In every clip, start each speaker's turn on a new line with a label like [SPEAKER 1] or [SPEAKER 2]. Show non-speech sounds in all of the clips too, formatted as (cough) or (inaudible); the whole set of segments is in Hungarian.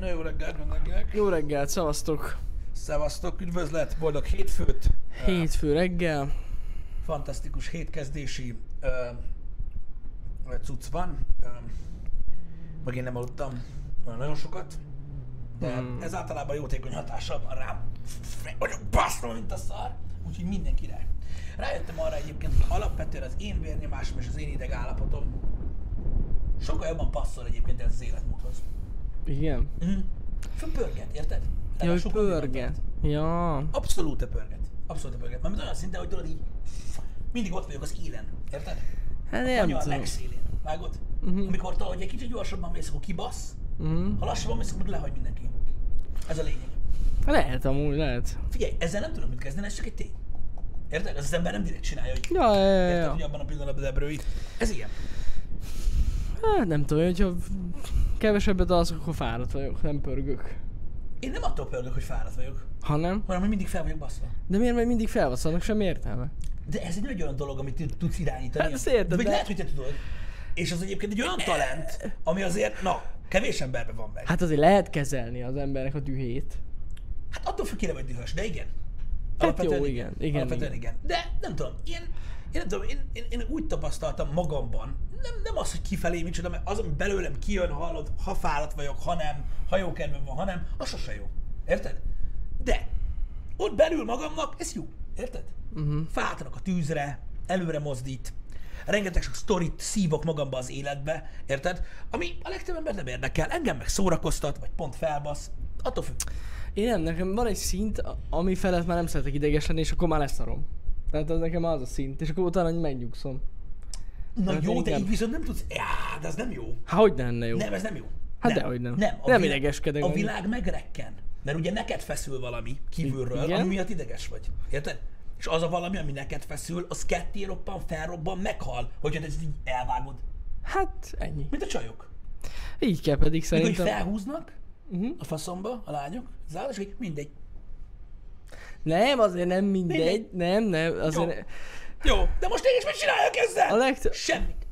[SPEAKER 1] Na jó reggelt mindenkinek!
[SPEAKER 2] Jó reggelt, szavaztok!
[SPEAKER 1] Szevasztok, üdvözlet, boldog hétfőt!
[SPEAKER 2] Hétfő reggel.
[SPEAKER 1] Fantasztikus hétkezdési ö, ö, cucc van. Ö, meg én nem aludtam olyan nagyon sokat, de hmm. ez általában jótékony hatással van rám. Fel vagyok baszva, mint a szar, úgyhogy minden király. Rájöttem arra egyébként, hogy alapvetően az én vérnyomásom és az én ideg állapotom sokkal jobban passzol egyébként ez az életmódhoz.
[SPEAKER 2] Igen.
[SPEAKER 1] Mm. Fő pörget, érted?
[SPEAKER 2] Ja,
[SPEAKER 1] Ráadásul
[SPEAKER 2] hogy pörget. Ja.
[SPEAKER 1] Abszolút a pörget. Abszolút a pörget. Mert olyan szinten, hogy tudod így, mindig ott vagyok az élen, érted? Nem
[SPEAKER 2] Hát nem
[SPEAKER 1] Nagyon a
[SPEAKER 2] tudom.
[SPEAKER 1] legszélén. Vágod? Uh-huh. Amikor tudod, hogy egy kicsit gyorsabban mész, akkor kibasz,
[SPEAKER 2] Mhm.
[SPEAKER 1] ha lassabban mész, akkor lehagy mindenki. Ez a lényeg.
[SPEAKER 2] Lehet amúgy, lehet.
[SPEAKER 1] Figyelj, ezzel nem tudom mit kezdeni, ez csak egy tény. Érted? Ez az ember nem direkt csinálja, hogy
[SPEAKER 2] Ja, ja, ja,
[SPEAKER 1] érted,
[SPEAKER 2] ja.
[SPEAKER 1] hogy abban a pillanatban debrő itt. Ez ilyen.
[SPEAKER 2] Hát nem tudom, hogyha kevesebbet alszok, akkor fáradt vagyok, nem pörgök.
[SPEAKER 1] Én nem attól pörgök, hogy fáradt vagyok,
[SPEAKER 2] Hanem?
[SPEAKER 1] hanem hogy mindig fel vagyok baszva.
[SPEAKER 2] De miért meg mindig felvasszalnak, semmi értelme?
[SPEAKER 1] De ez egy olyan dolog, amit tud- tudsz irányítani.
[SPEAKER 2] Hát ezt érted,
[SPEAKER 1] Vagy
[SPEAKER 2] de-
[SPEAKER 1] lehet, hogy te tudod. És az egyébként egy olyan talent, ami azért, na, kevés emberben van meg.
[SPEAKER 2] Hát azért lehet kezelni az embernek a dühét.
[SPEAKER 1] Hát attól függ, kire vagy dühös, de igen.
[SPEAKER 2] Hát jó, igen, igen,
[SPEAKER 1] Alapvetően igen. De nem tudom, én, én nem tudom, én, én, én, úgy tapasztaltam magamban, nem, nem az, hogy kifelé micsoda, mert az, ami belőlem kijön, hallod, ha fáradt vagyok, ha nem, ha jó kedvem van, ha nem, az sose jó. Érted? De ott belül magamnak ez jó. Érted?
[SPEAKER 2] Mhm.
[SPEAKER 1] Uh-huh. Fátranak a tűzre, előre mozdít, rengeteg sok sztorit szívok magamba az életbe, érted? Ami a legtöbb ember nem érdekel, engem meg szórakoztat, vagy pont felbasz, attól függ.
[SPEAKER 2] Én nem, nekem van egy szint, a- ami felett már nem szeretek ideges lenni, és akkor már leszarom. Tehát az nekem az a szint, és akkor utána megnyugszom.
[SPEAKER 1] Na
[SPEAKER 2] Hát
[SPEAKER 1] jó, de
[SPEAKER 2] inkább-
[SPEAKER 1] így viszont nem tudsz... Já, de ez nem jó.
[SPEAKER 2] Hát hogy ne lenne jó?
[SPEAKER 1] Nem, ez nem jó.
[SPEAKER 2] Hát dehogy nem.
[SPEAKER 1] nem, a
[SPEAKER 2] Nem
[SPEAKER 1] vilá-
[SPEAKER 2] idegeskedek
[SPEAKER 1] A
[SPEAKER 2] annyit.
[SPEAKER 1] világ megrekken. Mert ugye neked feszül valami kívülről,
[SPEAKER 2] Igen.
[SPEAKER 1] ami miatt ideges vagy. Érted? És az a valami, ami neked feszül, az ketté roppan, felrobban, meghal, hogyha te ezt így elvágod.
[SPEAKER 2] Hát ennyi.
[SPEAKER 1] Mint a csajok.
[SPEAKER 2] Így kell pedig
[SPEAKER 1] Mikor így
[SPEAKER 2] szerintem. Mhm.
[SPEAKER 1] felhúznak uh-huh. a faszomba a lányok, az állat, és így mindegy.
[SPEAKER 2] Nem, azért nem mindegy.
[SPEAKER 1] Mindegy.
[SPEAKER 2] Nem, nem, azért...
[SPEAKER 1] Jó.
[SPEAKER 2] Ne...
[SPEAKER 1] Jó, de most én is mit csináljak ezzel?
[SPEAKER 2] A legtöbb... (laughs)
[SPEAKER 1] Semmit.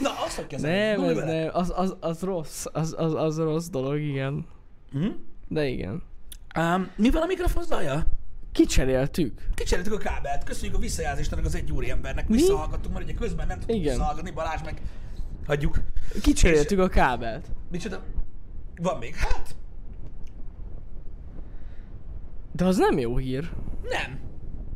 [SPEAKER 1] Na, azt, hogy kezelni.
[SPEAKER 2] Nem,
[SPEAKER 1] Gondolj
[SPEAKER 2] ez
[SPEAKER 1] bele.
[SPEAKER 2] nem. Az, az, az rossz. Az, az, az rossz dolog, igen.
[SPEAKER 1] Mhm.
[SPEAKER 2] De igen.
[SPEAKER 1] Ám, mi van a mikrofon zaja?
[SPEAKER 2] Kicseréltük.
[SPEAKER 1] Kicseréltük a kábelt, köszönjük a visszajelzést annak az egy úri embernek. Visszahallgattunk, mert ugye közben nem tudtuk
[SPEAKER 2] Igen.
[SPEAKER 1] visszahallgatni, Balázs meg hagyjuk.
[SPEAKER 2] Kicseréltük a kábelt.
[SPEAKER 1] Micsoda? Van még? Hát,
[SPEAKER 2] De az nem jó hír.
[SPEAKER 1] nem.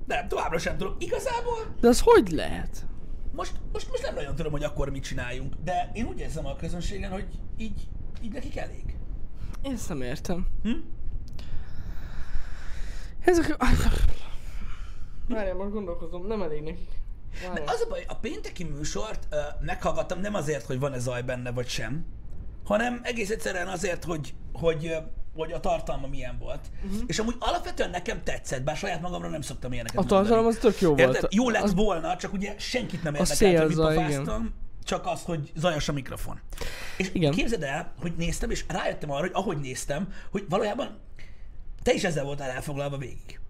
[SPEAKER 1] Nem, továbbra sem tudom. Igazából
[SPEAKER 2] De az hogy lehet?
[SPEAKER 1] most, most, most nem nagyon tudom, hogy akkor mit csináljunk, de én úgy érzem a közönségen, hogy így, így nekik elég.
[SPEAKER 2] Én ezt nem értem.
[SPEAKER 1] Hm?
[SPEAKER 2] Ezek... Várjál, most gondolkozom, nem elég nekik.
[SPEAKER 1] De
[SPEAKER 2] Várjál.
[SPEAKER 1] az a baj, a pénteki műsort ö, meghallgattam nem azért, hogy van-e zaj benne, vagy sem, hanem egész egyszerűen azért, hogy, hogy, ö, hogy a tartalma milyen volt. Uh-huh. És amúgy alapvetően nekem tetszett, bár saját magamra nem szoktam ilyeneket
[SPEAKER 2] A tartalom az tök jó
[SPEAKER 1] Érted?
[SPEAKER 2] volt.
[SPEAKER 1] Jó lett
[SPEAKER 2] Az-
[SPEAKER 1] volna, csak ugye senkit nem érdekelt,
[SPEAKER 2] szél
[SPEAKER 1] hogy mit
[SPEAKER 2] zaj,
[SPEAKER 1] pofáztam, csak az, hogy zajos a mikrofon. És
[SPEAKER 2] Igen.
[SPEAKER 1] képzeld el, hogy néztem, és rájöttem arra, hogy ahogy néztem, hogy valójában te is ezzel voltál elfoglalva végig.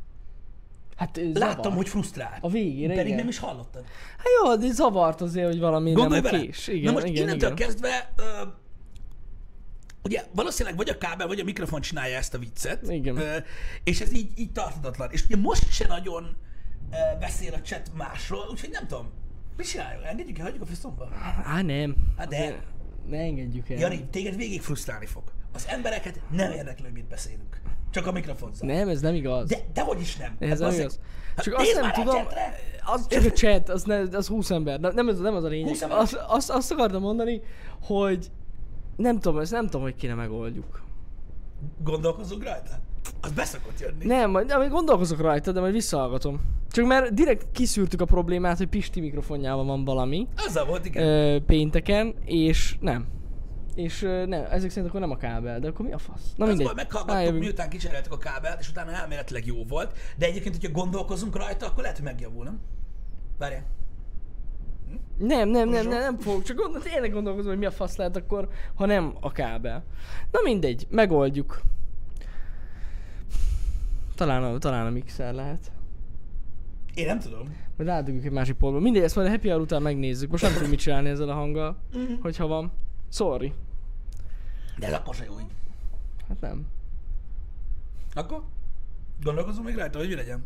[SPEAKER 2] Hát ö, zavar.
[SPEAKER 1] Láttam, hogy frusztrál.
[SPEAKER 2] A végére,
[SPEAKER 1] Pedig
[SPEAKER 2] igen.
[SPEAKER 1] nem is hallottad.
[SPEAKER 2] Hát jó, de zavart azért, hogy valami
[SPEAKER 1] Gondolj
[SPEAKER 2] nem
[SPEAKER 1] bele!
[SPEAKER 2] kés. Igen,
[SPEAKER 1] Na most
[SPEAKER 2] igen,
[SPEAKER 1] innentől
[SPEAKER 2] igen.
[SPEAKER 1] kezdve, ö, ugye valószínűleg vagy a kábel, vagy a mikrofon csinálja ezt a viccet,
[SPEAKER 2] Igen.
[SPEAKER 1] Ö, és ez így, így tartatatlan. És ugye most se nagyon ö, beszél a chat másról, úgyhogy nem tudom. Mi csináljuk? Engedjük el, hagyjuk a faszomba?
[SPEAKER 2] Á, nem.
[SPEAKER 1] Hát de.
[SPEAKER 2] Azért Ne engedjük el.
[SPEAKER 1] Jani, téged végig frusztrálni fog. Az embereket nem érdekli, hogy mit beszélünk. Csak a mikrofon zaj.
[SPEAKER 2] Nem, ez nem igaz.
[SPEAKER 1] De, dehogy is nem.
[SPEAKER 2] Ez nem
[SPEAKER 1] bazeg.
[SPEAKER 2] igaz.
[SPEAKER 1] Hát
[SPEAKER 2] Csak
[SPEAKER 1] nézd
[SPEAKER 2] azt nem
[SPEAKER 1] már a
[SPEAKER 2] tudom,
[SPEAKER 1] chatre!
[SPEAKER 2] az csak a chat, az, ne, az 20 ember, Na, nem, ez, nem az a
[SPEAKER 1] 20
[SPEAKER 2] lényeg.
[SPEAKER 1] ember.
[SPEAKER 2] Azt, azt, azt akartam mondani, hogy nem tudom, ezt nem tudom, hogy kéne megoldjuk.
[SPEAKER 1] Gondolkozunk rajta? Az beszokott jönni.
[SPEAKER 2] Nem, majd, de majd gondolkozok rajta, de majd visszahallgatom. Csak mert direkt kiszűrtük a problémát, hogy Pisti mikrofonjában van valami
[SPEAKER 1] Azzal volt, igen.
[SPEAKER 2] ö, pénteken, és nem. És ö, nem, ezek szerint akkor nem a kábel, de akkor mi a fasz? Na
[SPEAKER 1] Az
[SPEAKER 2] mindegy.
[SPEAKER 1] volt, szóval meghallgattuk,
[SPEAKER 2] Rájövünk.
[SPEAKER 1] miután kicseréltük a kábelt, és utána elméletileg jó volt, de egyébként, hogyha gondolkozunk rajta, akkor lehet, hogy megjavul, nem? Várjál.
[SPEAKER 2] Nem, nem, nem, nem, nem fogok, csak gondol, tényleg gondolkozom, hogy mi a fasz lehet akkor, ha nem a kábel. Na mindegy, megoldjuk. Talán a, talán a mixer lehet.
[SPEAKER 1] Én nem tudom.
[SPEAKER 2] Majd rádugjuk egy másik polba. Mindegy, ezt majd a
[SPEAKER 1] Mhm.
[SPEAKER 2] happy hour után megnézzük. Most nem tudom mit csinálni ezzel a hanggal, hogyha van. Sorry.
[SPEAKER 1] De ez akkor se jó így.
[SPEAKER 2] Hát nem.
[SPEAKER 1] Akkor? Gondolkozunk még rajta, hogy mi legyen?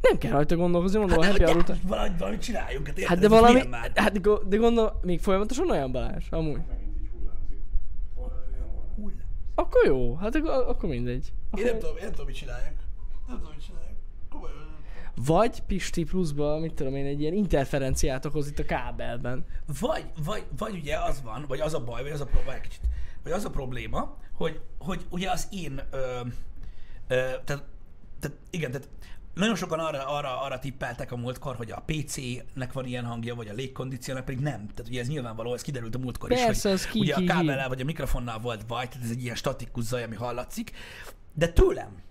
[SPEAKER 2] Nem kell rajta gondolkozni, mondom, hát, a happy hour után.
[SPEAKER 1] Valamit, valamit csináljunk, hát,
[SPEAKER 2] Hát
[SPEAKER 1] érted,
[SPEAKER 2] de
[SPEAKER 1] ez milyen
[SPEAKER 2] valami,
[SPEAKER 1] már?
[SPEAKER 2] hát go- de gondolom, még folyamatosan olyan Balázs, amúgy.
[SPEAKER 3] Megint így hullámzik. Valami-
[SPEAKER 1] Hullám.
[SPEAKER 2] Akkor jó, hát akkor, akkor mindegy.
[SPEAKER 1] Én
[SPEAKER 2] Akkor...
[SPEAKER 1] nem tudom, én nem tudom, mit csinálják. Nem tudom, mit csinálják. Komolyan.
[SPEAKER 2] Vagy Pisti pluszba, mit tudom én, egy ilyen interferenciát okoz itt a kábelben.
[SPEAKER 1] Vagy, vagy, vagy ugye az van, vagy az a baj, vagy az a probléma, kicsit, vagy az a probléma, hogy, hogy ugye az én, ö, ö, tehát, tehát, igen, tehát nagyon sokan arra, arra, arra tippeltek a múltkor, hogy a PC-nek van ilyen hangja, vagy a légkondíciónak, pedig nem. Tehát ugye ez nyilvánvaló, ez kiderült a múltkor is,
[SPEAKER 2] Persze,
[SPEAKER 1] hogy
[SPEAKER 2] az ki-
[SPEAKER 1] ugye
[SPEAKER 2] ki-
[SPEAKER 1] a
[SPEAKER 2] ki.
[SPEAKER 1] kábellel vagy a mikrofonnal volt baj, tehát ez egy ilyen statikus zaj, ami hallatszik. De tőlem,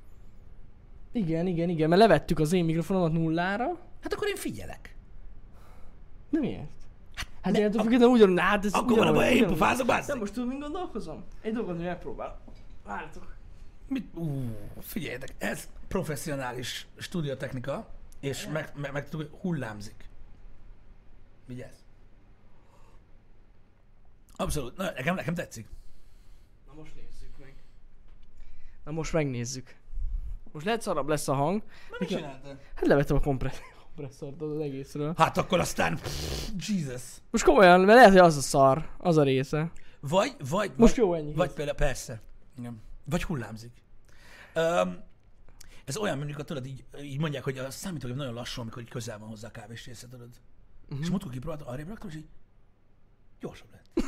[SPEAKER 2] Igen, igen, igen, mert levettük az én mikrofonomat nullára.
[SPEAKER 1] hát akkor én figyelek.
[SPEAKER 2] De miért? Hát én attól függetlenül ugyanúgy, hát ez
[SPEAKER 1] Akkor van a
[SPEAKER 2] ugyanolyan-
[SPEAKER 1] baj, én
[SPEAKER 2] ugyanolyan.
[SPEAKER 1] pofázok, bász!
[SPEAKER 2] Nem, most tudod, mint gondolkozom? Egy dolgot, hogy megpróbál. Vártok.
[SPEAKER 1] Mit? Ú, figyeljetek, ez professzionális stúdiotechnika, és meg, meg, meg tudod, hogy hullámzik. Vigyázz. Abszolút. Na, nekem, nekem tetszik.
[SPEAKER 2] Na most nézzük meg. Na most megnézzük. Most lehet szarabb lesz a hang.
[SPEAKER 1] Mit csináltál?
[SPEAKER 2] Hát levettem a kompre- kompresszort az egészről.
[SPEAKER 1] Hát akkor aztán... Jesus.
[SPEAKER 2] Most komolyan, mert lehet, hogy az a szar, az a része.
[SPEAKER 1] Vagy, vagy...
[SPEAKER 2] Most
[SPEAKER 1] vagy,
[SPEAKER 2] jó ennyi.
[SPEAKER 1] Vagy például, persze. Igen. Vagy hullámzik. Um, ez olyan, mint amikor tudod, így, így mondják, hogy a számítógép nagyon lassú, amikor így közel van hozzá a kávés része, tudod. Uh-huh.
[SPEAKER 2] Mhm.
[SPEAKER 1] És múltkor kipróbáltam, arrébb raktam, és így gyorsabb lett.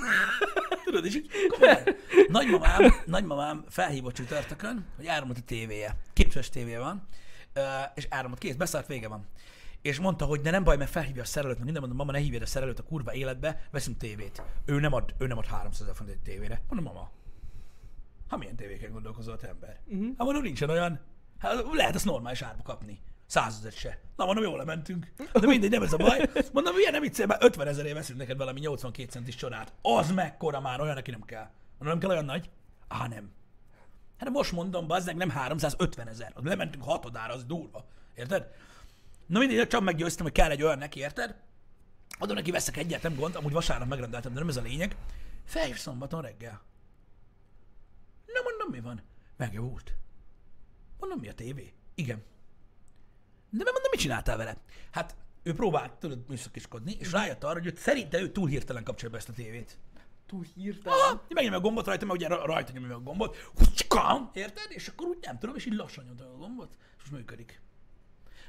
[SPEAKER 1] tudod, és így komolyan. Nagymamám, nagymamám felhívott csütörtökön, hogy áramlott a tévéje. Képes tévé van, ö, és áramlott kész, beszárt, vége van. És mondta, hogy de nem baj, mert felhívja a szerelőt, meg minden mondom, mama, ne hívjad a szerelőt a kurva életbe, veszünk tévét. Ő nem ad, ő nem ad 300 ezer fontot egy tévére. Mondom, mama, ha milyen tévéken gondolkozott ember? Uh-huh. Hát mondom, nincsen olyan. Hát lehet ezt normális árba kapni. Százezet se. Na mondom, jól lementünk. De mindegy, nem ez a baj. Mondom, ilyen nem viccelj, mert 50 ezerért veszünk neked valami 82 centis csodát. Az mekkora már, olyan, aki nem kell. Mondom, nem kell olyan nagy? Á, nem. Hát most mondom, bazdmeg nem 350 ezer. Lementünk hatodára, az durva. Érted? Na mindegy, csak meggyőztem, hogy kell egy olyan neki, érted? Adom neki, veszek egyet, nem gond, amúgy vasárnap megrendeltem, de nem ez a lényeg. Felhív szombaton reggel. Na mondom, mi van? Megjavult. Mondom, mi a tévé? Igen. De mert mondom, mit csináltál vele? Hát ő próbált, tudod, műszakiskodni, és rájött arra, hogy őt- szerinte ő túl hirtelen kapcsolja be ezt a tévét.
[SPEAKER 2] Túl hirtelen.
[SPEAKER 1] Ah, megnyomja a gombot rajta, mert ugye ra- rajta nyomja a gombot. Hucskam! Érted? És akkor úgy nem tudom, és így lassan nyomta a gombot, és most működik.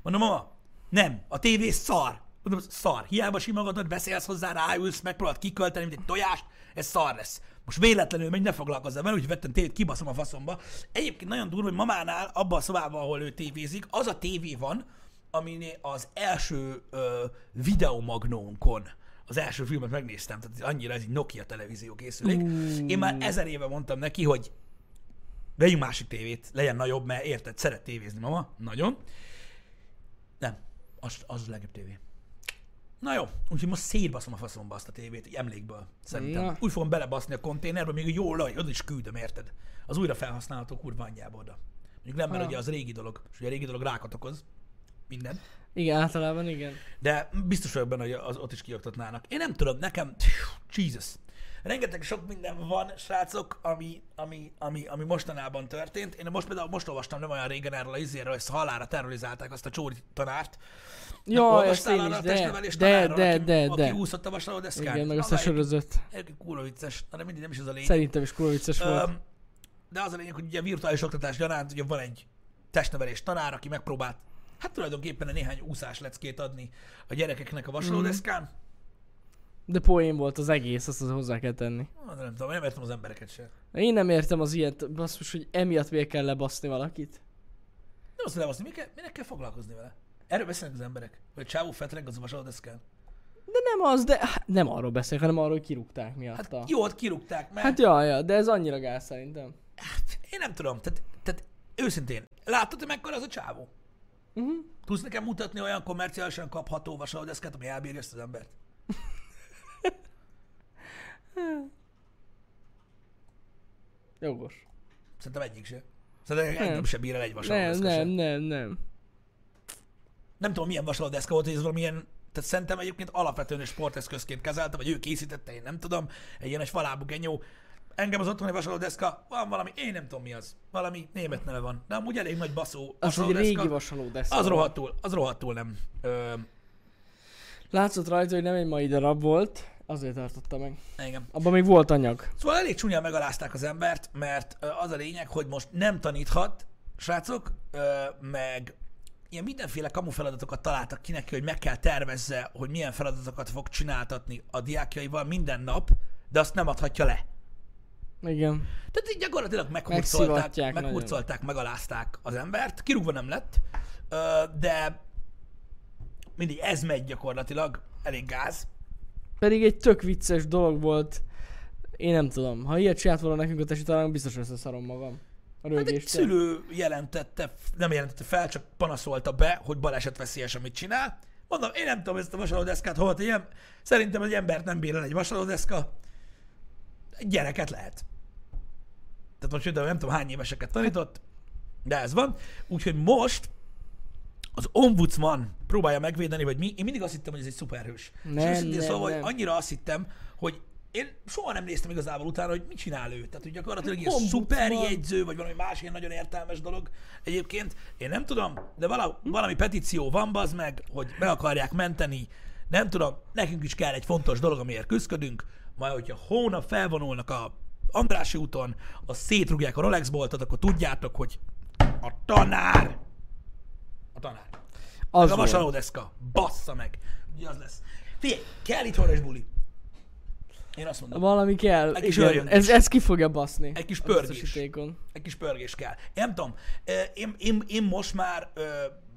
[SPEAKER 1] Mondom, mama, nem, a tévé szar. Mondom, szar. Hiába simogatod, beszélsz hozzá, ráülsz, megpróbáld kikölteni, mint egy tojást, ez szar lesz. Most véletlenül még ne foglalkozzál vele, úgy vettem tévét, kibaszom a faszomba. Egyébként nagyon durva, hogy mamánál, abban a szobában, ahol ő tévézik, az a tévé van, ami az első ö, videomagnónkon az első filmet megnéztem, tehát annyira ez egy Nokia televízió készülék. Én már ezer éve mondtam neki, hogy vegyünk másik tévét, legyen nagyobb, mert érted, szeret tévézni mama, nagyon. Nem, az, az a legjobb tévé. Na jó, úgyhogy most szétbaszom a faszomba azt a tévét, így emlékből, szerintem.
[SPEAKER 2] Na.
[SPEAKER 1] Na. Úgy fogom belebaszni a konténerbe, még jó olaj, oda is küldöm, érted? Az újra felhasználható kurva anyjába oda. Mondjuk nem, mert
[SPEAKER 2] Ah.
[SPEAKER 1] ugye az régi dolog, és ugye a régi dolog rákat okoz, minden.
[SPEAKER 2] Igen, általában igen.
[SPEAKER 1] De biztos vagyok benne, hogy az, ott is kioktatnának. Én nem tudom, nekem... Jesus. Rengeteg sok minden van, srácok, ami, ami, ami, ami mostanában történt. Én most például most olvastam nem olyan régen erről a izéről, ezt halára terrorizálták azt a csóri tanárt.
[SPEAKER 2] Jó, ezt
[SPEAKER 1] Olvastál
[SPEAKER 2] én
[SPEAKER 1] arra
[SPEAKER 2] is,
[SPEAKER 1] a
[SPEAKER 2] de,
[SPEAKER 1] testnevelés
[SPEAKER 2] de,
[SPEAKER 1] tanárról,
[SPEAKER 2] de,
[SPEAKER 1] aki-
[SPEAKER 2] de,
[SPEAKER 1] Aki
[SPEAKER 2] de.
[SPEAKER 1] úszott a vasaló deszkán.
[SPEAKER 2] Igen, meg azt a
[SPEAKER 1] Amelyik-
[SPEAKER 2] sorozat.
[SPEAKER 1] Egyébként kurva vicces, na de mindig nem is az a lényeg.
[SPEAKER 2] Szerintem is kurva vicces volt.
[SPEAKER 1] Öm, de az a lényeg, hogy ugye virtuális oktatás gyanánt ugye van egy testnevelés tanár, aki megpróbált hát tulajdonképpen néhány úszás leckét adni a gyerekeknek a vasalódeszkán.
[SPEAKER 2] Mhm.
[SPEAKER 1] Mm.
[SPEAKER 2] De poén volt az egész, azt az hozzá kell tenni.
[SPEAKER 1] Nem tudom, nem értem az embereket se.
[SPEAKER 2] Én nem értem az ilyet, basszus, hogy emiatt miért kell lebaszni valakit.
[SPEAKER 1] Nem azt mondom, azt, hogy mi kell, minek kell foglalkozni vele? Erről beszélnek az emberek, hogy a csávó fetreng az a vasalódeszkán.
[SPEAKER 2] De nem az, de hát nem arról beszélek, hanem arról, hogy kirúgták
[SPEAKER 1] Hát
[SPEAKER 2] miatta.
[SPEAKER 1] jó, ott kirúgták, mert Hát,
[SPEAKER 2] Hát jaj, ja, de ez annyira gáz szerintem.
[SPEAKER 1] én nem tudom, tehát, tehát őszintén, látod, hogy mekkora az a csávó? Uh-huh.
[SPEAKER 2] Mhm.
[SPEAKER 1] Tudsz nekem mutatni olyan komerciálisan kapható vasalódeszkát, ami elbírja ezt az embert?
[SPEAKER 2] Jogos.
[SPEAKER 1] Szerintem egyik se. Szerintem
[SPEAKER 2] Nem.
[SPEAKER 1] egy nem se bír el egy
[SPEAKER 2] Nem,
[SPEAKER 1] vasalódeszka se.
[SPEAKER 2] nem, nem, nem.
[SPEAKER 1] nem tudom, milyen vasalódeszka volt, hogy ez valamilyen, tehát szerintem egyébként alapvetően egy sporteszközként kezelte, vagy ő készítette, én nem tudom, egy ilyen egy falábú genyó. engem az otthoni vasalódeszka, van valami, én nem tudom mi az, valami német neve van, de amúgy elég nagy baszó
[SPEAKER 2] Az egy
[SPEAKER 1] vasalódeszka.
[SPEAKER 2] régi vasalódeszka.
[SPEAKER 1] Az
[SPEAKER 2] volt.
[SPEAKER 1] rohadtul, az rohadtul nem. Ö,
[SPEAKER 2] Látszott rajta, hogy nem egy mai darab volt, azért tartotta meg.
[SPEAKER 1] engem.
[SPEAKER 2] Abban még volt anyag.
[SPEAKER 1] Szóval elég csúnyán megalázták az embert, mert ö, az a lényeg, hogy most nem taníthat, srácok, ö, meg ilyen mindenféle kamu feladatokat találtak ki neki, hogy meg kell tervezze, hogy milyen feladatokat fog csináltatni a diákjaival minden nap, de azt nem adhatja le.
[SPEAKER 2] Igen.
[SPEAKER 1] Tehát így gyakorlatilag meghurcolták,
[SPEAKER 2] Megszivatják nagyon.
[SPEAKER 1] meghurcolták, megalázták az embert. Kirúgva nem lett, ö, de mindig ez megy gyakorlatilag, elég gáz.
[SPEAKER 2] Pedig egy tök vicces dolog volt. Én nem tudom, ha ilyet csinált volna nekünk a tesi talán biztos összeszarom magam. A
[SPEAKER 1] Hát egy
[SPEAKER 2] rögéstől.
[SPEAKER 1] szülő jelentette, nem jelentette fel, csak panaszolta be, hogy balesetveszélyes, amit csinál. Mondom, én nem tudom ezt a vasalódeszkát, hol ilyen. Szerintem egy embert nem bír el egy vasalódeszka. Egy gyereket lehet. Tehát most például nem tudom hány éveseket tanított, de ez van. Úgyhogy most az ombudsman próbálja megvédeni, vagy mi. Én mindig azt hittem, hogy ez egy szuperhős. És
[SPEAKER 2] Nem,
[SPEAKER 1] őszintén
[SPEAKER 2] nem,
[SPEAKER 1] szóval, hogy
[SPEAKER 2] nem.
[SPEAKER 1] annyira azt hittem, hogy én soha nem néztem igazából utána, hogy mit csinál ő. Tehát, hogy gyakorlatilag ilyen
[SPEAKER 2] Ombudsman.
[SPEAKER 1] szuperjegyző, vagy valami más ilyen nagyon értelmes dolog. Egyébként én nem tudom, de vala, valami petíció van, bazd meg, hogy meg akarják menteni. Nem tudom, nekünk is kell egy fontos dolog, amiért küzdködünk. Majd, hogyha hónap felvonulnak a Andrási úton, a szétrugják a Rolex boltot, akkor tudjátok, hogy a tanár, a tanár,
[SPEAKER 2] Az
[SPEAKER 1] az a
[SPEAKER 2] volt.
[SPEAKER 1] vasalódeszka, bassza meg, ugye az lesz. Figyelj, kell itt forrás buli. Én azt mondom.
[SPEAKER 2] Valami kell.
[SPEAKER 1] Egy kis
[SPEAKER 2] Igen.
[SPEAKER 1] örjön
[SPEAKER 2] Ez,
[SPEAKER 1] is.
[SPEAKER 2] ez ki fogja baszni.
[SPEAKER 1] Egy kis
[SPEAKER 2] a
[SPEAKER 1] pörgés.
[SPEAKER 2] biztosítékon.
[SPEAKER 1] Egy kis pörgés kell. Én nem tudom, ö, én, én, én most már ö,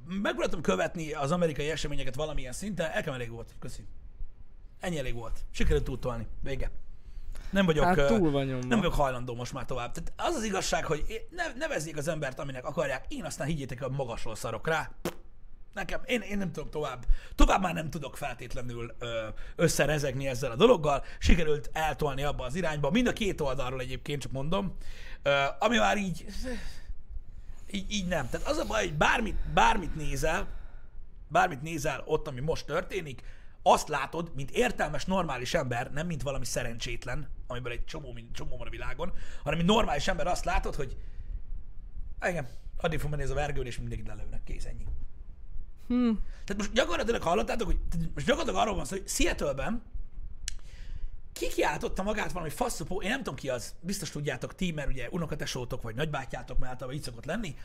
[SPEAKER 1] megpróbáltam követni az amerikai eseményeket valamilyen szinten, nekem elég volt, köszi. Ennyi elég volt. Sikerült túltolni. Vége. Nem vagyok,
[SPEAKER 2] Hát
[SPEAKER 1] ö,
[SPEAKER 2] túl van nyomva.
[SPEAKER 1] nem vagyok hajlandó most már tovább. Tehát az az igazság, hogy é- ne, nevezzék az embert, aminek akarják, én aztán higgyétek, hogy magasról szarok rá. Nekem, én, én nem tudok tovább. Tovább már nem tudok feltétlenül ö, összerezegni ezzel a dologgal. Sikerült eltolni abba az irányba, mind a két oldalról egyébként, csak mondom. Ö, ami már így, így, így nem. Tehát az a baj, hogy bármit, bármit nézel, bármit nézel ott, ami most történik, azt látod, mint értelmes, normális ember, nem mint valami szerencsétlen, amiből egy csomó, min- csomó van a világon, hanem mint normális ember azt látod, hogy igen, addig fog menni ez a vergődés, és mindig lelőnek, kész ennyi.
[SPEAKER 2] Hmm.
[SPEAKER 1] Tehát most gyakorlatilag hallottátok, hogy tehát most gyakorlatilag arról van szó, hogy Seattle-ben kikiáltotta magát valami faszopó, én nem tudom ki az, biztos tudjátok ti, mert ugye unokatesótok vagy nagybátyátok, mert általában így szokott lenni,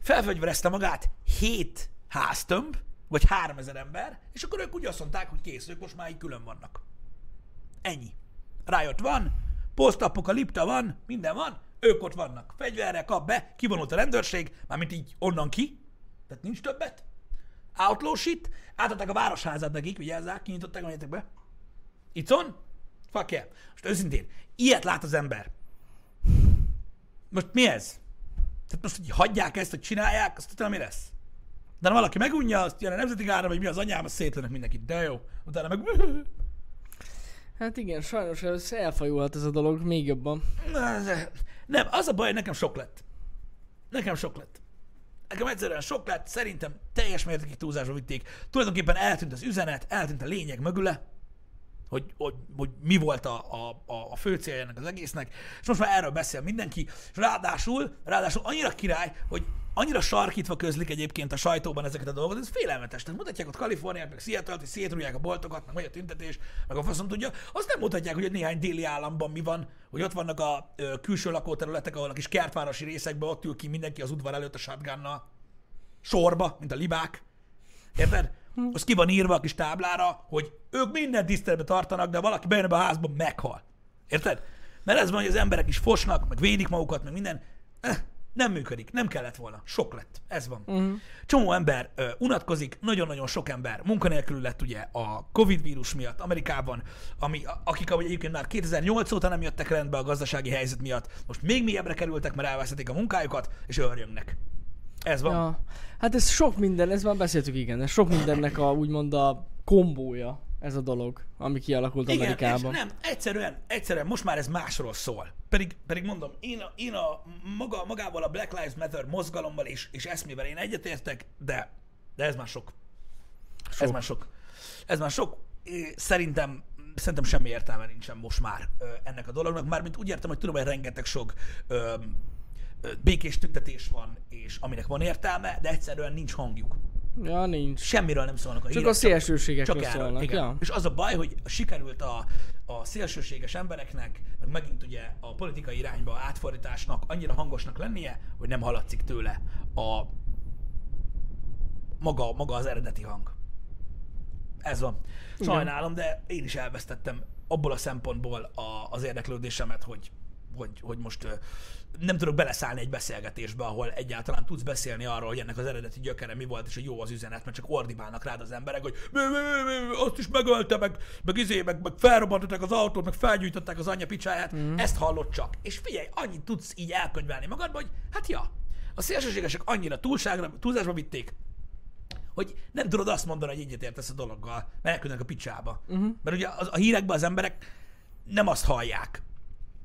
[SPEAKER 1] felfegyverezte magát hét háztömb, vagy 3000 ember, és akkor ők úgy azt mondták, hogy kész, ők most már így külön vannak. Ennyi. Riot van, posztapokalipta van, minden van, ők ott vannak. Fegyverre kap be, kivonult a rendőrség, mármint így onnan ki, tehát nincs többet. Outlaw shit, átadták a városházát nekik, vigyázzák, kinyitották, menjetek be. It's on? Fuck yeah. Most őszintén, ilyet lát az ember. Most mi ez? Tehát most, hogy hagyják ezt, hogy csinálják, azt utána mi lesz? De ha valaki megunja, azt jön a nemzeti gára, vagy mi az anyám, azt szétlőnek mindenkit. De jó, utána meg...
[SPEAKER 2] Hát igen, sajnos ez elfajulhat ez a dolog még jobban.
[SPEAKER 1] Nem, az a baj, hogy nekem sok lett. Nekem sok lett. Nekem egyszerűen sok lett, szerintem teljes mértékig túlzásba vitték. Tulajdonképpen eltűnt az üzenet, eltűnt a lényeg mögüle, hogy, hogy, hogy mi volt a, a, a, a fő célja ennek az egésznek, és most már erről beszél mindenki, és ráadásul, ráadásul annyira király, hogy annyira sarkítva közlik egyébként a sajtóban ezeket a dolgokat, ez félelmetes. Tehát mutatják ott Kaliforniát, meg Seattle-t, hogy szétrúgják a boltokat, meg megy a tüntetés, meg a faszom tudja. Azt nem mutatják, hogy a néhány déli államban mi van, hogy ott vannak a ö, külső lakóterületek, ahol a kis kertvárosi részekben ott ül ki mindenki az udvar előtt a shotgunnal sorba, mint a libák. Érted? Az ki van írva a kis táblára, hogy ők mindent tiszteletbe tartanak, de valaki bejön ebbe a házba, meghal. Érted? Mert ez van, hogy az emberek is fosnak, meg védik magukat, meg minden. Eh, Nem működik, nem kellett volna. Sok lett. Ez van. Uh-huh. Csomó ember ö, unatkozik, nagyon-nagyon sok ember munkanélkül lett ugye a Covid vírus miatt Amerikában, ami, a- akik ahogy egyébként már 2008 óta nem jöttek rendbe a gazdasági helyzet miatt, most még mélyebbre kerültek, mert elvesztették a munkájukat, és örjönnek. Ez van.
[SPEAKER 2] Ja. Hát ez sok minden, ez már beszéltük igen, ez sok mindennek a úgymond a kombója ez a dolog, ami kialakult Amerikában.
[SPEAKER 1] És nem, egyszerűen, egyszerűen most már ez másról szól. Pedig, pedig mondom, én, a, én a maga, magával a Black Lives Matter mozgalommal és, és eszmével én egyetértek, de, de ez már sok. sok. Ez már sok. Ez már sok. É, Szerintem szerintem semmi értelme nincsen most már ö, ennek a dolognak. Mármint úgy értem, hogy tudom, hogy rengeteg sok ö, ö, békés tüntetés van, és aminek van értelme, de egyszerűen nincs hangjuk.
[SPEAKER 2] Ja, nincs.
[SPEAKER 1] Semmiről nem szólnak a
[SPEAKER 2] Csak
[SPEAKER 1] hírek.
[SPEAKER 2] a szélsőségekről
[SPEAKER 1] Csak erről,
[SPEAKER 2] szólnak,
[SPEAKER 1] igen.
[SPEAKER 2] ja.
[SPEAKER 1] És az a baj, hogy sikerült a, a szélsőséges embereknek, meg megint ugye a politikai irányba átfordításnak annyira hangosnak lennie, hogy nem haladszik tőle a maga, maga az eredeti hang. Ez van. Sajnálom, de én is elvesztettem abból a szempontból a, az érdeklődésemet, hogy, hogy, hogy most ö, nem tudok beleszállni egy beszélgetésbe, ahol egyáltalán tudsz beszélni arról, hogy ennek az eredeti gyökere mi volt, és hogy jó az üzenet, mert csak ordibálnak rád az emberek, hogy mi, mi, mi, mi, azt is megölte, meg, meg izé, meg, meg felrobbantották az autót, meg felgyújtották az anyja picsáját, mm. ezt hallott csak. És figyelj, annyit tudsz így elkönyvelni magadba, hogy hát ja, a szélsőségesek annyira túlságra, túlzásba vitték, hogy nem tudod azt mondani, hogy egyetértesz a dologgal, mert elküldenek a picsába. Uh-huh. Mert ugye az, a hírekben az emberek nem azt hallják,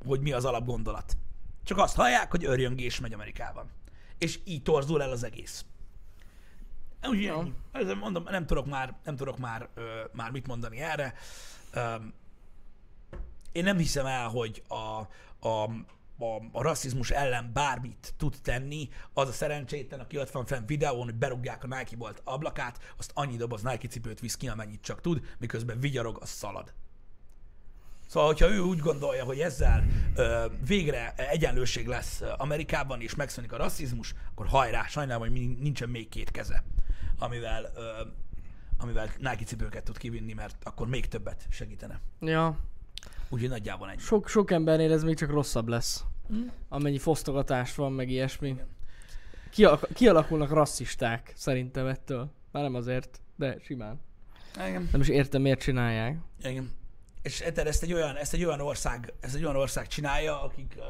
[SPEAKER 1] hogy mi az alapgondolat. Csak azt hallják, hogy örjöngés megy Amerikában. És így torzul el az egész. Úgyhogy ennyi. Ezzel mondom, nem tudok már, nem tudok már, ö, már mit mondani erre. Öm, én nem hiszem el, hogy a, a, a, a rasszizmus ellen bármit tud tenni, az a szerencsétlen, aki ott van fenn videón, hogy berúgják a Nike bolt ablakát, azt annyi doboz Nike cipőt visz ki, amennyit csak tud, miközben vigyarog, az szalad. Szóval, hogyha ő úgy gondolja, hogy ezzel ö, végre egyenlőség lesz ö, Amerikában, és megszűnik a rasszizmus, akkor hajrá, sajnálom, hogy min- nincsen még két keze, amivel, ö, amivel Nike cipőket tud kivinni, mert akkor még többet segítene.
[SPEAKER 2] Ja.
[SPEAKER 1] Úgyhogy nagyjából ennyi.
[SPEAKER 2] Sok, sok embernél ez még csak rosszabb lesz. Amennyi fosztogatás van, meg ilyesmi. Kiak- kialakulnak rasszisták szerintem ettől. Már nem azért, de simán.
[SPEAKER 1] Igen.
[SPEAKER 2] Nem is értem, miért csinálják.
[SPEAKER 1] Igen. És érted, ezt egy olyan, ezt egy olyan ország, ezt egy olyan ország csinálja, akik, ö,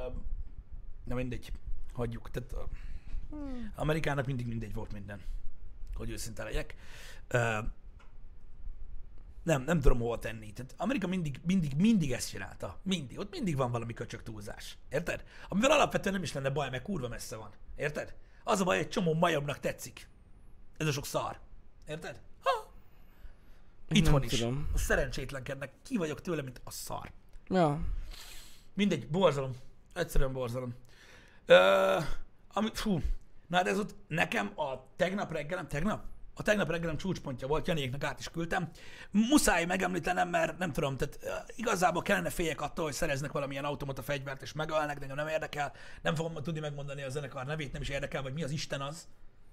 [SPEAKER 1] na mindegy, hagyjuk. Tehát ö, Amerikának mindig mindegy volt minden, hogy őszinte legyek. Ö, Nem, nem tudom hova tenni. Tehát Amerika mindig, mindig, mindig ezt csinálta. Mindig. Ott mindig van valami köcsök túlzás. Érted? Amivel alapvetően nem is lenne baj, mert kurva messze van. Érted? Az a baj, hogy egy csomó majomnak tetszik. Ez a sok szar. Érted? Ha! Itthon
[SPEAKER 2] Nem
[SPEAKER 1] is.
[SPEAKER 2] tudom.
[SPEAKER 1] A szerencsétlenkednek. Ki vagyok tőle, mint a szar.
[SPEAKER 2] Ja.
[SPEAKER 1] Mindegy, borzalom. Egyszerűen borzalom. Ö, ami, fú, na de ez ott nekem a tegnap reggelem, tegnap? A tegnap reggelem csúcspontja volt, Janéknak át is küldtem. Muszáj megemlítenem, mert nem tudom, tehát ö, igazából kellene féljek attól, hogy szereznek valamilyen automata fegyvert és megölnek, de engem nem érdekel. Nem fogom tudni megmondani a zenekar nevét, nem is érdekel, vagy mi az Isten az.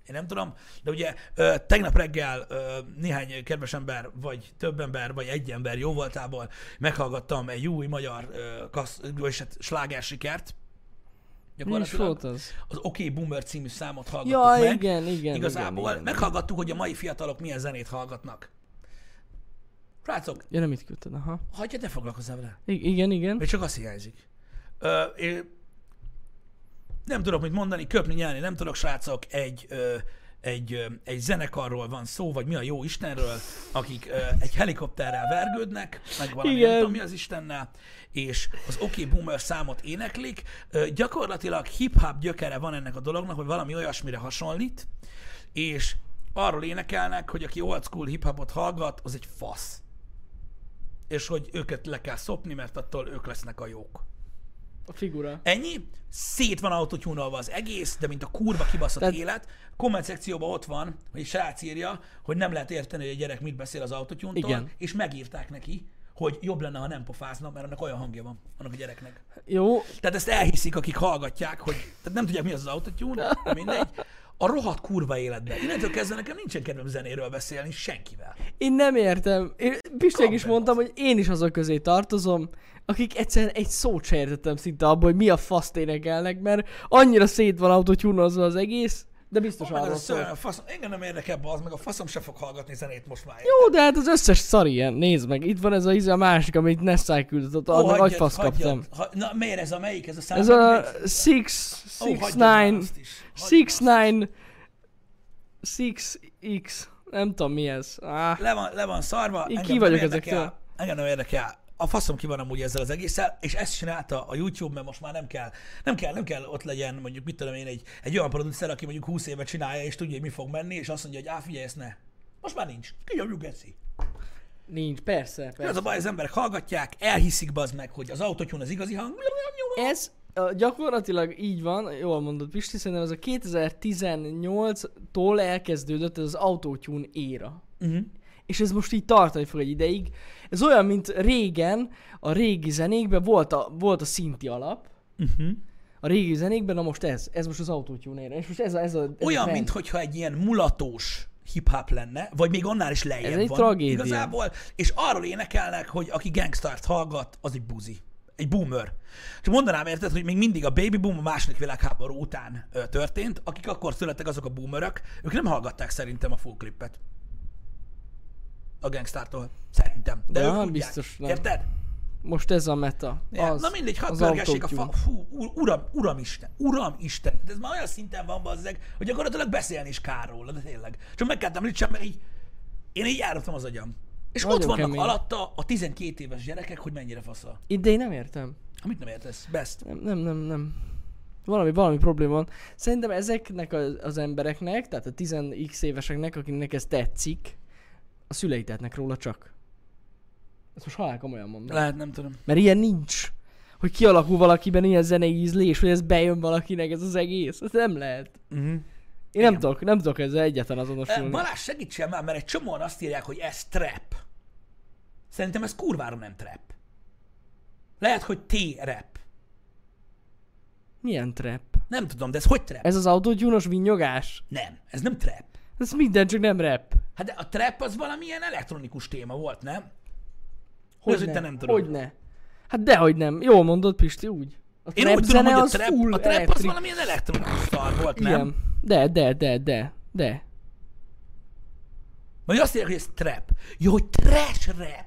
[SPEAKER 1] Én nem tudom, de ugye ö, tegnap reggel ö, néhány kedves ember, vagy több ember, vagy egy ember jó voltából meghallgattam egy új magyar ö, kasz, vagy hát slágersikert.
[SPEAKER 2] Mi is
[SPEAKER 1] Gyakorlatilag
[SPEAKER 2] volt az?
[SPEAKER 1] az OK Boomer című számot hallgattuk
[SPEAKER 2] Ja,
[SPEAKER 1] meg.
[SPEAKER 2] igen, igen.
[SPEAKER 1] Igazából
[SPEAKER 2] igen, igen.
[SPEAKER 1] meghallgattuk, hogy a mai fiatalok milyen zenét hallgatnak. Rácok,
[SPEAKER 2] Ja, nem itt küldted, aha.
[SPEAKER 1] hagyja, ne foglalkozzál vele.
[SPEAKER 2] I- igen, igen.
[SPEAKER 1] Még csak az hiányzik. Ö, én nem tudok mit mondani, köpni, nyelni, nem tudok, srácok, egy, ö, egy, ö, egy zenekarról van szó, vagy mi a jó Istenről, akik ö, egy helikopterrel vergődnek, meg valami
[SPEAKER 2] Igen.
[SPEAKER 1] nem tudom mi az Istennel, és az OK Boomer számot éneklik. Ö, gyakorlatilag hip-hop gyökere van ennek a dolognak, hogy valami olyasmire hasonlít, és arról énekelnek, hogy aki old school hip-hopot hallgat, az egy fasz és hogy őket le kell szopni, mert attól ők lesznek a jók.
[SPEAKER 2] A figura.
[SPEAKER 1] Ennyi, szét van autotyúnolva az egész, de mint a kurva kibaszott
[SPEAKER 2] Tehát-
[SPEAKER 1] Tehát... élet. Komment szekcióban ott van, hogy egy srác írja, hogy nem lehet érteni, hogy a gyerek mit beszél az autotyúntól,
[SPEAKER 2] Igen.
[SPEAKER 1] és megírták neki, hogy jobb lenne, ha nem pofázna, mert annak olyan hangja van, annak a gyereknek.
[SPEAKER 2] Jó,
[SPEAKER 1] Tehát ezt elhiszik, akik hallgatják, hogy tehát nem tudják, mi az az autotune, de mindegy. A rohadt kurva életben. Innentől kezdve nekem nincsen kedvem zenéről beszélni senkivel.
[SPEAKER 2] Én nem értem. Én Pistek is
[SPEAKER 1] Kampen
[SPEAKER 2] mondtam, hogy én is azok közé tartozom, akik egyszerűen egy szót se értettem szinte abból, hogy mi a faszt énekelnek, mert annyira szét van autotyúnozva az egész, de biztos
[SPEAKER 1] Meg az
[SPEAKER 2] arról
[SPEAKER 1] a
[SPEAKER 2] szól.
[SPEAKER 1] szörny, a faszom, engem nem érdekel az, meg a faszom se fog hallgatni zenét most már.
[SPEAKER 2] Jó, de hát az összes szar ilyen, nézd meg, itt van ez a íze a másik, amit Nessai küldött, ott
[SPEAKER 1] Ó,
[SPEAKER 2] oh, nagy
[SPEAKER 1] hagyjad,
[SPEAKER 2] fasz
[SPEAKER 1] hagyjad. Hát
[SPEAKER 2] kaptam.
[SPEAKER 1] Ha, na, miért ez a melyik? Ez a szám?
[SPEAKER 2] Ez a 6, 6, 9, 6, 9, 6x, nem tudom mi ez. Ah,
[SPEAKER 1] Le van, le van szarva.
[SPEAKER 2] Én
[SPEAKER 1] engem
[SPEAKER 2] ki
[SPEAKER 1] nem
[SPEAKER 2] vagyok
[SPEAKER 1] érdekel,
[SPEAKER 2] ezektől.
[SPEAKER 1] Engem nem érdekel. A faszom ki van amúgy ezzel az egésszel, és ezt csinálta a YouTube, mert most már nem kell, nem kell, nem kell ott legyen, mondjuk mit tudom én, egy, egy olyan producer, aki mondjuk 20 éve csinálja, és tudja, hogy mi fog menni, és azt mondja, hogy á, figyelj, ezt ne. Most már nincs. Kinyomjuk, geci.
[SPEAKER 2] Nincs, persze, persze.
[SPEAKER 1] Az a baj, az emberek hallgatják, elhiszik bazd meg, hogy az autotune az igazi hang.
[SPEAKER 2] Ez ö, gyakorlatilag így van, jól mondod Pisti, szerintem ez a 2018-tól elkezdődött ez az autotune éra.
[SPEAKER 1] Mhm.
[SPEAKER 2] És ez most így tartani fog egy ideig. Ez olyan, mint régen, a régi zenékben volt a, volt a szinti alap,
[SPEAKER 1] Uh-huh.
[SPEAKER 2] a régi zenékben, na most ez, ez most az autotune éra. És most ez a, ez a, ez a
[SPEAKER 1] Olyan,
[SPEAKER 2] trend.
[SPEAKER 1] mintha egy ilyen mulatós hip-hop lenne, vagy még annál is lejjebb
[SPEAKER 2] Ez egy
[SPEAKER 1] van.
[SPEAKER 2] tragédia.
[SPEAKER 1] Igazából, és arról énekelnek, hogy aki gangstart hallgat, az egy buzi. Egy boomer. Csak mondanám érted, hogy még mindig a baby boom a második világháború után ö, történt, akik akkor születtek azok a boomerök, ők nem hallgatták szerintem a full clippet. A gangstártól. Szerintem. De
[SPEAKER 2] Ja,
[SPEAKER 1] ők tudják.
[SPEAKER 2] biztos nem.
[SPEAKER 1] Érted?
[SPEAKER 2] Most ez a meta.
[SPEAKER 1] Ja,
[SPEAKER 2] Az,
[SPEAKER 1] Na mindegy, hadd
[SPEAKER 2] az
[SPEAKER 1] pörgessék a fa...
[SPEAKER 2] autotune.
[SPEAKER 1] Fú, u- uram, uram Isten, uram Isten. De ez már olyan szinten van, bazzeg, hogy gyakorlatilag beszélni is kár róla, de tényleg. Csak meg kellett említsem, mert így, én így járottam az agyam. És
[SPEAKER 2] Nagyon
[SPEAKER 1] ott vannak
[SPEAKER 2] kemény.
[SPEAKER 1] alatta a 12 éves gyerekek, hogy mennyire fasza.
[SPEAKER 2] Ide én nem értem.
[SPEAKER 1] Ha mit nem értesz? Best.
[SPEAKER 2] Nem, nem, nem, nem. Valami, valami probléma van. Szerintem ezeknek az, az embereknek, tehát a 10x éveseknek, akinek ez tetszik, a szülei tehetnek róla csak. Ezt most halál komolyan mondom. Le.
[SPEAKER 1] Lehet, nem tudom.
[SPEAKER 2] Mert ilyen nincs. Hogy kialakul valakiben ilyen zenei ízlés, hogy ez bejön valakinek ez az egész. Ez nem lehet.
[SPEAKER 1] Uh-huh.
[SPEAKER 2] Én nem tudok, nem tudok ezzel egyetlen azonosulni.
[SPEAKER 1] Balázs, segítsen már, mert egy csomóan azt írják, hogy ez trap. Szerintem ez kurvára nem trap. Lehet, hogy T-rap.
[SPEAKER 2] Milyen trap?
[SPEAKER 1] Nem tudom, de ez hogy trap? Ez...
[SPEAKER 2] Ez az autogyúnos vinnyogás?
[SPEAKER 1] Nem, ez nem trap.
[SPEAKER 2] Ez minden, csak nem rap.
[SPEAKER 1] Hát de a trap az valamilyen elektronikus téma volt, nem?
[SPEAKER 2] Hogy
[SPEAKER 1] az, hogy te nem tudod?
[SPEAKER 2] Hogy ne? Hát dehogy nem. Jól mondod, Pisti, úgy. A
[SPEAKER 1] Én
[SPEAKER 2] trap
[SPEAKER 1] úgy tudom,
[SPEAKER 2] zene
[SPEAKER 1] hogy a
[SPEAKER 2] az
[SPEAKER 1] trap,
[SPEAKER 2] full
[SPEAKER 1] a trap az
[SPEAKER 2] elektrik-
[SPEAKER 1] valamilyen elektronikus szar volt, nem?
[SPEAKER 2] Igen. De, de, de, de, de.
[SPEAKER 1] Vagy azt írják, hogy ez trap. Jó, hogy trash rap.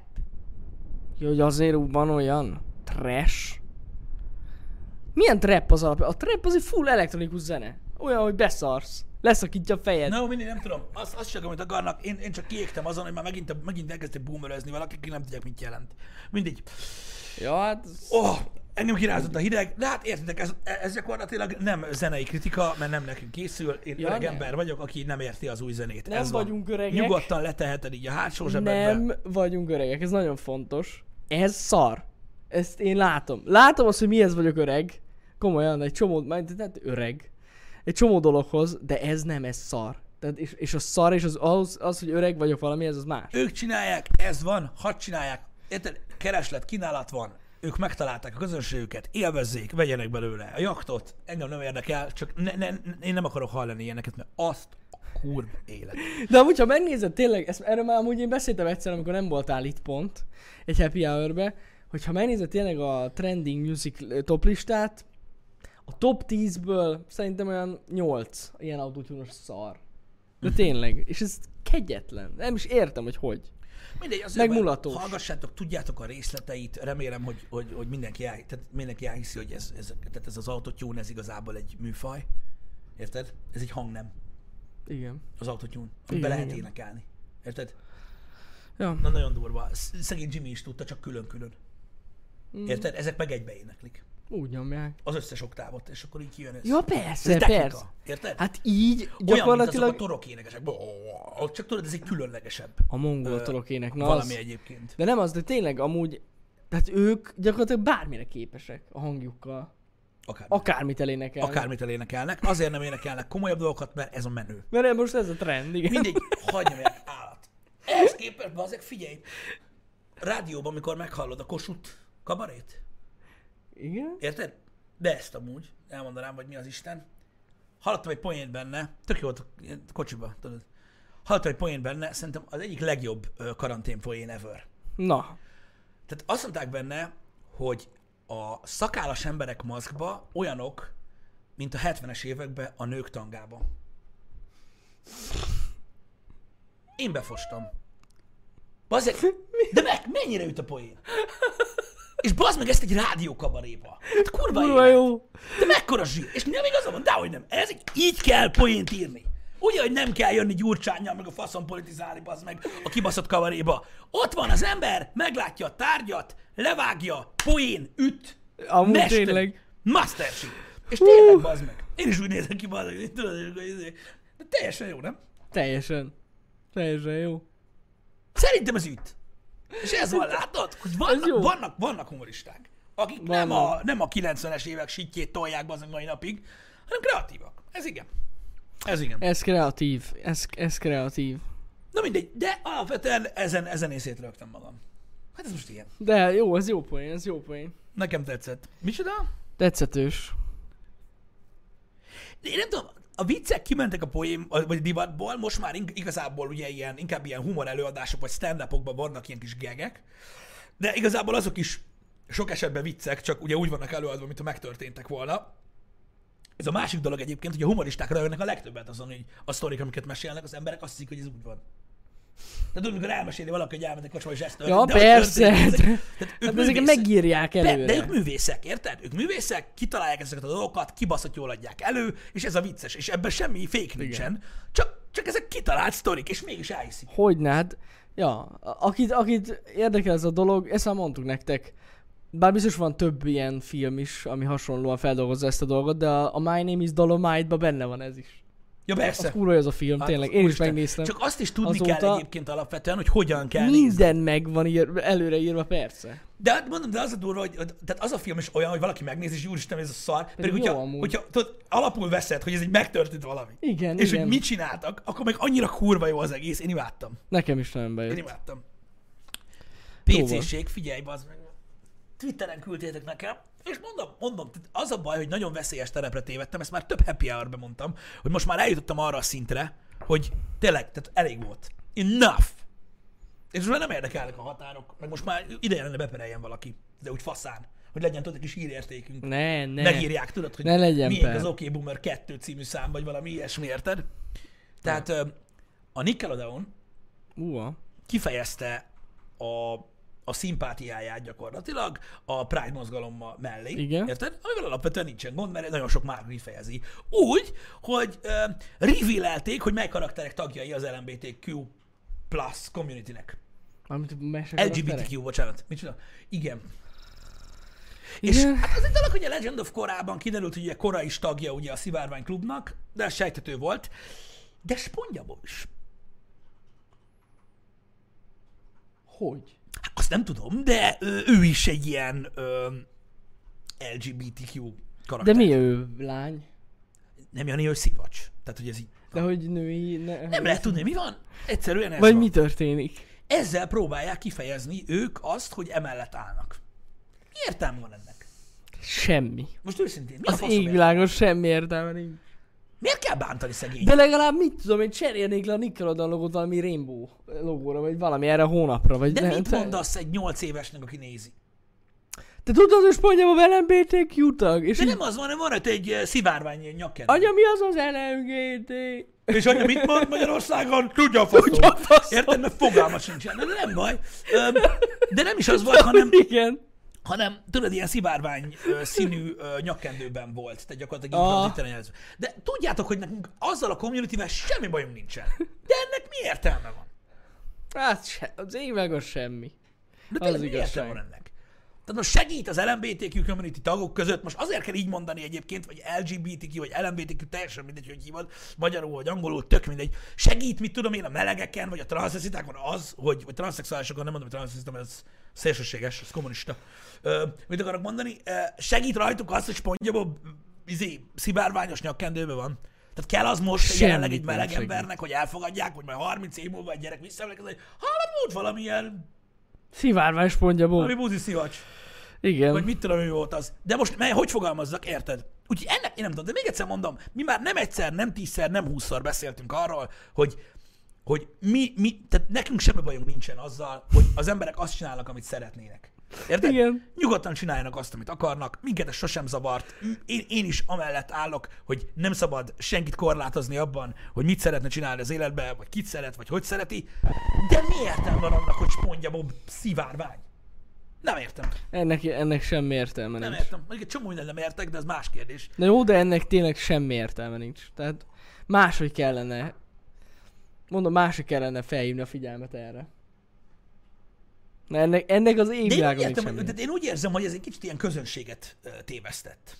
[SPEAKER 2] Jó, hogy azért úgy van olyan trash. Milyen trap az alapja? A trap az egy full elektronikus zene. Olyan, hogy beszarsz. Leszakítja a fejed.
[SPEAKER 1] Na, no, mindig nem tudom. Azt, azt csak, amit akarnak. Én, én csak kiégtem azon, hogy már megint, megint elkezdtek boomerözni valaki, akik nem tudják, mit jelent. Mindegy.
[SPEAKER 2] Ja, hát... ez-
[SPEAKER 1] Oh, engem kirázott a hideg, de hát értitek, ez, ez gyakorlatilag nem zenei kritika, mert nem nekünk készül. Én
[SPEAKER 2] Ja,
[SPEAKER 1] ja, öreg
[SPEAKER 2] nem.
[SPEAKER 1] ember vagyok, aki nem érti az új zenét.
[SPEAKER 2] Nem
[SPEAKER 1] ez van.
[SPEAKER 2] vagyunk öregek.
[SPEAKER 1] Nyugodtan leteheted így a hátsó zsebedbe.
[SPEAKER 2] Nem vagyunk öregek, ez nagyon fontos. Ez szar. Ezt én látom. Látom azt, hogy mihez vagyok öreg. Komolyan, egy csomó, mert tehát öreg. Egy csomó dologhoz, de ez nem, ez szar. Tehát és, és a szar és az, az, az, hogy öreg vagyok valamihez, az más.
[SPEAKER 1] Ők csinálják, ez van, hadd csinálják. Érted? Kereslet, kínálat van. Ők megtalálták a közönségüket, élvezzék, vegyenek belőle a jaktot. Engem nem érdekel, csak ne, ne, ne- én nem akarok hallani ilyeneket, mert azt a kurva élet.
[SPEAKER 2] De amúgy, ha megnézed, tényleg, ezt, erről már amúgy én beszéltem egyszer, amikor nem voltál itt pont, egy happy hour-be, hogyha megnézed tényleg a trending music eh, toplistát, a top 10-ből szerintem olyan 8 ilyen autótyúnos szar.
[SPEAKER 1] Mhm.
[SPEAKER 2] De tényleg, és ez kegyetlen. Nem is értem, hogy hogy.
[SPEAKER 1] Mindegy, az
[SPEAKER 2] Meg
[SPEAKER 1] jobban
[SPEAKER 2] mulatós.
[SPEAKER 1] Hallgassátok, tudjátok a részleteit, remélem, hogy, hogy, hogy mindenki, el, tehát mindenki elhiszi, hogy ez, ez, tehát ez az autotune, ez igazából egy műfaj. Érted? Ez egy hang nem,
[SPEAKER 2] Igen.
[SPEAKER 1] az autotune, amit
[SPEAKER 2] Igen,
[SPEAKER 1] be lehet
[SPEAKER 2] igen.
[SPEAKER 1] énekelni. Érted?
[SPEAKER 2] Ja.
[SPEAKER 1] Na nagyon durva. Sz- Szegény Jimmy is tudta, csak külön-külön.
[SPEAKER 2] Mm.
[SPEAKER 1] Érted? Ezek meg egybe éneklik.
[SPEAKER 2] Úgy nyomják.
[SPEAKER 1] Az összes oktávot, és akkor így kijön ez.
[SPEAKER 2] Ja,
[SPEAKER 1] ez
[SPEAKER 2] persze,
[SPEAKER 1] technika,
[SPEAKER 2] persze.
[SPEAKER 1] Érted? Hát
[SPEAKER 2] Hát így
[SPEAKER 1] Olyan, mint azok a
[SPEAKER 2] gyakorlatilag
[SPEAKER 1] torok énekesek. Ott Csak tudod, ez egy különlegesebb.
[SPEAKER 2] a mongol torokének. Na,
[SPEAKER 1] valami
[SPEAKER 2] az,
[SPEAKER 1] egyébként.
[SPEAKER 2] De nem az, de tényleg amúgy, tehát ők gyakorlatilag bármire képesek a hangjukkal.
[SPEAKER 1] Akár.
[SPEAKER 2] Akármit elénekelnek.
[SPEAKER 1] akármit elénekelnek. Azért nem énekelnek komolyabb dolgokat, mert ez a menő.
[SPEAKER 2] Mert most ez a trend, igen.
[SPEAKER 1] Mindegy, hagyja meg, állat. Ehhez képest, bazeg, figyelj! Rádióban, amikor meghallod a Kossuth kabarét,
[SPEAKER 2] Igen?
[SPEAKER 1] érted? De ezt amúgy, elmondanám, hogy mi az Isten. Hallottam egy poént benne, tök jó volt ilyen kocsiba, tudod. Hallottam egy poént benne, szerintem az egyik legjobb ö, karantén poén ever.
[SPEAKER 2] Na,
[SPEAKER 1] Tehát azt mondták benne, hogy a szakállas emberek maszkba olyanok, mint a 70-es években a nők tangába. Én befostam. Bazeg, de meg, mennyire üt a poén? És bazd meg ezt egy rádiókabaréba. Hát kurva
[SPEAKER 2] kurva
[SPEAKER 1] élet.
[SPEAKER 2] jó.
[SPEAKER 1] De mekkora zsír? És nem igaza van, dehogy nem. Ez így- így kell poént írni. Ugye, hogy nem kell jönni gyurcsányjal, meg a faszon politizálni, az meg a kibaszott kavaréba. Ott van az ember, meglátja a tárgyat, levágja, poén, üt.
[SPEAKER 2] Amúgy
[SPEAKER 1] mester-
[SPEAKER 2] tényleg.
[SPEAKER 1] Mastership. És tényleg, bazd meg. Én is úgy nézek ki, bazd meg, tudod, hogy izé. de teljesen jó, nem?
[SPEAKER 2] Teljesen. Teljesen jó.
[SPEAKER 1] Szerintem ez üt. És ez van, látod? Hogy vannak,
[SPEAKER 2] jó.
[SPEAKER 1] vannak, vannak humoristák, akik Nem, a, nem a 90-es évek sitjét tolják be az mai napig, hanem kreatívak. Ez igen. Ez igen.
[SPEAKER 2] Ez kreatív. Ez, ez kreatív.
[SPEAKER 1] Na mindegy, de alapvetően ezen, ezen észét rögtem magam. Hát ez most ilyen.
[SPEAKER 2] De jó, ez jó poén, ez jó poén.
[SPEAKER 1] Nekem tetszett. Micsoda?
[SPEAKER 2] Tetszetős.
[SPEAKER 1] Én nem tudom, a viccek kimentek a poém, vagy a divatból, most már ing- igazából ugye ilyen, inkább ilyen humor előadások, vagy stand vannak ilyen kis gegek, de igazából azok is sok esetben viccek, csak ugye úgy vannak előadva, mintha megtörténtek volna. Ez a másik dolog egyébként, hogy a humoristák rajognak a legtöbbet azon, hogy a sztorik, amiket mesélnek, az emberek azt hiszik, hogy ez úgy van. Tehát tudod, amikor elmeséli valaki, hogy elmentek kocsma, és ezt történt.
[SPEAKER 2] Ja,
[SPEAKER 1] de ott
[SPEAKER 2] persze.
[SPEAKER 1] történt. Tehát ők
[SPEAKER 2] Hát ezeket
[SPEAKER 1] művészek.
[SPEAKER 2] megírják előre.
[SPEAKER 1] De, de ők művészek, érted? Ők művészek, kitalálják ezeket a dolgokat, kibaszott jól adják elő, és ez a vicces, és ebben semmi fék nincsen, csak, csak ezek kitalált sztorik, és mégis elhiszik.
[SPEAKER 2] Hogyne, hát, ja, a- akit, akit érdekel ez a dolog, ezt már mondtuk nektek. Bár biztos van több ilyen film is, ami hasonlóan feldolgozza ezt a dolgot, de a, a My Name is Dolomite-ban benne van ez is.
[SPEAKER 1] Ja, persze.
[SPEAKER 2] Az kurva jó az a film,
[SPEAKER 1] Hát,
[SPEAKER 2] tényleg, én is
[SPEAKER 1] úristen.
[SPEAKER 2] megnéztem.
[SPEAKER 1] Csak azt is tudni
[SPEAKER 2] Azóta-
[SPEAKER 1] kell egyébként alapvetően, hogy hogyan kell nézni.
[SPEAKER 2] Minden meg van ír, előre írva, persze.
[SPEAKER 1] De hát mondom, de az a durva, hogy hogy- tehát az a film is olyan, hogy valaki megnézi, és úristen, ez a szar. Pedig,
[SPEAKER 2] jó
[SPEAKER 1] hogyha,
[SPEAKER 2] amúgy.
[SPEAKER 1] hogyha tudod, alapul veszed, hogy ez egy megtörtént valami.
[SPEAKER 2] Igen,
[SPEAKER 1] és
[SPEAKER 2] igen.
[SPEAKER 1] hogy mit csináltak, akkor meg annyira kurva jó az egész. Én imádtam.
[SPEAKER 2] Nekem is nagyon
[SPEAKER 1] Én
[SPEAKER 2] bejött.
[SPEAKER 1] imádtam.
[SPEAKER 2] Jó
[SPEAKER 1] PC-ség, figyelj, bazd meg. Twitteren küldtétek nekem, és mondom, mondom, tehát az a baj, hogy nagyon veszélyes terepre tévedtem, ezt már több happy hour mondtam, hogy most már eljutottam arra a szintre, hogy tényleg, tehát elég volt. Enough! És most már nem érdekelnek a határok, meg most már ideje lenne bepereljen valaki, de úgy faszán, hogy legyen tudod egy kis hírértékünk.
[SPEAKER 2] Ne, ne.
[SPEAKER 1] Megírják, tudod, hogy
[SPEAKER 2] Ne legyen
[SPEAKER 1] miénk
[SPEAKER 2] per.
[SPEAKER 1] az OK Boomer 2 című szám, vagy valami ilyesmi, érted? Tehát ö, a Nickelodeon
[SPEAKER 2] Uha.
[SPEAKER 1] kifejezte a, a szimpátiáját gyakorlatilag a Pride mozgalommal mellé.
[SPEAKER 2] Igen.
[SPEAKER 1] Érted? Amivel alapvetően nincsen gond, mert nagyon sok már kifejezi. Úgy, hogy uh, revealelték, hogy mely karakterek tagjai az LMBTQ plus communitynek.
[SPEAKER 2] Amit mesek karakterek?
[SPEAKER 1] LGBTQ, bocsánat. Mit csinál? Igen. És
[SPEAKER 2] Igen.
[SPEAKER 1] hát az egy dolog, hogy a Legend of korában kiderült, hogy ugye Kora is tagja ugye a Szivárvány klubnak, de ez sejtető volt. De Spongyabob is.
[SPEAKER 2] Hogy?
[SPEAKER 1] Hát Azt nem tudom, de ö, ő is egy ilyen ö, LGBTQ
[SPEAKER 2] De
[SPEAKER 1] karakter.
[SPEAKER 2] mi ő lány?
[SPEAKER 1] Nem Jani, ő szivacs. Tehát, hogy ez így...
[SPEAKER 2] De hogy női... Ne,
[SPEAKER 1] Nem lehet tudni, mi van. Egyszerűen ez
[SPEAKER 2] Vagy
[SPEAKER 1] van.
[SPEAKER 2] mi történik?
[SPEAKER 1] Ezzel próbálják kifejezni ők azt, hogy emellett állnak. Mi értelme van ennek?
[SPEAKER 2] Semmi.
[SPEAKER 1] Most őszintén, mi a
[SPEAKER 2] Az
[SPEAKER 1] faszom értelme?
[SPEAKER 2] égvilágon semmi értelme nincs.
[SPEAKER 1] Miért kell bántani szegény?
[SPEAKER 2] De legalább mit tudom én, cserélnék le a Nickelodeon logót valami Rainbow logóra, vagy valami erre a hónapra, vagy
[SPEAKER 1] De
[SPEAKER 2] nem-
[SPEAKER 1] mit
[SPEAKER 2] te-
[SPEAKER 1] mondasz egy nyolc évesnek, aki nézi?
[SPEAKER 2] Te tudod, hogy Spanyolban LMBTQ tag, és
[SPEAKER 1] De
[SPEAKER 2] így,
[SPEAKER 1] nem az van, hanem van ott egy ö, szivárvány ilyen nyakken.
[SPEAKER 2] anya mi az az LMGT?
[SPEAKER 1] És anya mit mond Magyarországon? Tudja a faszom.
[SPEAKER 2] Tudja a faszom.
[SPEAKER 1] Érted? Mert fogalma sincsen. De nem baj. Öm, De nem is az volt, (laughs) hanem,
[SPEAKER 2] Igen.
[SPEAKER 1] hanem tudod, ilyen szivárvány ö, színű ö, nyakkendőben volt, tehát gyakorlatilag
[SPEAKER 2] Ah.
[SPEAKER 1] ah. internetben. De tudjátok, hogy nekünk azzal a communityvel semmi bajunk nincsen. De ennek mi értelme van?
[SPEAKER 2] Hát se, az égvilágon semmi.
[SPEAKER 1] De tényleg
[SPEAKER 2] Az
[SPEAKER 1] mi
[SPEAKER 2] igazság.
[SPEAKER 1] értelme van ennek? Tehát most segít az LMBTQ community tagok között, most azért kell így mondani egyébként, vagy LGBTQ, vagy LMBTQ, teljesen mindegy, hogy hívod, magyarul vagy angolul, tök mindegy. Segít, mit tudom én, a melegeken, vagy a transzeszitákon az, hogy, vagy transzexuálisokon, nem mondom, hogy transzeszita, mert ez szélsőséges, ez kommunista. Ö, mit akarok mondani? Ö, segít rajtuk az, hogy spongyabob, izé, szivárványos nyakkendőbe van. Tehát kell az most
[SPEAKER 2] Semmit
[SPEAKER 1] jelenleg egy
[SPEAKER 2] nem
[SPEAKER 1] meleg
[SPEAKER 2] segít.
[SPEAKER 1] embernek, hogy elfogadják, hogy majd 30 év múlva egy gyerek visszaemlékezik, hogy hallod, volt valamilyen
[SPEAKER 2] Szivárvány spongyaból.
[SPEAKER 1] ami buzi szivacs. Vagy
[SPEAKER 2] Igen.
[SPEAKER 1] mit tudom, mi volt az. De most mely, hogy fogalmazzak, érted? Úgyhogy ennek én nem tudom, de még egyszer mondom, mi már nem egyszer, nem tízszer, nem húszszor beszéltünk arról, hogy, hogy mi, mi, tehát nekünk semmi bajunk nincsen azzal, hogy az emberek azt csinálnak, amit szeretnének. Érted?
[SPEAKER 2] Igen.
[SPEAKER 1] Nyugodtan csináljanak azt, amit akarnak, minket ez sosem zavart. Én, én is amellett állok, hogy nem szabad senkit korlátozni abban, hogy mit szeretne csinálni az életbe, vagy kit szeret, vagy hogy szereti. De mi értelme van annak, hogy spondja Bob szivárvány? Nem értem.
[SPEAKER 2] Ennek, ennek semmi értelme
[SPEAKER 1] Nem
[SPEAKER 2] nincs.
[SPEAKER 1] értem. Mondjuk egy csomó mindent nem értek, de ez más kérdés.
[SPEAKER 2] Na jó, de ennek tényleg semmi értelme nincs. Tehát máshogy kellene, mondom, máshogy kellene felhívni a figyelmet erre. Na ennek, ennek az
[SPEAKER 1] De én, úgy
[SPEAKER 2] égvilágon nincs
[SPEAKER 1] értem, hogy,
[SPEAKER 2] semmi.
[SPEAKER 1] tehát én úgy érzem, hogy ez egy kicsit ilyen közönséget ö, tévesztett.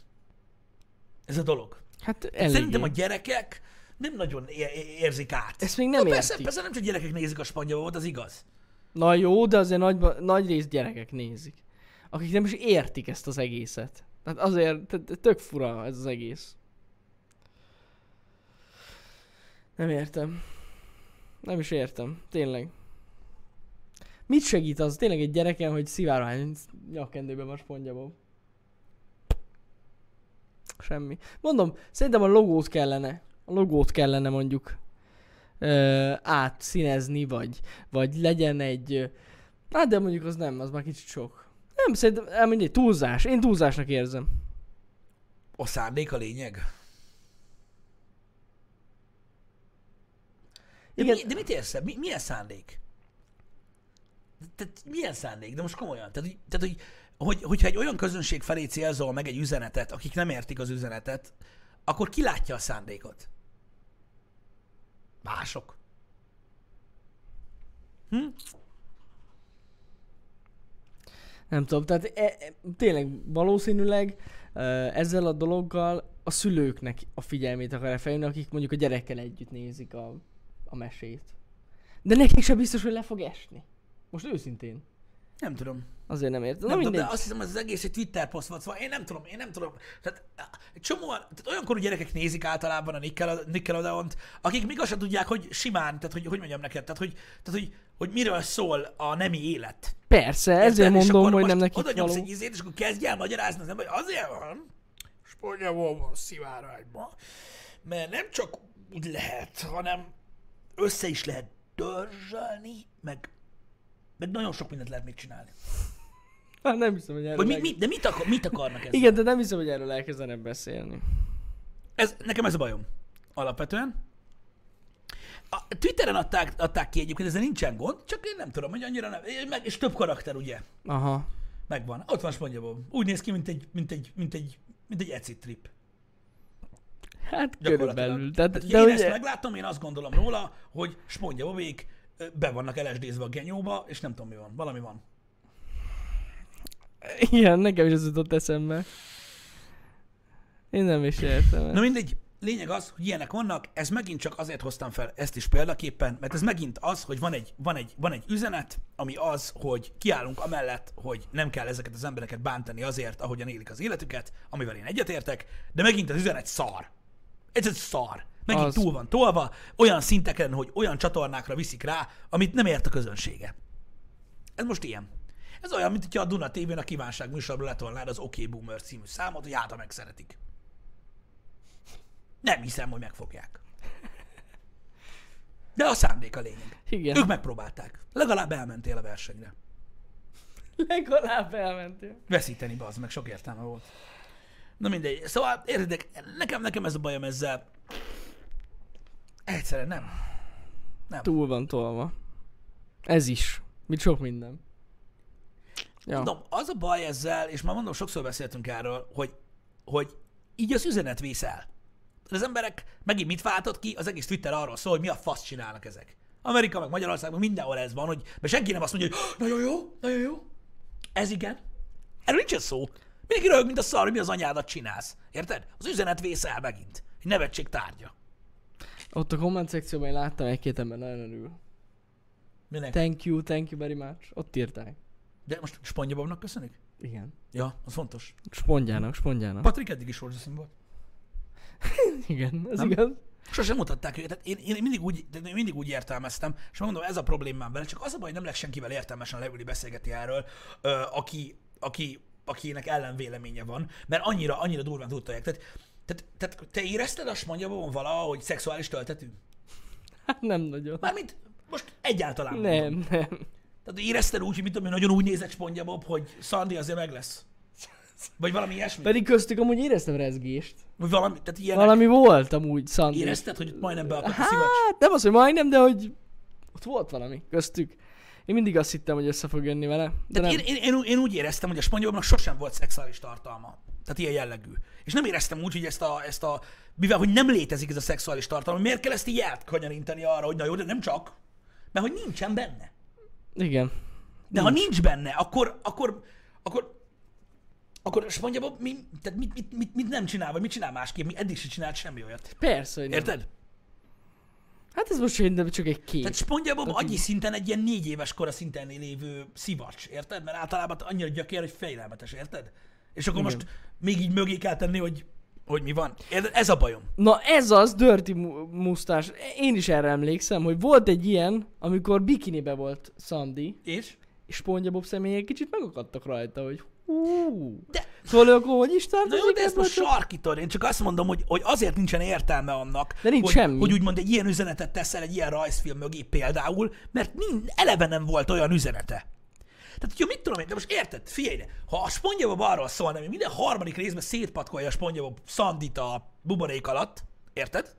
[SPEAKER 1] Ez a dolog.
[SPEAKER 2] Hát
[SPEAKER 1] Eléggé. Szerintem a
[SPEAKER 2] eléggé.
[SPEAKER 1] gyerekek nem nagyon é- é- érzik át.
[SPEAKER 2] Ezt még nem
[SPEAKER 1] Na, persze,
[SPEAKER 2] értik.
[SPEAKER 1] persze nem csak gyerekek nézik a spanyolot, az igaz.
[SPEAKER 2] Na jó, de azért nagy, nagy rész gyerekek nézik. Akik nem is értik ezt az egészet. Tehát azért t- t- tök fura ez az egész. Nem értem. Nem is értem. Tényleg. Mit segít az tényleg egy gyereken, hogy szivárvány nyakkendőben van spongyabob? Semmi. Mondom, szerintem a logót kellene. A logót kellene mondjuk ö, átszínezni, vagy, vagy legyen egy... ö, Hát de mondjuk az nem, az már kicsit sok. Nem, szerintem, hát mindegy, túlzás. Én túlzásnak érzem.
[SPEAKER 1] A szándék a lényeg. De,
[SPEAKER 2] Igen.
[SPEAKER 1] mi, de mit érsz? el? Mi, milyen szándék? Tehát milyen szándék? De most komolyan. Tehát, hogy, tehát hogy, hogy, hogyha egy olyan közönség felé célzol meg egy üzenetet, akik nem értik az üzenetet, akkor ki látja a szándékot? Mások.
[SPEAKER 2] Nem tudom, tehát e, e, tényleg valószínűleg ö, ezzel a dologgal a szülőknek a figyelmét akarja felhívni, akik mondjuk a gyerekkel együtt nézik a, a mesét. De nekik sem biztos, hogy le fog esni. Most őszintén.
[SPEAKER 1] Nem tudom.
[SPEAKER 2] Azért nem értem. Na
[SPEAKER 1] Nem tudom,
[SPEAKER 2] mindegy.
[SPEAKER 1] de azt hiszem, ez az egész egy Twitter poszt volt, szóval én nem tudom, én nem tudom. Tehát egy csomóan, tehát olyankorú gyerekek nézik általában a Nickel- Nickelodeon-t, akik még azt sem tudják, hogy simán, tehát hogy, hogy mondjam neked, tehát hogy, tehát, hogy, hogy miről szól a nemi élet.
[SPEAKER 2] Persze, ezért
[SPEAKER 1] Érted? És
[SPEAKER 2] mondom,
[SPEAKER 1] akkor
[SPEAKER 2] hogy
[SPEAKER 1] most
[SPEAKER 2] nem nekik
[SPEAKER 1] Oda nyomsz
[SPEAKER 2] való.
[SPEAKER 1] egy izét, és akkor kezdj el magyarázni, az nem, hogy azért van, spanyolban, szivárványban, mert nem csak úgy lehet, hanem össze is lehet dörzsölni, meg, meg nagyon sok mindent lehet még csinálni.
[SPEAKER 2] Hát nem hiszem, hogy erről
[SPEAKER 1] Vagy mi,
[SPEAKER 2] elke-
[SPEAKER 1] mi, de mit, akar, mit akarnak ezzel?
[SPEAKER 2] Igen, de nem hiszem, hogy erről elkezdenem beszélni.
[SPEAKER 1] Ez, nekem ez a bajom. Alapvetően. A Twitteren adták, adták ki egyébként, ezzel nincsen gond, csak én nem tudom, hogy annyira nem. én Meg, és több karakter, ugye?
[SPEAKER 2] Aha.
[SPEAKER 1] Megvan. Ott van Spongyabob. Úgy néz ki, mint egy, mint egy, mint egy, mint egy eci trip.
[SPEAKER 2] Hát
[SPEAKER 1] Gyakorlatilag.
[SPEAKER 2] körülbelül. Tehát,
[SPEAKER 1] de
[SPEAKER 2] de
[SPEAKER 1] én ugye... ezt
[SPEAKER 2] ugye,
[SPEAKER 1] meglátom, én azt gondolom róla, hogy Spongyabobék ö, be vannak lsd a genyóba, és nem tudom mi van. Valami van.
[SPEAKER 2] igen, nekem is ez jutott eszembe. Én nem is értem. ezt.
[SPEAKER 1] Na mindegy, lényeg az, hogy ilyenek vannak, ez megint csak azért hoztam fel ezt is példaképpen, mert ez megint az, hogy van egy, van egy, van egy üzenet, ami az, hogy kiállunk amellett, hogy nem kell ezeket az embereket bántani azért, ahogyan élik az életüket, amivel én egyetértek, de megint az üzenet szar. Ez egy szar. Megint
[SPEAKER 2] Az.
[SPEAKER 1] az. túl van tolva, olyan szinteken, hogy olyan csatornákra viszik rá, amit nem ért a közönsége. Ez most ilyen. Ez olyan, mint hogyha a Duna TV-n a kívánság műsorban letolnád az OK Boomer című számot, hogy hát, ha megszeretik. Nem hiszem, hogy megfogják. De a szándék a lényeg.
[SPEAKER 2] Igen.
[SPEAKER 1] Ők megpróbálták. Legalább elmentél a versenyre.
[SPEAKER 2] Legalább elmentél.
[SPEAKER 1] Veszíteni az meg sok értelme volt. Na mindegy. Szóval értitek, nekem, nekem ez a bajom ezzel. Egyszerűen nem.
[SPEAKER 2] Túl van tolva. Ez is. Mit sok minden. Ja.
[SPEAKER 1] Mondom, az a baj ezzel, és már mondom, sokszor beszéltünk erről, hogy, hogy így az üzenet vész el. Az emberek megint mit váltott ki? Az egész Twitter arról szól, hogy mi a fasz csinálnak ezek. Amerika, meg Magyarország, meg mindenhol ez van, hogy mert senki nem azt mondja, hogy "Hah, nagyon jó, nagyon jó. Ez igen. Erről nincsen szó. Mindenki röhög, mint a szar, hogy mi az anyádat csinálsz. Érted? Az üzenet vész el megint. Egy nevetség tárgya.
[SPEAKER 2] Ott a komment szekcióban én láttam egy-két ember nagyon örül.
[SPEAKER 1] Minek?
[SPEAKER 2] Thank you, thank you very much. Ott írták.
[SPEAKER 1] De most Spongyababnak köszönjük?
[SPEAKER 2] Igen.
[SPEAKER 1] Ja, az fontos.
[SPEAKER 2] Spondjának, spondjának.
[SPEAKER 1] Patrik eddig is rózsaszín volt.
[SPEAKER 2] Igen, ez
[SPEAKER 1] Nem?
[SPEAKER 2] igaz.
[SPEAKER 1] Sosem mutatták őket. Tehát én, én, mindig úgy, tehát én mindig úgy értelmeztem, és mondom, ez a problémám vele, csak az a baj, hogy nem lehet senkivel értelmesen leülni beszélgetni erről, ö, aki, aki, akinek ellenvéleménye van, mert annyira, annyira durván tudták. Tehát, tehát, tehát te érezted azt mondja valahol valahogy szexuális töltetű?
[SPEAKER 2] Hát nem nagyon.
[SPEAKER 1] Mármint most egyáltalán mondom.
[SPEAKER 2] Nem, nem.
[SPEAKER 1] Tehát érezted úgy, hogy mit tudom én, nagyon úgy nézett Spongya Bob, hogy Szandi azért meg lesz. Vagy valami ilyesmi?
[SPEAKER 2] Pedig köztük amúgy éreztem rezgést.
[SPEAKER 1] Vagy valami, tehát ilyenek.
[SPEAKER 2] Valami volt amúgy, Szandi.
[SPEAKER 1] Érezted, hogy ott majdnem beakadt a szivacs?
[SPEAKER 2] Hát nem az, hogy majdnem, de hogy ott volt valami köztük. Én mindig azt hittem, hogy össze fog jönni vele, de
[SPEAKER 1] Tehát
[SPEAKER 2] nem.
[SPEAKER 1] én, én, én, ú- én, úgy éreztem, hogy a spanyoloknak sosem volt szexuális tartalma. Tehát ilyen jellegű. És nem éreztem úgy, hogy ezt a, ezt a mivel hogy nem létezik ez a szexuális tartalom, miért kell ezt így elkanyarintani arra, hogy na jó, de nem csak. Mert hogy nincsen benne.
[SPEAKER 2] Igen.
[SPEAKER 1] De ha nincs benne, akkor, akkor, akkor, akkor mondjam, mi, tehát mit, mit, mit, mit, nem csinál, vagy mit csinál másképp, mi eddig sem csinált semmi olyat.
[SPEAKER 2] Persze, hogy nem.
[SPEAKER 1] Érted?
[SPEAKER 2] Hát ez most szerintem csak egy kép.
[SPEAKER 1] Tehát spongyabab agyi szinten egy ilyen négy éves kora szinten lévő szivacs, érted? Mert általában annyira gyakér, hogy fejlelmetes, érted? És akkor most még így mögé kell tenni, hogy, hogy mi van. Érted? Ez a bajom.
[SPEAKER 2] Na ez az Dirty mu- Mustache. Én is erre emlékszem, hogy volt egy ilyen, amikor bikinibe volt Sandy,
[SPEAKER 1] És?
[SPEAKER 2] és Spongyabob személyek kicsit megakadtak rajta, hogy hú.
[SPEAKER 1] De-
[SPEAKER 2] Szóval ő akkor hogy is
[SPEAKER 1] Na jó,
[SPEAKER 2] tartozik?
[SPEAKER 1] de ez most
[SPEAKER 2] a-
[SPEAKER 1] sarkítod. Én csak azt mondom, hogy, hogy azért nincsen értelme annak,
[SPEAKER 2] De nincs
[SPEAKER 1] hogy,
[SPEAKER 2] semmi.
[SPEAKER 1] hogy úgymond egy ilyen üzenetet teszel egy ilyen rajzfilm mögé például, mert mind, eleve nem volt olyan üzenete. Tehát, hogyha mit tudom én, de most érted, figyelj ide, ha a Spongyabob arról szólna, hogy minden harmadik részben szétpatkolja a Spongyabob Szandit a buborék alatt, érted?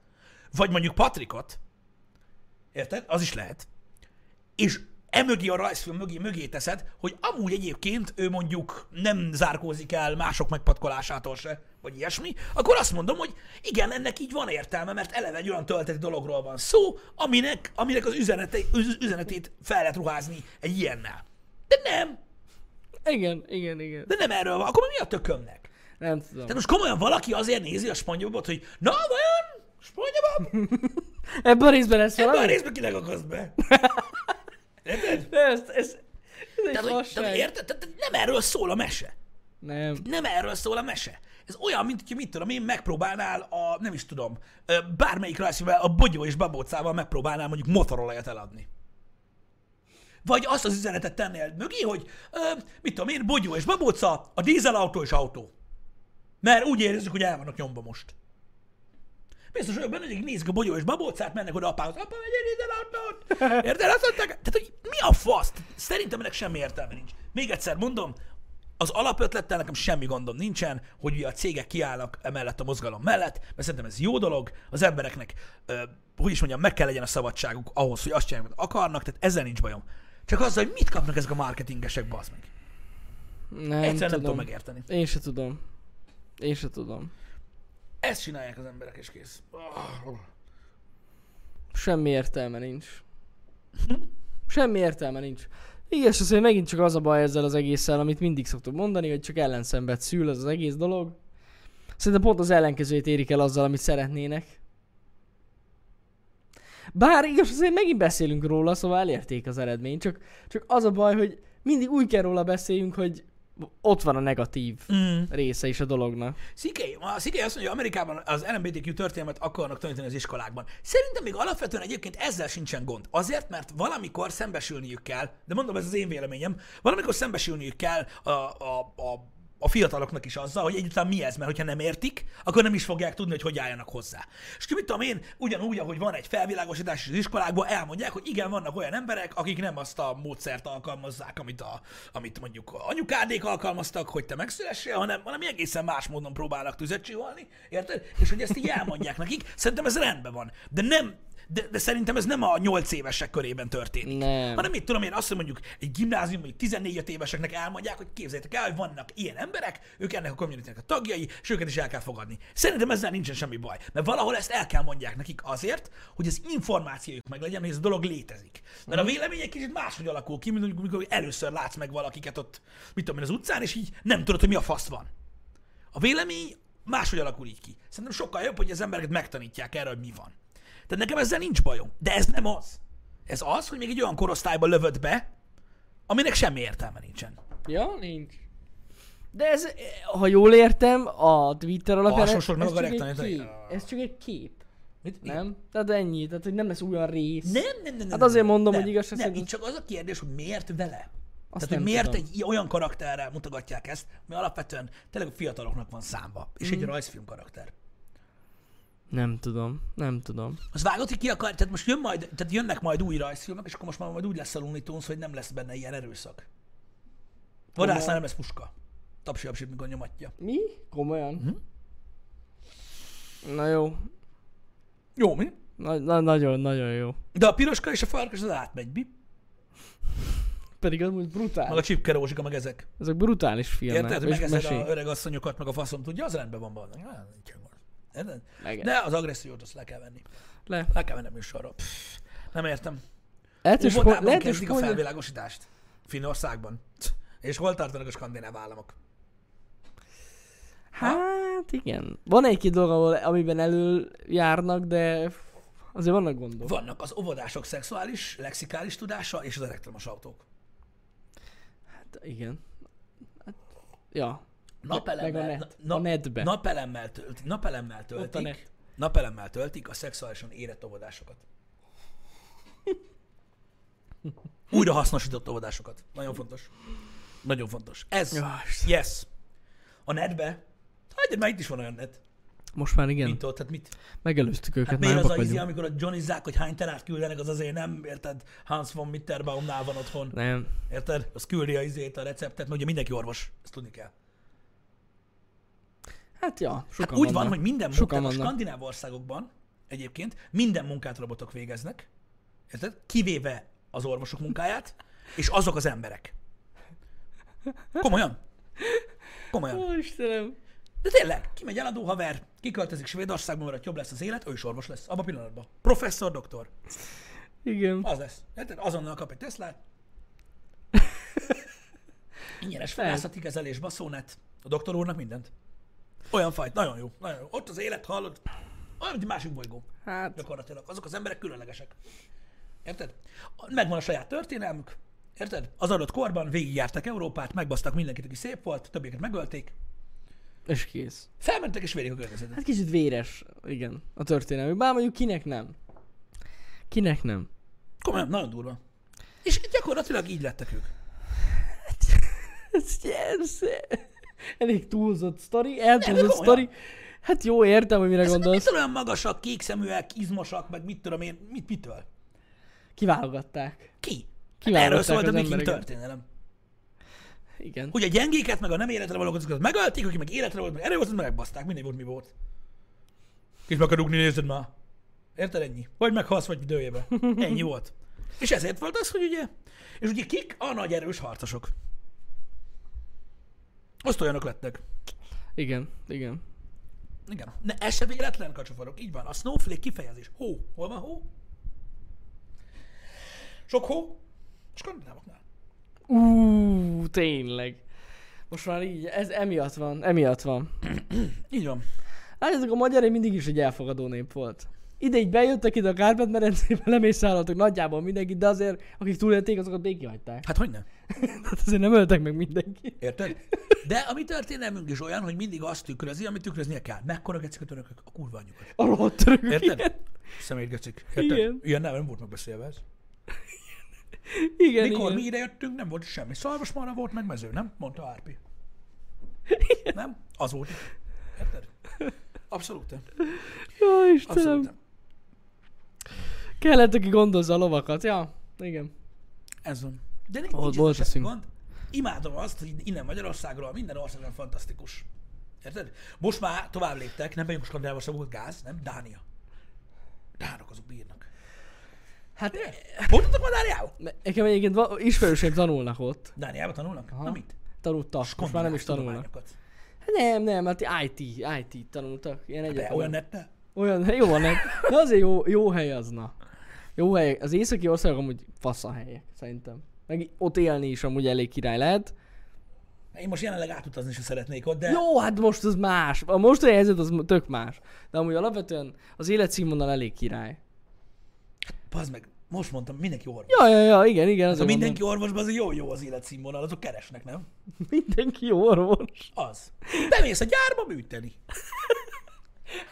[SPEAKER 1] Vagy mondjuk Patrikot, érted? Az is lehet. És emögé a rajzfilm mögé, mögé teszed, hogy amúgy egyébként ő mondjuk nem zárkózik el mások megpatkolásától se, vagy ilyesmi, akkor azt mondom, hogy igen, ennek így van értelme, mert eleve egy olyan tölteti dologról van szó, aminek, aminek az üzenete, üz- üzenetét fel lehet ruházni egy ilyennel. De nem,
[SPEAKER 2] Igen, igen, igen.
[SPEAKER 1] de nem erről van. Akkor mi a tökömnek?
[SPEAKER 2] Nem tudom.
[SPEAKER 1] Tehát most komolyan valaki azért nézi a spanyolbot, hogy na vajon, spanyolban,
[SPEAKER 2] Ebben a részben ez
[SPEAKER 1] ebben a
[SPEAKER 2] valami?
[SPEAKER 1] részben kinek akarsz be? Érted?
[SPEAKER 2] De ez, ez, ez egy
[SPEAKER 1] Tehát, hogy, tehát, hogy
[SPEAKER 2] fasság.
[SPEAKER 1] érted? Tehát nem erről szól a mese.
[SPEAKER 2] Nem.
[SPEAKER 1] Nem erről szól a mese. Ez olyan, mint hogy mit tudom én, megpróbálnál a, nem is tudom, ö, bármelyik rajzfilmmel, a bogyó és babócával megpróbálnál mondjuk motorolajat eladni. Vagy azt az üzenetet tennél mögé, hogy ö, mit tudom én, bogyó és babóca, a dízelautó és autó. Mert úgy érezzük, hogy el vannak nyomba most. Biztos vagyok benne, hogy így nézik a bogyó és babócát, mennek oda apához, apa, vegyél ide autót! Érted? Azt mondták, tehát, hogy mi a fasz? Szerintem ennek semmi értelme nincs. Még egyszer mondom, az alapötlettel nekem semmi gondom nincsen, hogy ugye a cégek kiállnak emellett a mozgalom mellett, mert szerintem ez jó dolog, az embereknek, ö, hogy is mondjam, meg kell legyen a szabadságuk ahhoz, hogy azt csinálják, amit akarnak, tehát ezzel nincs bajom. Csak azzal, hogy mit kapnak ezek a marketingesek, bazd meg.
[SPEAKER 2] Nem
[SPEAKER 1] Egyszerűen nem tudom,
[SPEAKER 2] tudom.
[SPEAKER 1] megérteni.
[SPEAKER 2] Én se tudom. Én se tudom.
[SPEAKER 1] Ezt csinálják az emberek, és kész.
[SPEAKER 2] Semmi értelme nincs. Semmi értelme nincs. Igaz, az, hogy megint csak az a baj ezzel az egésszel, amit mindig szoktuk mondani, hogy csak ellenszenved szül ez az egész dolog. Szerintem pont az ellenkezőjét érik el azzal, amit szeretnének. Bár igaz, azért megint beszélünk róla, szóval elérték az eredmény, csak, csak az a baj, hogy mindig úgy kell róla beszéljünk, hogy ott van a negatív
[SPEAKER 1] Mm.
[SPEAKER 2] része is a dolognak.
[SPEAKER 1] Szikely, a Szikely azt mondja, hogy Amerikában az LMBTQ történelmet akarnak tanítani az iskolákban. Szerintem még alapvetően egyébként ezzel sincsen gond. Azért, mert valamikor szembesülniük kell, de mondom, ez az én véleményem, valamikor szembesülniük kell a, a, a, a fiataloknak is azzal, hogy egyáltalán mi ez, mert hogyha nem értik, akkor nem is fogják tudni, hogy hogy álljanak hozzá. És ki mit tudom én, ugyanúgy, ahogy van egy felvilágosítás az iskolákban, elmondják, hogy igen, vannak olyan emberek, akik nem azt a módszert alkalmazzák, amit, a, amit mondjuk a anyukádék alkalmaztak, hogy te megszülessél, hanem valami egészen más módon próbálnak tüzet csiholni, érted? És hogy ezt így elmondják nekik, szerintem ez rendben van. De nem, de, de szerintem ez nem a nyolc évesek körében történik.
[SPEAKER 2] Nem.
[SPEAKER 1] Hanem mit tudom én, azt hogy mondjuk egy gimnázium, mondjuk 14 éveseknek elmondják, hogy képzeljétek el, hogy vannak ilyen emberek, ők ennek a communitynek a tagjai, és őket is el kell fogadni. Szerintem ezzel nincsen semmi baj, mert valahol ezt el kell mondják nekik azért, hogy az információjuk meg legyen, hogy ez a dolog létezik. Mert a vélemény egy kicsit máshogy alakul ki, mint amikor amikor először látsz meg valakiket ott, mit tudom én, az utcán, és így nem tudod, hogy mi a fasz van. A vélemény máshogy alakul így ki. Szerintem sokkal jobb, hogy az embereket megtanítják erre, hogy mi van. Tehát nekem ezzel nincs bajom. De ez nem az. Ez az, hogy még egy olyan korosztályba lövöd be, aminek semmi értelme nincsen.
[SPEAKER 2] Ja, nincs. De ez, eh, ha jól értem, a Twitter alapján ez, ez,
[SPEAKER 1] Alsósornak
[SPEAKER 2] csak
[SPEAKER 1] akarják
[SPEAKER 2] egy
[SPEAKER 1] tanítani.
[SPEAKER 2] kép. ez csak egy kép,
[SPEAKER 1] Mit?
[SPEAKER 2] nem? Tehát ennyi, tehát hogy nem lesz olyan rész.
[SPEAKER 1] Nem, nem, nem. nem
[SPEAKER 2] Hát azért
[SPEAKER 1] nem,
[SPEAKER 2] mondom,
[SPEAKER 1] nem,
[SPEAKER 2] hogy igazság
[SPEAKER 1] Nem,
[SPEAKER 2] szerint-
[SPEAKER 1] itt csak az a kérdés, hogy miért vele? Tehát, hogy
[SPEAKER 2] Azt nem
[SPEAKER 1] miért
[SPEAKER 2] tudom.
[SPEAKER 1] egy i- olyan karakterrel mutogatják ezt, ami alapvetően tényleg a fiataloknak van számba, és
[SPEAKER 2] Mhm.
[SPEAKER 1] egy rajzfilm karakter.
[SPEAKER 2] Nem tudom, nem tudom.
[SPEAKER 1] Az vágod, hogy ki akar, tehát most jön majd, tehát jönnek majd új rajzfilmek, és akkor most már majd úgy lesz a Looney Tunes, hogy nem lesz benne ilyen erőszak. Vadásznál nem lesz puska. Tapsi, tapsi, mikor nyomatja.
[SPEAKER 2] Mi? Komolyan?
[SPEAKER 1] Hm?
[SPEAKER 2] Na jó.
[SPEAKER 1] Jó, mi?
[SPEAKER 2] Na, na, nagyon, nagyon jó.
[SPEAKER 1] De a piroska és a farkas az átmegy, mi?
[SPEAKER 2] Pedig amúgy brutális.
[SPEAKER 1] Meg a csipke rózsika, meg ezek.
[SPEAKER 2] Ezek brutális filmek.
[SPEAKER 1] Érted, hogy
[SPEAKER 2] és
[SPEAKER 1] megeszed
[SPEAKER 2] mesék.
[SPEAKER 1] a öreg asszonyokat, meg a faszom, tudja, az rendben van benne. Á, nincsen gond. Érted?
[SPEAKER 2] Meg-
[SPEAKER 1] De az agressziót azt le kell venni.
[SPEAKER 2] Le.
[SPEAKER 1] Le kell venni a műsorra. Pff, nem értem.
[SPEAKER 2] Lehet, hogy spo-
[SPEAKER 1] Óvodában
[SPEAKER 2] lehet, hogy
[SPEAKER 1] kezdik a
[SPEAKER 2] spo-
[SPEAKER 1] felvilágosítást. Finnországban. És hol tartanak a skandináv államok?
[SPEAKER 2] Hát igen. Van egy-két dolog, ahol, amiben elől járnak, de Azért vannak gondok.
[SPEAKER 1] Vannak az óvodások szexuális, lexikális tudása és az elektromos autók.
[SPEAKER 2] Hát igen. Hát, ja. Meg a
[SPEAKER 1] Napelemmel,
[SPEAKER 2] net. A netbe.
[SPEAKER 1] napelemmel, töltik, napelemmel
[SPEAKER 2] Ott a
[SPEAKER 1] töltik,
[SPEAKER 2] net.
[SPEAKER 1] napelemmel töltik a szexuálisan érett
[SPEAKER 2] (laughs)
[SPEAKER 1] óvodásokat. Újra hasznosított óvodásokat. Nagyon fontos. Nagyon fontos. Ez.
[SPEAKER 2] Ja,
[SPEAKER 1] Yes. A netbe. Hát, de már itt is van olyan net,
[SPEAKER 2] Most már igen.
[SPEAKER 1] mint ott, tehát mit?
[SPEAKER 2] Megelőztük őket,
[SPEAKER 1] Hát
[SPEAKER 2] már
[SPEAKER 1] miért az
[SPEAKER 2] jobbak
[SPEAKER 1] a
[SPEAKER 2] vagyunk.
[SPEAKER 1] izi, amikor a johnnyzzák, hogy hány terárt küldenek, az azért nem, érted? Hans von Mitterbaumnál van otthon,
[SPEAKER 2] Nem.
[SPEAKER 1] érted? Az küldi a izét, a receptet, mert ugye mindenki orvos, ezt tudni kell.
[SPEAKER 2] Hát ja, sokan
[SPEAKER 1] Hát úgy van,
[SPEAKER 2] vannak.
[SPEAKER 1] hogy minden
[SPEAKER 2] Sokan
[SPEAKER 1] munkát a
[SPEAKER 2] vannak.
[SPEAKER 1] skandináv országokban egyébként minden munkát robotok végeznek, érted? Kivéve az orvosok munkáját, és azok az emberek. Komolyan. Komolyan.
[SPEAKER 2] Ó, Istenem.
[SPEAKER 1] De tényleg, kimegy eladó haver, kiköltözik Svédországba, mert ott jobb lesz az élet, ő is orvos lesz, abban a pillanatban. Professzor, doktor.
[SPEAKER 2] Igen.
[SPEAKER 1] Az lesz. Érted? Azonnal kap egy Teslát. Ingyenes
[SPEAKER 2] Lehet.
[SPEAKER 1] fogászati kezelés, baszónet. A doktor úrnak mindent. Olyan fajt, nagyon jó, nagyon jó. Ott az élet, hallod? Olyan, mint egy másik bolygó.
[SPEAKER 2] Hát,
[SPEAKER 1] Gyakorlatilag. Azok az emberek különlegesek. Érted? Megvan a saját történelmük. Érted? Az adott korban végigjárták Európát, megbasztak mindenkit, aki szép volt, többieket megölték,
[SPEAKER 2] és kész.
[SPEAKER 1] felmentek és vérik a környezetet.
[SPEAKER 2] Hát kicsit véres, igen, a történelmi. Bár mondjuk kinek nem. Kinek nem.
[SPEAKER 1] Komolyan, nagyon durva. És gyakorlatilag így lettek ők.
[SPEAKER 2] Ez, ez elég túlzott sztori, eltúlzott
[SPEAKER 1] de komolyan.
[SPEAKER 2] sztori. Hát jó, értem, hogy mire
[SPEAKER 1] Ez
[SPEAKER 2] gondolsz.
[SPEAKER 1] mitől olyan magasak, kékszeműek, izmosak, meg mit tudom én, mit, mitől?
[SPEAKER 2] Kiválogatták.
[SPEAKER 1] Ki? Hát
[SPEAKER 2] Kiválogatták
[SPEAKER 1] erről
[SPEAKER 2] az
[SPEAKER 1] szólt a viking
[SPEAKER 2] embereket.
[SPEAKER 1] történelem.
[SPEAKER 2] Igen.
[SPEAKER 1] Hogy a gyengéket, meg a nem életre valók, azokat megölték, aki meg életre volt, meg erő volt, azokat megbaszták, mindegy volt, mi volt. Kis meg akarunk nézed már. Érted ennyi? Vagy meghalsz, vagy
[SPEAKER 2] (laughs)
[SPEAKER 1] dőjébe. Ennyi volt. És ezért volt az, hogy ugye... És ugye kik a nagy erős harcosok? Azt olyanok lettek.
[SPEAKER 2] Igen, igen.
[SPEAKER 1] Igen. Ne, ez se véletlen, kacsafarok. Így van. A snowflake kifejezés. Hó. Hol van hó? Sok hó? Skandinávoknál.
[SPEAKER 2] Ú, tényleg. Most már így, ez emiatt van, emiatt van.
[SPEAKER 1] Így van.
[SPEAKER 2] Látjátok, a magyar én mindig is egy elfogadó nép volt. Ide így bejöttek ide a Kárpát-merencébe, lemészállaltak nagyjából mindenkit, de azért, akik túlélték, azokat békihagyták.
[SPEAKER 1] Hát hogy nem?
[SPEAKER 2] Tehát azért nem öltek meg mindenkit.
[SPEAKER 1] Érted? De a mi történelmünk is olyan, hogy mindig azt tükrözi, amit tükröznie kell. Mekkora gecik a törökök? A kurva anyukat.
[SPEAKER 2] A rohadt törökök.
[SPEAKER 1] Érted?
[SPEAKER 2] Igen.
[SPEAKER 1] Szemétgecik. Érted?
[SPEAKER 2] Igen.
[SPEAKER 1] Ilyen nem, nem volt megbeszélve ez.
[SPEAKER 2] Igen,
[SPEAKER 1] Mikor
[SPEAKER 2] igen.
[SPEAKER 1] mi ide jöttünk, nem volt semmi. Szarvasmarra volt meg mező, nem? Mondta Árpi. Nem? Az volt. Érted? Abszolút nem.
[SPEAKER 2] Hát Jó,
[SPEAKER 1] Abszolút
[SPEAKER 2] Istenem.
[SPEAKER 1] nem.
[SPEAKER 2] Kellett, aki gondozza a lovakat. Ja, igen.
[SPEAKER 1] Ez van. De nincs,
[SPEAKER 2] Ahol
[SPEAKER 1] nincs
[SPEAKER 2] volt
[SPEAKER 1] volt semmi
[SPEAKER 2] leszünk.
[SPEAKER 1] gond. Imádom azt, hogy innen Magyarországról minden országban fantasztikus. Érted? Most már tovább léptek, nem megyünk Skandinávba, sem volt gáz, nem? Dánia. Dánok azok bírnak.
[SPEAKER 2] Hát
[SPEAKER 1] Voltatok már Dániába?
[SPEAKER 2] ne- nekem egyébként va- ismerőseim tanulnak ott.
[SPEAKER 1] Dániába tanulnak? Na mit?
[SPEAKER 2] Tanultak, most már nem is tanulnak.
[SPEAKER 1] Tudományokat.
[SPEAKER 2] Hát nem, nem, hát IT, IT tanultak. Ilyen
[SPEAKER 1] Hát De
[SPEAKER 2] egyetemen.
[SPEAKER 1] olyan nette?
[SPEAKER 2] Olyan, hát jó van, nem? De azért jó, jó hely az, na. Jó hely, az északi országok amúgy fasz a helyek, szerintem. Meg í- ott élni is amúgy elég király lehet.
[SPEAKER 1] Én most jelenleg átutazni sem szeretnék ott, de...
[SPEAKER 2] Jó, hát most az más. A mostani helyzet az tök más. De amúgy alapvetően az életszínvonal elég király.
[SPEAKER 1] Pazd meg, most mondtam, mindenki orvos.
[SPEAKER 2] Ja, ja, ja, igen, igen,
[SPEAKER 1] Az a Hát,
[SPEAKER 2] azért mondom.
[SPEAKER 1] mindenki orvosban az jó-jó az életszínvonal, azok keresnek, nem?
[SPEAKER 2] (laughs) Mindenki jó orvos.
[SPEAKER 1] Az. Bemész a gyárba műteni.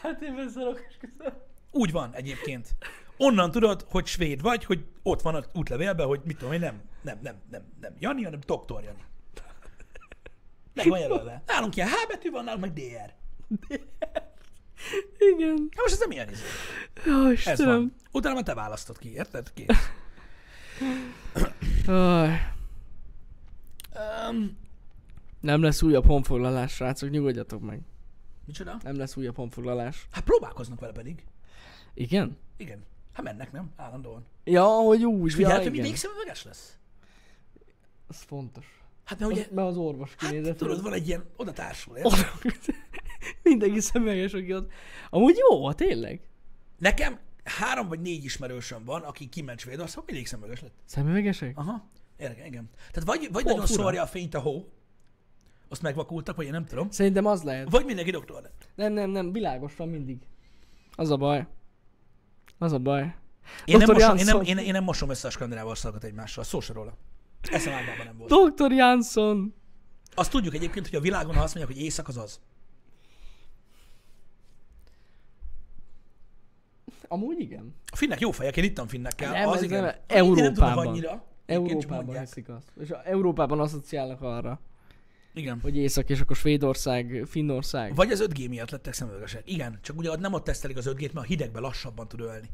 [SPEAKER 2] Hát én beszarok, köszönöm.
[SPEAKER 1] Úgy van egyébként. Onnan tudod, hogy svéd vagy, hogy ott van az útlevélben, hogy mit tudom én, nem, nem, nem, nem, nem Jani, hanem doktor Jani. Meg van jelölve. Nálunk ilyen H betű van, nálunk meg DR.
[SPEAKER 2] Igen.
[SPEAKER 1] Na most ez nem ilyen izé.
[SPEAKER 2] Jó,
[SPEAKER 1] Ez van.
[SPEAKER 2] Istenem.
[SPEAKER 1] Utána már te választod ki, érted? Ki?
[SPEAKER 2] Aj,
[SPEAKER 1] Um,
[SPEAKER 2] nem lesz újabb honfoglalás, srácok, nyugodjatok meg.
[SPEAKER 1] micsoda?
[SPEAKER 2] Nem lesz újabb honfoglalás.
[SPEAKER 1] Hát próbálkoznak vele pedig.
[SPEAKER 2] Igen?
[SPEAKER 1] Igen. Hát mennek, nem? Állandóan.
[SPEAKER 2] Ja, hogy úgy,
[SPEAKER 1] És
[SPEAKER 2] ja,
[SPEAKER 1] figyelj, hát, hogy
[SPEAKER 2] igen.
[SPEAKER 1] mindig szemüveges lesz.
[SPEAKER 2] Ez fontos.
[SPEAKER 1] Hát mert ugye,
[SPEAKER 2] Be az orvos
[SPEAKER 1] hát,
[SPEAKER 2] kinézett.
[SPEAKER 1] tudod, van egy ilyen, oda társul, érted?
[SPEAKER 2] (laughs) Mindenki szemüveges, aki ott. Amúgy jó, ha tényleg.
[SPEAKER 1] Nekem három vagy négy ismerősöm van, aki kiment Svédországba, mindig szemüveges lett.
[SPEAKER 2] Szemüvegesek?
[SPEAKER 1] Aha. Érdekel, igen. Tehát vagy, vagy
[SPEAKER 2] Ó,
[SPEAKER 1] nagyon
[SPEAKER 2] fura.
[SPEAKER 1] szórja a fényt a hó, azt megvakultak, vagy én nem tudom,
[SPEAKER 2] Szerintem az lehet.
[SPEAKER 1] vagy mindenki doktor lett.
[SPEAKER 2] Nem, nem, nem, világos van mindig. Az a baj. Az a baj.
[SPEAKER 1] Én nem,
[SPEAKER 2] Dr.
[SPEAKER 1] mosom, én,
[SPEAKER 2] Jansson.
[SPEAKER 1] nem, én, én nem mosom össze a skandináv országokat egymással, szó se róla. Eszem ágában nem volt.
[SPEAKER 2] Dr. Jansson!
[SPEAKER 1] Azt tudjuk egyébként, hogy a világon, ha azt mondják, hogy éjszak, az az.
[SPEAKER 2] Amúgy igen.
[SPEAKER 1] A finnek jó fejek, én ittam finnekkel.
[SPEAKER 2] Nem,
[SPEAKER 1] az
[SPEAKER 2] ez
[SPEAKER 1] igen.
[SPEAKER 2] nem-
[SPEAKER 1] A mindent nem tudok
[SPEAKER 2] Európában.
[SPEAKER 1] annyira. Egyébként csak
[SPEAKER 2] Európában
[SPEAKER 1] mondják.
[SPEAKER 2] hiszik azt. És a Európában asszociálnak arra,
[SPEAKER 1] Igen.
[SPEAKER 2] hogy Észak és akkor Svédország, Finnország.
[SPEAKER 1] Vagy az 5G miatt lettek szemüvegesek. Igen, csak ugye ott nem ott tesztelik az 5G-t, mert a hidegben lassabban tud ölni.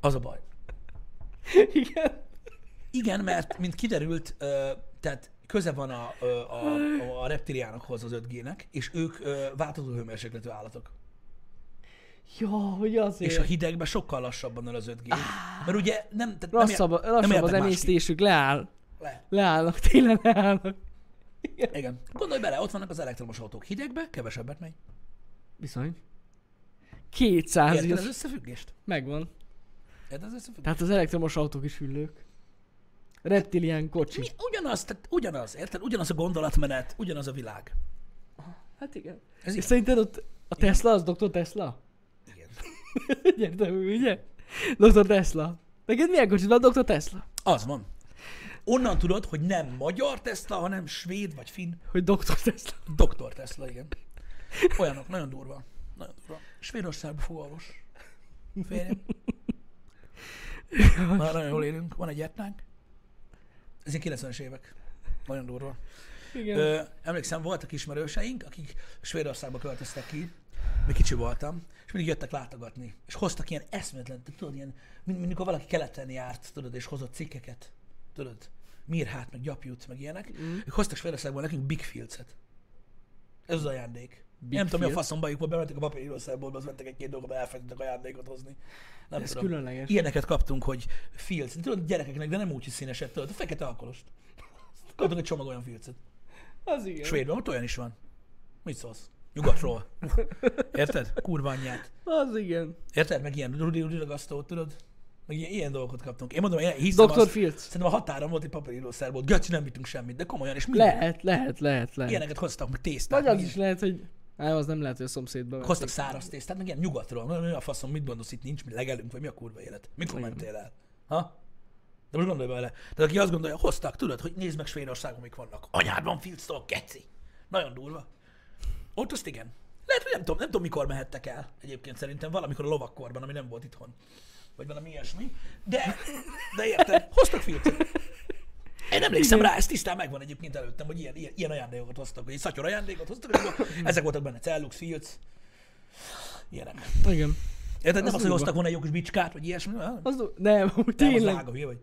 [SPEAKER 1] Az a baj.
[SPEAKER 2] (laughs) Igen.
[SPEAKER 1] Igen, mert mint kiderült, ö, tehát köze van a, ö, a, a, a reptiliánokhoz az 5G-nek, és ők ö, változó hőmérsékletű állatok.
[SPEAKER 2] Ja, hogy azért.
[SPEAKER 1] És a hidegben sokkal lassabban öl az 5G. Mert ugye nem, tehát
[SPEAKER 2] Lasszabb,
[SPEAKER 1] nem, ér- nem
[SPEAKER 2] lassabb az
[SPEAKER 1] érnek másképp.
[SPEAKER 2] emésztésük, leáll.
[SPEAKER 1] Le.
[SPEAKER 2] Leállnak, tényleg leállnak.
[SPEAKER 1] Igen. Gondolj bele, ott vannak az elektromos autók. Hidegbe kevesebbet megy.
[SPEAKER 2] Bizony. 200
[SPEAKER 1] Érted az
[SPEAKER 2] is.
[SPEAKER 1] összefüggést?
[SPEAKER 2] Megvan.
[SPEAKER 1] Érted az összefüggést?
[SPEAKER 2] Tehát az elektromos autók is hüllők. Reptilián kocsi.
[SPEAKER 1] Mi, ugyanaz, tehát ugyanaz, érted? Ugyanaz a gondolatmenet, ugyanaz a világ.
[SPEAKER 2] Hát igen.
[SPEAKER 1] Ez
[SPEAKER 2] És
[SPEAKER 1] így.
[SPEAKER 2] szerinted ott a Tesla az Dr. Tesla? (laughs)
[SPEAKER 1] Igen.
[SPEAKER 2] Egyértelmű, ugye? Dr. Tesla. Neked milyen kocsit van Dr. Tesla?
[SPEAKER 1] Az van. Onnan tudod, hogy nem magyar Tesla, hanem svéd vagy finn.
[SPEAKER 2] Hogy Dr. Tesla.
[SPEAKER 1] Doktor Tesla, igen. Olyanok, nagyon durva. Nagyon durva. Svédországban fogalmas. Férjem. Már nagyon jól élünk. Van egy etnánk. Ez ilyen 90-es évek. Nagyon durva.
[SPEAKER 2] Igen.
[SPEAKER 1] Ö, emlékszem, voltak ismerőseink, akik Svédországba költöztek ki, még kicsi voltam, és mindig jöttek látogatni, és hoztak ilyen eszméletlen, tudod, ilyen, mint, mint amikor valaki keleten járt, tudod, és hozott cikkeket, tudod, Mirhát, meg Gyapjút, meg ilyenek, mm. ők hoztak Svédországból nekünk Big Fields-et. Ez az ajándék. Big nem tudom, mi a
[SPEAKER 2] Fields?
[SPEAKER 1] faszom bajukba, bementek a papírírószerboltba, az vettek egy-két dolgot, elfelejtettek ajándékot hozni. Nem
[SPEAKER 2] Ez
[SPEAKER 1] tudom.
[SPEAKER 2] különleges.
[SPEAKER 1] Ilyeneket kaptunk, hogy filc. Tudod, gyerekeknek, de nem úgy, hogy színeset, tudod, a fekete alkolost. Kaptunk egy csomag olyan filcet.
[SPEAKER 2] Az igen.
[SPEAKER 1] Svédben ott olyan is van. Mit szólsz? Nyugatról. Érted? Kurva anyját.
[SPEAKER 2] Az igen.
[SPEAKER 1] Érted? Meg ilyen Rudi Rudi ragasztót, tudod? Meg ilyen, ilyen dolgokat kaptunk. Én mondom, én hiszem
[SPEAKER 2] Dr.
[SPEAKER 1] azt,
[SPEAKER 2] Fields.
[SPEAKER 1] Szerintem a határon volt egy papírírószer volt. Gaci, nem vittünk semmit, de komolyan, és minden.
[SPEAKER 2] Lehet, lehet, lehet, lehet.
[SPEAKER 1] Ilyeneket hoztak, meg tésztát.
[SPEAKER 2] Vagy
[SPEAKER 1] meg
[SPEAKER 2] az
[SPEAKER 1] ilyen-
[SPEAKER 2] is lehet, hogy... Nem, az nem lehet, hogy a szomszédban
[SPEAKER 1] Hoztak száraz tésztát, meg ilyen nyugatról. Na, mi a faszom, mit gondolsz, itt nincs, mi legelünk, vagy mi a kurva élet? Mikor mentél el? Ha? De most gondolj bele. Tehát aki azt gondolja, hoztak, tudod, hogy nézd meg Svédországon, mik vannak. Anyád van Filctól, keci. Nagyon durva. Ott azt igen. Lehet, hogy nem tudom, nem tudom, mikor mehettek el. Egyébként szerintem valamikor a lovakkorban, ami nem volt itthon. Vagy valami ilyesmi. De, de érted, hoztak filcet. Én emlékszem rá, ez tisztán megvan egyébként előttem, hogy ilyen, ilyen, ilyen ajándékokat hoztak, hogy egy szatyor ajándékot hoztak, és akkor ezek voltak benne, cellux, filc, ilyenek.
[SPEAKER 2] Igen.
[SPEAKER 1] Érted? Nem
[SPEAKER 2] Az
[SPEAKER 1] az, hogy
[SPEAKER 2] durva.
[SPEAKER 1] hoztak volna egy jó kis bicskát, vagy ilyesmi, nem?
[SPEAKER 2] Az, du- nem, úgy
[SPEAKER 1] Nem, az
[SPEAKER 2] tényleg.
[SPEAKER 1] drága, hülye vagy.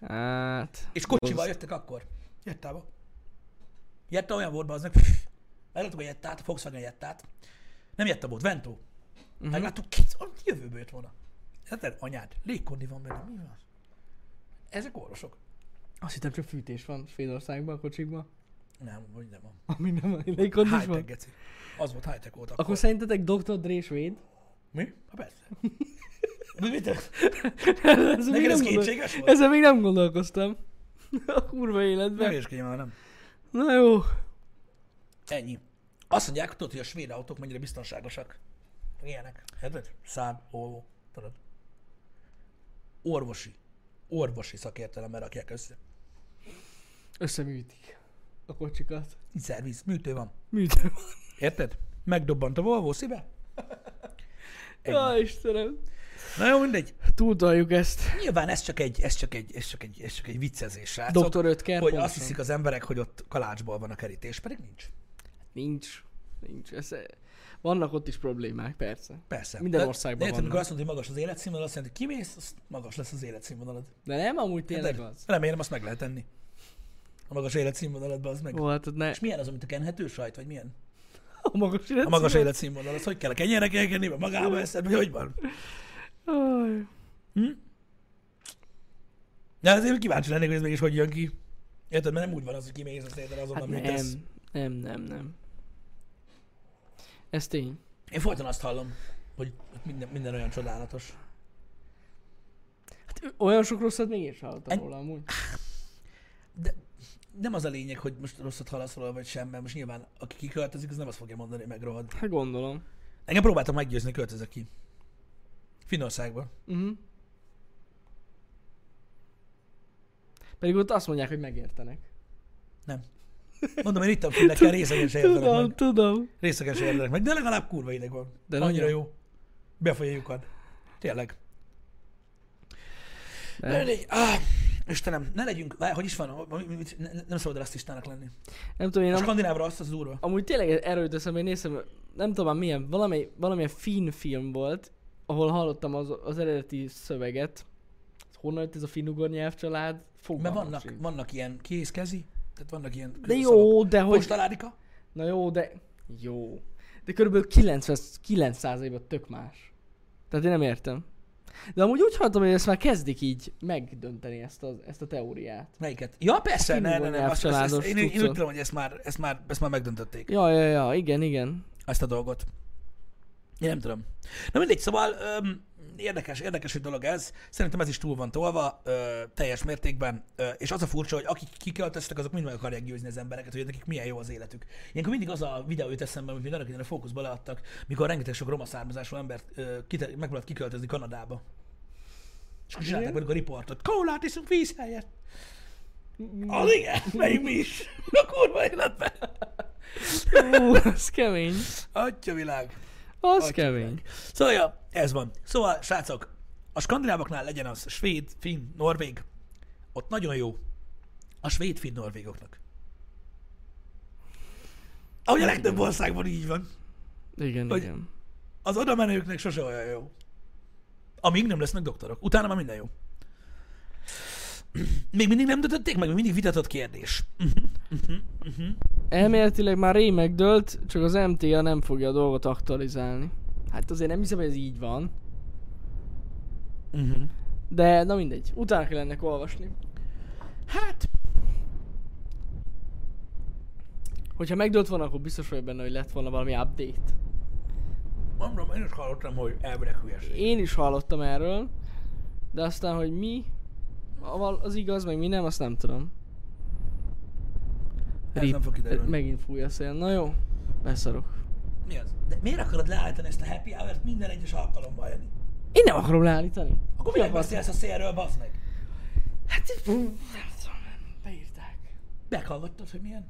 [SPEAKER 2] Hát...
[SPEAKER 1] És kocsival jöttek akkor. Jettába. Jetta olyan volt, aznak. Megláttuk a Jettát, a Volkswagen Jettát. Nem Jetta volt, Vento. Uh-huh.
[SPEAKER 2] Mhm.
[SPEAKER 1] Megláttuk, két, a jövőből jött volna. Érted? Anyád, légkondi van benne, mi van? Ezek orvosok.
[SPEAKER 2] Azt hittem csak fűtés van Svédországban, a kocsikban.
[SPEAKER 1] Nem, vagy nem van.
[SPEAKER 2] Ami nem van, légkondis
[SPEAKER 1] High-tech,
[SPEAKER 2] van.
[SPEAKER 1] geci. Az volt high-tech volt akkor.
[SPEAKER 2] Akkor szerintetek Dr. Dre svéd?
[SPEAKER 1] Mi? Hát persze. Mi- Mit?
[SPEAKER 2] (laughs) ez
[SPEAKER 1] Neked ez kétséges volt?
[SPEAKER 2] Ezzel még nem gondolkoztam. (laughs) A kurva
[SPEAKER 1] Nem
[SPEAKER 2] életben.
[SPEAKER 1] érskedjem már, nem.
[SPEAKER 2] Na jó.
[SPEAKER 1] Ennyi. Azt mondják, tudod, hogy a svéd autók mennyire biztonságosak. Ilyenek. Érted? Szád, olvó, tudod. Orvosi. Orvosi szakértelemmel rakják össze.
[SPEAKER 2] Összeműtik a kocsikat.
[SPEAKER 1] Szerviz, műtő van.
[SPEAKER 2] Műtő van.
[SPEAKER 1] Érted? Megdobbant a Volvo szíve?
[SPEAKER 2] Ja, Istenem.
[SPEAKER 1] Na jó, mindegy.
[SPEAKER 2] Túltaljuk ezt.
[SPEAKER 1] Nyilván ez csak egy, ez csak egy, ez csak egy, ez csak egy viccezés, srácok.
[SPEAKER 2] Dr. Ötker,
[SPEAKER 1] Hogy azt
[SPEAKER 2] pontosan.
[SPEAKER 1] hiszik az emberek, hogy ott kalácsból van a kerítés, pedig nincs.
[SPEAKER 2] Nincs. Nincs. Ez... Vannak ott is problémák, persze.
[SPEAKER 1] Persze.
[SPEAKER 2] Minden
[SPEAKER 1] De-
[SPEAKER 2] országban
[SPEAKER 1] de érted,
[SPEAKER 2] vannak.
[SPEAKER 1] amikor azt mondod, hogy magas az életszínvonal, azt jelenti, hogy kimész, azt magas lesz az életszínvonalad.
[SPEAKER 2] De nem amúgy tényleg
[SPEAKER 1] De
[SPEAKER 2] az.
[SPEAKER 1] Remélem, azt meg lehet tenni. A magas életszínvonalatban az meg.
[SPEAKER 2] Ó, hát ott ne.
[SPEAKER 1] És milyen az, amit a kenhető sajt, vagy milyen?
[SPEAKER 2] A magas
[SPEAKER 1] A magas
[SPEAKER 2] életszínvonal.
[SPEAKER 1] életszínvonal, az hogy kell a kenyerre kell kenni, vagy magába eszed, vagy hogy van?
[SPEAKER 2] Aj.
[SPEAKER 1] De azért kíváncsi lennék, hogy ez mégis hogy jön ki. Érted, mert nem úgy van az, hogy kimész az étel azonnal,
[SPEAKER 2] Hát
[SPEAKER 1] hát tesz.
[SPEAKER 2] nem. Nem, nem, nem. Ez tény.
[SPEAKER 1] Én folyton azt hallom, hogy ott minden, minden olyan csodálatos.
[SPEAKER 2] Hát olyan sok rosszat még én sem
[SPEAKER 1] En-
[SPEAKER 2] hallottam róla amúgy.
[SPEAKER 1] De nem az a lényeg, hogy most rosszat hallasz róla, vagy sem, mert most nyilván aki kiköltözik, az nem azt fogja mondani, hogy megrohad.
[SPEAKER 2] Hát gondolom.
[SPEAKER 1] Engem próbáltak meggyőzni, költözök ki. Finnországba.
[SPEAKER 2] Uh-huh. Pedig ott azt mondják, hogy megértenek.
[SPEAKER 1] Nem. Mondom, én itt a
[SPEAKER 2] (laughs)
[SPEAKER 1] fülekkel részegesen értelek
[SPEAKER 2] Tudom,
[SPEAKER 1] meg.
[SPEAKER 2] tudom.
[SPEAKER 1] Részegesen értelek meg, de legalább kurva ideg van.
[SPEAKER 2] De
[SPEAKER 1] De Annyira
[SPEAKER 2] nagyon.
[SPEAKER 1] jó. Befolyja a lyukat. Tényleg.
[SPEAKER 2] De.
[SPEAKER 1] Ne légy- áh, Ah, Istenem, ne legyünk, várj, hogy is van, mit- ne- ne- nem szabad rasszistának lenni.
[SPEAKER 2] Nem tudom, én
[SPEAKER 1] A
[SPEAKER 2] am-
[SPEAKER 1] skandinávra azt az durva.
[SPEAKER 2] amúgy tényleg erről jut eszembe, én néztem, nem tudom már milyen, valami, valamilyen finn film volt, ahol hallottam az, az eredeti szöveget. Honnan jött ez a finnugor nyelvcsalád?
[SPEAKER 1] Mert
[SPEAKER 2] Fogalmam
[SPEAKER 1] vannak,
[SPEAKER 2] sincs.
[SPEAKER 1] vannak ilyen kézkezi, tehát vannak ilyen
[SPEAKER 2] De
[SPEAKER 1] közösszavak.
[SPEAKER 2] jó, de hogy...
[SPEAKER 1] Postalárika?
[SPEAKER 2] Na jó, de... Jó. De körülbelül 99%-ban tök más. Tehát én nem értem. De amúgy úgy hallottam, hogy ezt már kezdik így megdönteni ezt a, ezt a teóriát.
[SPEAKER 1] Melyiket? Ja, persze, ne, ne, ne, azt, azt, azt,
[SPEAKER 2] Családos
[SPEAKER 1] én, én, én úgy
[SPEAKER 2] cuccot.
[SPEAKER 1] tudom, hogy ezt már, ezt már, ezt már megdöntötték.
[SPEAKER 2] Ja, ja, ja, igen, igen.
[SPEAKER 1] ezt a dolgot. Én nem tudom. Na mindegy, szóval öm, érdekes, érdekes, hogy dolog ez. Szerintem ez is túl van tolva ö, teljes mértékben, ö, és az a furcsa, hogy akik kiköltöztek, azok mind meg akarják győzni az embereket, hogy nekik milyen jó az életük. Ilyenkor mindig az a videó jut eszembe, amit még annak idején a fókuszba leadtak, mikor rengeteg sok roma származású embert ö, kite- megpróbált kiköltözni Kanadába. És akkor csinálták
[SPEAKER 2] Igen?
[SPEAKER 1] velük a riportot. Kólát iszunk víz helyett. Az igen, megyünk mi is. A kurva életben.
[SPEAKER 2] Ú, az kemény.
[SPEAKER 1] Atya világ.
[SPEAKER 2] Az
[SPEAKER 1] Atya
[SPEAKER 2] kemény.
[SPEAKER 1] világ. Szóval, ja, ez van. Szóval, srácok, a skandinávoknál legyen az svéd, finn, norvég, ott nagyon jó a svéd, finn, norvégoknak. Ahogy a legtöbb országban így van.
[SPEAKER 2] Igen,
[SPEAKER 1] Hogy-
[SPEAKER 2] igen.
[SPEAKER 1] Az oda menőknek sose olyan jó. Amíg nem lesznek doktorok. Utána már minden jó. Még mindig nem döntötték meg, még mindig vitatott kérdés. Mhm,
[SPEAKER 2] Elméletileg már rég megdőlt, csak az MTA nem fogja a dolgot aktualizálni. Hát azért nem hiszem, hogy ez így van.
[SPEAKER 1] Uh-huh.
[SPEAKER 2] De na mindegy, utána kell ennek olvasni.
[SPEAKER 1] Hát,
[SPEAKER 2] Hogyha megdőlt volna, akkor biztos vagyok benne, hogy lett volna valami update.
[SPEAKER 1] mondom, én is hallottam, hogy elvileg hülyeség.
[SPEAKER 2] Én is hallottam erről, de aztán, hogy mi a val- az igaz, meg mi nem, azt nem tudom.
[SPEAKER 1] Ez nem fog kiderülni.
[SPEAKER 2] Megint fúj a szél. Na jó, beszarok.
[SPEAKER 1] Mi az? De miért akarod leállítani ezt a happy hour-t minden egyes alkalommal, Jani?
[SPEAKER 2] Én nem akarom leállítani.
[SPEAKER 1] Akkor
[SPEAKER 2] Ki
[SPEAKER 1] miért
[SPEAKER 2] akar-
[SPEAKER 1] beszélsz a szélről, bazd meg?
[SPEAKER 2] Hát, így- nem tudom, beírták.
[SPEAKER 1] Meghallgattad, hogy milyen?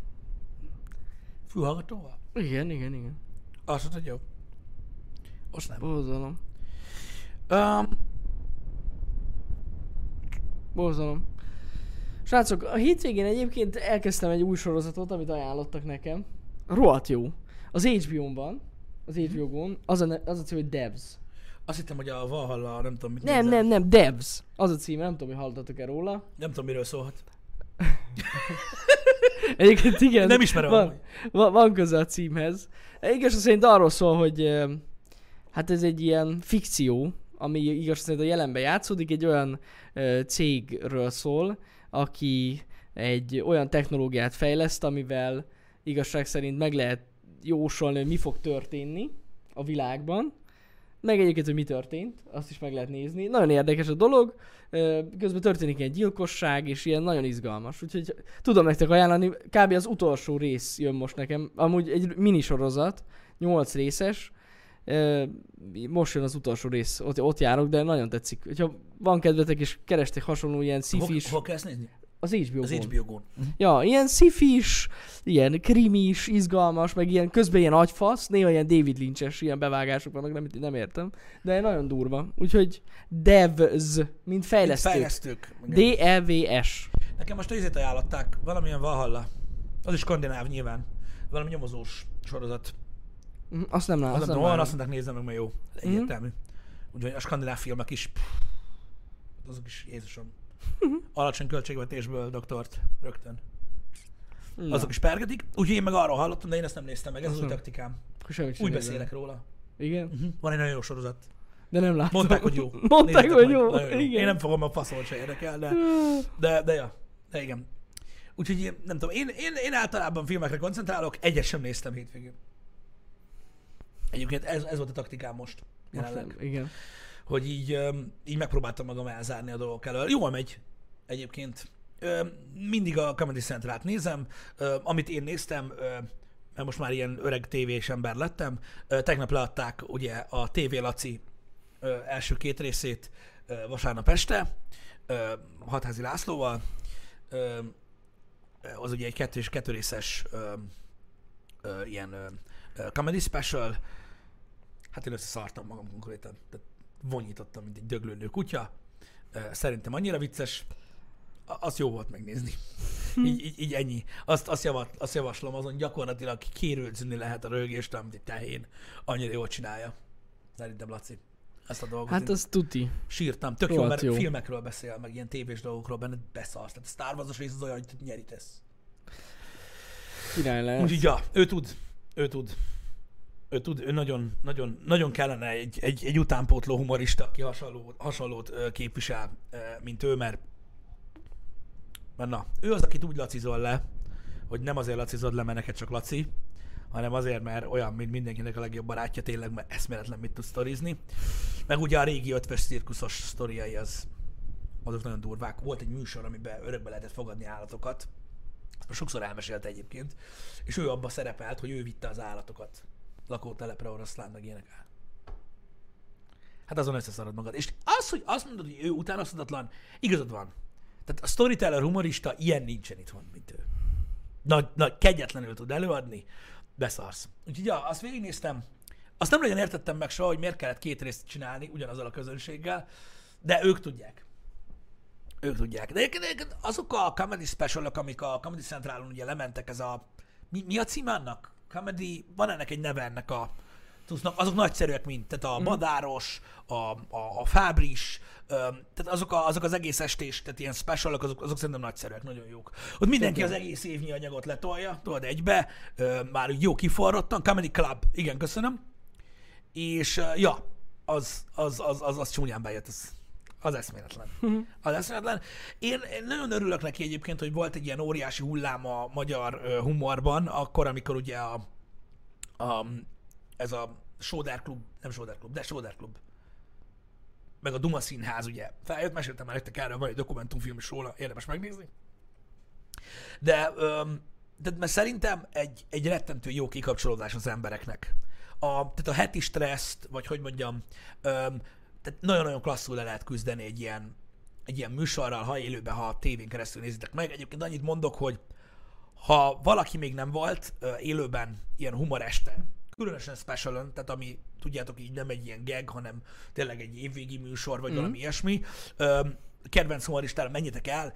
[SPEAKER 1] Fülhallgatóval?
[SPEAKER 2] Igen, igen, igen.
[SPEAKER 1] Azt mondtad, jó. Azt nem.
[SPEAKER 2] Borzalom.
[SPEAKER 1] Um,
[SPEAKER 2] Borzalom. Srácok, a hétvégén egyébként elkezdtem egy új sorozatot, amit ajánlottak nekem. Rohadt jó. Az HBO-n van. Az HBO-n. Az a, ne- az a cím, hogy Devs.
[SPEAKER 1] azt hittem, hogy a Valhalla, nem tudom, mit
[SPEAKER 2] Nem,
[SPEAKER 1] nézel.
[SPEAKER 2] nem, nem, Devs. Az a címe, nem tudom, hogy hallottatok-e róla.
[SPEAKER 1] Nem tudom, miről szólhat.
[SPEAKER 2] Egyébként igen.
[SPEAKER 1] Nem ismerem
[SPEAKER 2] Van,
[SPEAKER 1] amúgy.
[SPEAKER 2] van, van köze a címhez. Igaz szerint arról szól, hogy ö, hát ez egy ilyen fikció, ami igaz szerint a jelenben játszódik, egy olyan ö, cégről szól, aki egy olyan technológiát fejleszt, amivel igazság szerint meg lehet jósolni, hogy mi fog történni a világban. Meg egyébként, hogy mi történt, azt is meg lehet nézni. Nagyon érdekes a dolog, Ö, közben történik egy gyilkosság, és ilyen nagyon izgalmas. Úgyhogy tudom nektek ajánlani, kb. az utolsó rész jön most nekem. Amúgy egy minisorozat, 8 részes. Ö, Most jön az utolsó rész, ott, ott járok, de nagyon tetszik. Hogyha van kedvetek, és kerestek hasonló ilyen
[SPEAKER 1] Hol,
[SPEAKER 2] szifis,
[SPEAKER 1] hol kell ezt nézni?
[SPEAKER 2] az hbo
[SPEAKER 1] Az HBO-gón.
[SPEAKER 2] Ja, ilyen szifis, ilyen krimis, izgalmas, meg ilyen közben ilyen agyfasz, néha ilyen David Lynch-es ilyen bevágások vannak, nem, nem értem. De nagyon durva. Úgyhogy devs, mint E fejlesztők.
[SPEAKER 1] Fejlesztők. Igen.
[SPEAKER 2] D-E-V-S.
[SPEAKER 1] Nekem most őzét ajánlották, valamilyen Valhalla. Az is skandináv nyilván. Valami nyomozós sorozat.
[SPEAKER 2] Mhm, Azt nem látom.
[SPEAKER 1] Azt nem
[SPEAKER 2] Azt nem
[SPEAKER 1] tudom, arra
[SPEAKER 2] látom.
[SPEAKER 1] azt mondták, nézzem meg, mert jó.
[SPEAKER 2] Mhm.
[SPEAKER 1] Egyértelmű. Úgyhogy a skandináv filmek is, pff, azok is, Jézusom.
[SPEAKER 2] Mhm.
[SPEAKER 1] Alacsony költségvetésből doktort rögtön.
[SPEAKER 2] Na, Mhm.
[SPEAKER 1] Azok is pergetik. Úgyhogy én meg arról hallottam, de én ezt nem néztem meg, ez az új
[SPEAKER 2] Köszönöm.
[SPEAKER 1] taktikám.
[SPEAKER 2] akkor semmit sem
[SPEAKER 1] Úgy
[SPEAKER 2] nézem.
[SPEAKER 1] beszélek róla.
[SPEAKER 2] Igen?
[SPEAKER 1] Mhm. Van egy nagyon jó sorozat.
[SPEAKER 2] De nem látom.
[SPEAKER 1] Mondták, hogy jó.
[SPEAKER 2] (laughs) Mondták,
[SPEAKER 1] Nézzétek
[SPEAKER 2] hogy
[SPEAKER 1] meg,
[SPEAKER 2] jó.
[SPEAKER 1] nagyon
[SPEAKER 2] Igen.
[SPEAKER 1] Én nem fogom a faszolt se érdekel, de, de, de, ja. de igen. Úgyhogy én, nem tudom, én, én, én általában filmekre koncentrálok, egyet sem néztem hétvégén. Egyébként ez, ez volt a taktikám most.
[SPEAKER 2] Most
[SPEAKER 1] jelenleg.
[SPEAKER 2] nem. Igen.
[SPEAKER 1] hogy így, öm, így megpróbáltam magam elzárni a dolgok elől. Jól megy egyébként. Öm, Mindig a Comedy Centrát nézem, öm, amit én néztem, öm, mert most már ilyen öreg tévés ember lettem. Ö, Tegnap leadták ugye a TV Laci ö, első két részét ö, vasárnap este, ö, Hatházi Lászlóval. Ö, Az ugye egy kettő és kettő részes ö, ö, ilyen ö, ö, comedy special. Hát én összeszartam magam konkrétan. Tehát vonyítottam, mint egy döglőnő kutya. Ö, Szerintem annyira vicces. A- Azt jó volt megnézni. Így, így, így ennyi. Azt, azt, javat, azt javaslom, azon gyakorlatilag kérülcülni lehet a rögést, amit egy tehén annyira jól csinálja. Szerintem, Laci. Ezt a dolgot.
[SPEAKER 2] Hát
[SPEAKER 1] én-
[SPEAKER 2] az tuti.
[SPEAKER 1] sírtam. Tök jó,
[SPEAKER 2] Rohadt
[SPEAKER 1] mert
[SPEAKER 2] jó.
[SPEAKER 1] filmekről beszél, meg ilyen tévés dolgokról, benne beszarsz. Tehát a Star Wars-os rész az olyan, hogy nyerítesz.
[SPEAKER 2] Király lehet.
[SPEAKER 1] Úgyhogy, ja, ő tud. Ő tud. Ő tud, ő nagyon, nagyon, nagyon kellene egy, egy, egy utánpótló humorista, aki hasonló, hasonlót ö, képvisel, ö, mint ő, mert, mert na, ő az, akit úgy lacizol le, hogy nem azért lacizod le, mert neked csak laci, hanem azért, mert olyan, mint mindenkinek a legjobb barátja, tényleg, mert eszméletlen mit tud sztorizni. Meg ugye a régi ötves cirkuszos sztoriai az, azok nagyon durvák. Volt egy műsor, amiben örökbe lehetett fogadni állatokat, ezt sokszor elmesélte egyébként, és ő abba szerepelt, hogy ő vitte az állatokat lakótelepre, oroszlán, meg ilyenek el. Hát azon összeszarod magad. És az, hogy azt mondod, hogy ő utánozhatatlan, igazad van. Tehát a storyteller humorista ilyen nincsen itthon, mint ő. Nagy, nagy kegyetlenül tud előadni, beszarsz. Úgyhogy ja, azt végignéztem. Azt nem nagyon értettem meg soha, hogy miért kellett két részt csinálni ugyanazzal a közönséggel, de ők tudják. Ők tudják. De egyébként- egyébként azok a comedy specialok, amik a Comedy Centralon ugye lementek, ez a... Mi, mi a cím annak? Comedy... Van ennek egy neve ennek a... Tudnak, azok nagyszerűek mind. Tehát a Madáros, a, a, a Fábris, öm, tehát azok, a, azok az egész estés, tehát ilyen specialok, azok, azok szerintem nagyszerűek, nagyon jók. Ott mindenki az egész évnyi anyagot letolja, tudod, egybe, öm, már úgy jó kiforrottan. Comedy Club, igen, köszönöm. És ö, ja, az, az, az, az, az csúnyán bejött, az, az eszméletlen. Az eszméletlen. Én, én nagyon örülök neki egyébként, hogy volt egy ilyen óriási hullám a magyar ö, humorban, akkor, amikor ugye a, a ez a Sóder Klub, nem Sóder Klub, de Sóder Klub, meg a Duma Színház ugye feljött, meséltem már nektek erről, van egy dokumentumfilm is róla, érdemes megnézni. De, öm, de mert szerintem egy, egy rettentő jó kikapcsolódás az embereknek. A, tehát a heti stresszt, vagy hogy mondjam, öm, tehát nagyon-nagyon klasszul le lehet küzdeni egy ilyen, egy ilyen műsorral, ha élőben, ha tévén keresztül nézitek meg. Egyébként annyit mondok, hogy ha valaki még nem volt ö, élőben ilyen humoresten, különösen specialön, tehát ami tudjátok így nem egy ilyen gag, hanem tényleg egy évvégi műsor, vagy mm. valami ilyesmi, ö, kedvenc humoristára menjetek el,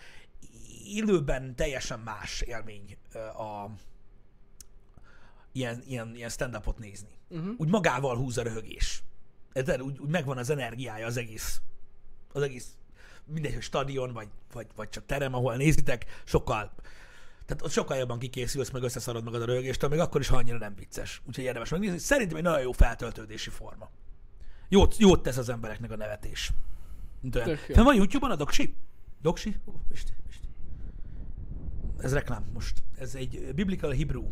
[SPEAKER 1] élőben teljesen más élmény ö, a ilyen, ilyen, ilyen stand-upot nézni. Uh-huh. Úgy magával húz a röhögés. Érted? Úgy, úgy megvan az energiája az egész az egész, mindegy, hogy stadion, vagy, vagy, vagy csak terem, ahol nézitek, sokkal, tehát ott sokkal jobban kikészülsz, meg összeszarod magad a rögéstől, még akkor is, ha annyira nem vicces. Úgyhogy érdemes megnézni. Szerintem egy nagyon jó feltöltődési forma. Jót, jót tesz az embereknek a nevetés. Mint olyan.
[SPEAKER 2] Tök jó.
[SPEAKER 1] Fenn van YouTube-on a doksi? Doksi? Ó, Isti, Isti. Ez reklám most. Ez egy Biblical Hebrew.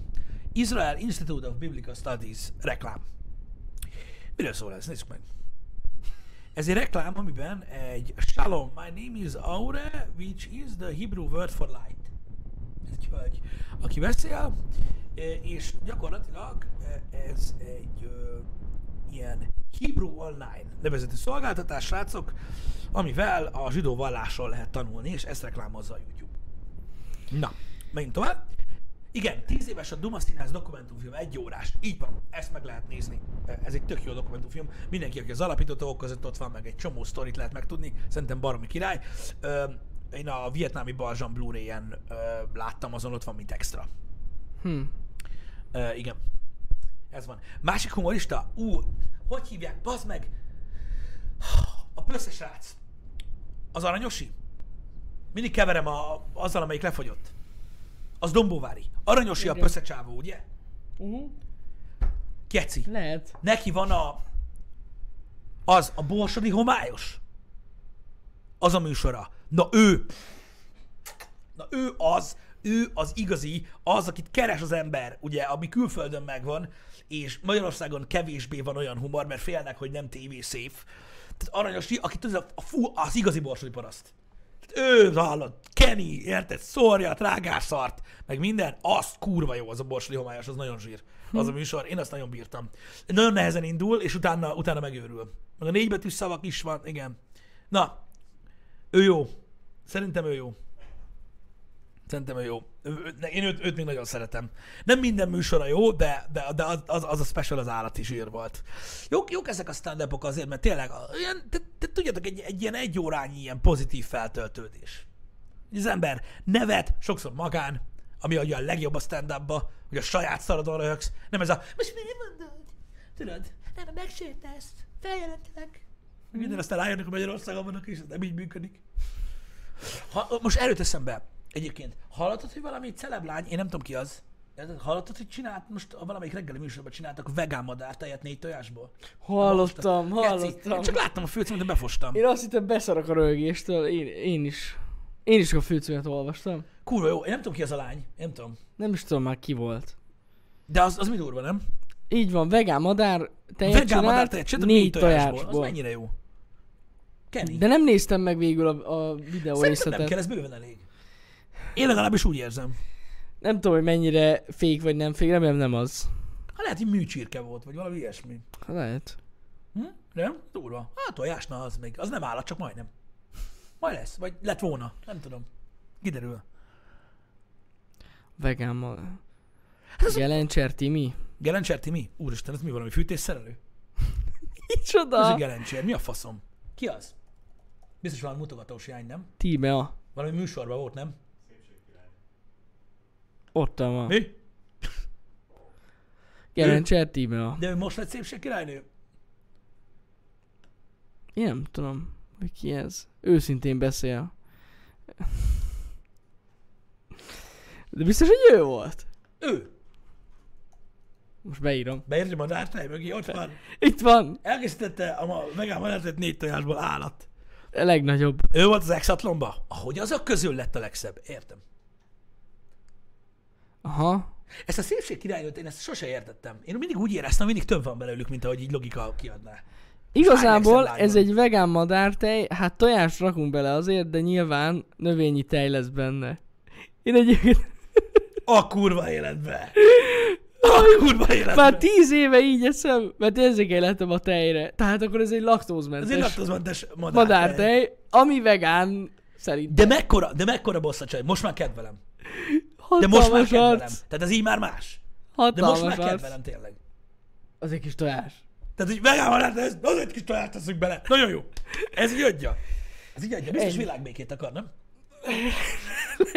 [SPEAKER 1] Israel Institute of Biblical Studies reklám. Miről szól ez? Nézzük meg. Ez egy reklám, amiben egy Shalom, my name is Aure, which is the Hebrew word for light. Ez egy hölgy, aki beszél, eh, és gyakorlatilag eh, ez egy ö, ilyen Hebrew Online nevezetű szolgáltatás, srácok, amivel a zsidó vallásról lehet tanulni, és ezt reklámozza a YouTube. Na, menjünk tovább. Igen, 10 éves a Duma Színház dokumentumfilm, egy órás. Így van, ezt meg lehet nézni. Ez egy tök jó dokumentumfilm. Mindenki, aki az alapító tagok között ott van, meg egy csomó sztorit lehet megtudni. Szerintem baromi király. Ö, Én a vietnámi Balzsan Blu-ray-en ö, láttam, azon ott van, mint extra.
[SPEAKER 2] Hm.
[SPEAKER 1] Ö, igen. Ez van. Másik humorista? Ú, hogy hívják? Bazd meg! A pösszes srác. Az aranyosi? Mindig keverem a, azzal, amelyik lefogyott. Az Dombóvári. Aranyosi a pössze csávó, ugye?
[SPEAKER 2] Uh-huh.
[SPEAKER 1] Keci.
[SPEAKER 2] Lehet.
[SPEAKER 1] Neki van a... Az, a borsodi homályos. Az a műsora. Na ő... Na ő az, ő az igazi, az, akit keres az ember, ugye, ami külföldön megvan, és Magyarországon kevésbé van olyan humor, mert félnek, hogy nem tévé szép. Tehát aranyos, aki tudja, a fú, az igazi borsodi paraszt. Tehát ő hallod, Kenny, érted, szórja a trágászart, meg minden, az kurva jó az a borsli homályos, az nagyon zsír. Az a műsor, én azt nagyon bírtam. Nagyon nehezen indul, és utána, utána megőrül. Meg a négybetűs szavak is van, igen. Na, ő jó. Szerintem ő jó. Szerintem ő jó. Ő- ő- ne- Én őt, őt még nagyon szeretem. Nem minden műsora jó, de, de, de az, az, az a special az állati zsír volt. Jók, jók ezek a stand upok azért, mert tényleg a- ilyen, te, te, tudjátok, egy, egy ilyen egyórányi ilyen pozitív feltöltődés. Az ember nevet, sokszor magán, ami ugye a legjobb a stand hogy a saját szaradon röhögsz. Nem ez a, most mi mondod? Tudod, nem, megsértesz, feljelentelek. Minden aztán rájönnek, hogy Magyarországon vannak, és ez nem így működik. Ha, most erőt eszembe. Egyébként, hallottad, hogy valami celeb lány, én nem tudom ki az, Érted? hallottad, hogy csinált, most a valamelyik reggeli műsorban csináltak vegán madár tejet négy tojásból?
[SPEAKER 2] Hallottam,
[SPEAKER 1] Geci, én
[SPEAKER 2] hallottam.
[SPEAKER 1] csak láttam a főcímet, de befostam.
[SPEAKER 2] Én azt hittem beszarok a rögéstől, én, én is. Én is a főcímet olvastam.
[SPEAKER 1] Kurva jó, én nem tudom ki az a lány, én nem tudom.
[SPEAKER 2] Nem is tudom már ki volt.
[SPEAKER 1] De az, az mi durva, nem?
[SPEAKER 2] Így van, vegán madár, tejet
[SPEAKER 1] Vegán
[SPEAKER 2] csinált,
[SPEAKER 1] madár tejet, csináltak
[SPEAKER 2] négy
[SPEAKER 1] négy tojásból. Az
[SPEAKER 2] tojásból.
[SPEAKER 1] mennyire jó? Kenny?
[SPEAKER 2] De nem néztem meg végül a, a videó
[SPEAKER 1] Szerintem nem
[SPEAKER 2] részletet.
[SPEAKER 1] kell, ez bőven elég. Én legalábbis úgy érzem.
[SPEAKER 2] Nem tudom, hogy mennyire fék vagy nem fék, remélem nem az.
[SPEAKER 1] Ha Hát lehet, hogy műcsirke volt, vagy valami ilyesmi.
[SPEAKER 2] Hát Lehet.
[SPEAKER 1] Hm? Nem? Durva. Hát tojás, na az még. Az nem állat, csak majdnem. Majd lesz, vagy lett volna. Nem tudom. Kiderül.
[SPEAKER 2] Vegán madár.
[SPEAKER 1] Hát az-
[SPEAKER 2] Jelencser Timi?
[SPEAKER 1] Gelencsér Timi? Úristen, ez mi valami fűtésszerelő? Ez egy
[SPEAKER 2] Micsoda?
[SPEAKER 1] gelencsér, mi a faszom? Ki az? Biztos valami mutogatós jány, nem?
[SPEAKER 2] Tímea.
[SPEAKER 1] Valami műsorban volt, nem?
[SPEAKER 2] Ott van.
[SPEAKER 1] Mi?
[SPEAKER 2] Jelencser Tímea.
[SPEAKER 1] De ő most lett szépség királynő?
[SPEAKER 2] Én nem tudom, hogy ki ez. Őszintén beszél. De biztos, hogy ő volt.
[SPEAKER 1] Ő.
[SPEAKER 2] Most beírom.
[SPEAKER 1] Beérzi a madártáj mögé, ott van.
[SPEAKER 2] Itt van.
[SPEAKER 1] Elkészítette a ma- vegán madártájt négy tojásból állat.
[SPEAKER 2] A legnagyobb.
[SPEAKER 1] Ő volt az exatlonba? Ahogy azok közül lett a legszebb. Értem.
[SPEAKER 2] Aha.
[SPEAKER 1] Ezt a szépség királynőt én ezt sose értettem. Én mindig úgy éreztem, mindig több van belőlük, mint ahogy így logika kiadná.
[SPEAKER 2] Igazából
[SPEAKER 1] Sárga
[SPEAKER 2] ez
[SPEAKER 1] szemlágy
[SPEAKER 2] egy vegán madártej, hát tojást rakunk bele azért, de nyilván növényi tej lesz benne. Én
[SPEAKER 1] (laughs)
[SPEAKER 2] egyébként
[SPEAKER 1] A kurva életbe! A kurva életbe!
[SPEAKER 2] már tíz éve így eszem, mert érzékelhetem a tejre. Tehát akkor ez egy
[SPEAKER 1] Ez egy
[SPEAKER 2] laktózmentes
[SPEAKER 1] laktózmentes madár.
[SPEAKER 2] madártej, ami vegán szerintem.
[SPEAKER 1] De mekkora, de mekkora bossza csaj, most már kedvelem. De most már
[SPEAKER 2] Hatalmas
[SPEAKER 1] kedvelem.
[SPEAKER 2] arc.
[SPEAKER 1] Tehát ez így már más. De
[SPEAKER 2] Hatalmas
[SPEAKER 1] most már
[SPEAKER 2] arc.
[SPEAKER 1] kedvelem tényleg.
[SPEAKER 2] Az egy kis tojás.
[SPEAKER 1] Tehát, hogy megállva lehet, ez az egy kis talált teszünk bele. Nagyon jó. Ez így adja. Ez így adja. Biztos
[SPEAKER 2] Ennyi.
[SPEAKER 1] világbékét akar, nem?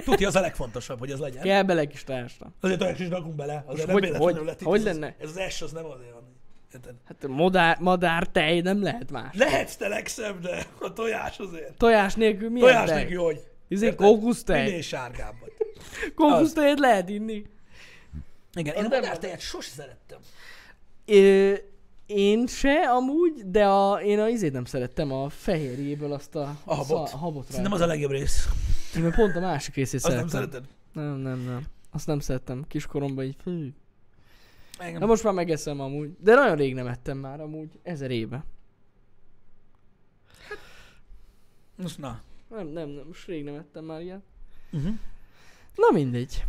[SPEAKER 1] Tudja, az a legfontosabb, hogy az legyen.
[SPEAKER 2] Kell bele kis tojásra.
[SPEAKER 1] Azért olyan is rakunk bele, azért nem
[SPEAKER 2] hogy-
[SPEAKER 1] véletlenül
[SPEAKER 2] hogy-
[SPEAKER 1] lett itt
[SPEAKER 2] hogy
[SPEAKER 1] ez az-
[SPEAKER 2] lenne?
[SPEAKER 1] Ez az S, az nem azért van. Érted?
[SPEAKER 2] Hát modár, madár tej nem lehet más.
[SPEAKER 1] Lehetsz te legszebb, de a tojás azért.
[SPEAKER 2] Tojás nélkül milyen
[SPEAKER 1] Tojás
[SPEAKER 2] tej?
[SPEAKER 1] neki, hogy.
[SPEAKER 2] Izé
[SPEAKER 1] Érted?
[SPEAKER 2] kókusztej.
[SPEAKER 1] Minél sárgábban.
[SPEAKER 2] Kókusztejet lehet inni.
[SPEAKER 1] Igen, én a
[SPEAKER 2] Az nem-
[SPEAKER 1] madártejet sose szerettem.
[SPEAKER 2] Ö, én se amúgy, de a, én a izét nem szerettem, a fehérjéből azt a,
[SPEAKER 1] A habot.
[SPEAKER 2] a habot
[SPEAKER 1] Szerintem az a legjobb rész.
[SPEAKER 2] Én meg pont a másik részét
[SPEAKER 1] Azt
[SPEAKER 2] szerettem.
[SPEAKER 1] nem szereted?
[SPEAKER 2] nem, nem, nem. Azt nem szerettem kiskoromban így. Fű.
[SPEAKER 1] Engem.
[SPEAKER 2] Na most már megeszem amúgy. De nagyon rég nem ettem már amúgy. Ezer éve.
[SPEAKER 1] Most na.
[SPEAKER 2] Nem, nem, nem. Most rég nem ettem már ilyen.
[SPEAKER 1] Uh-huh.
[SPEAKER 2] Na mindegy.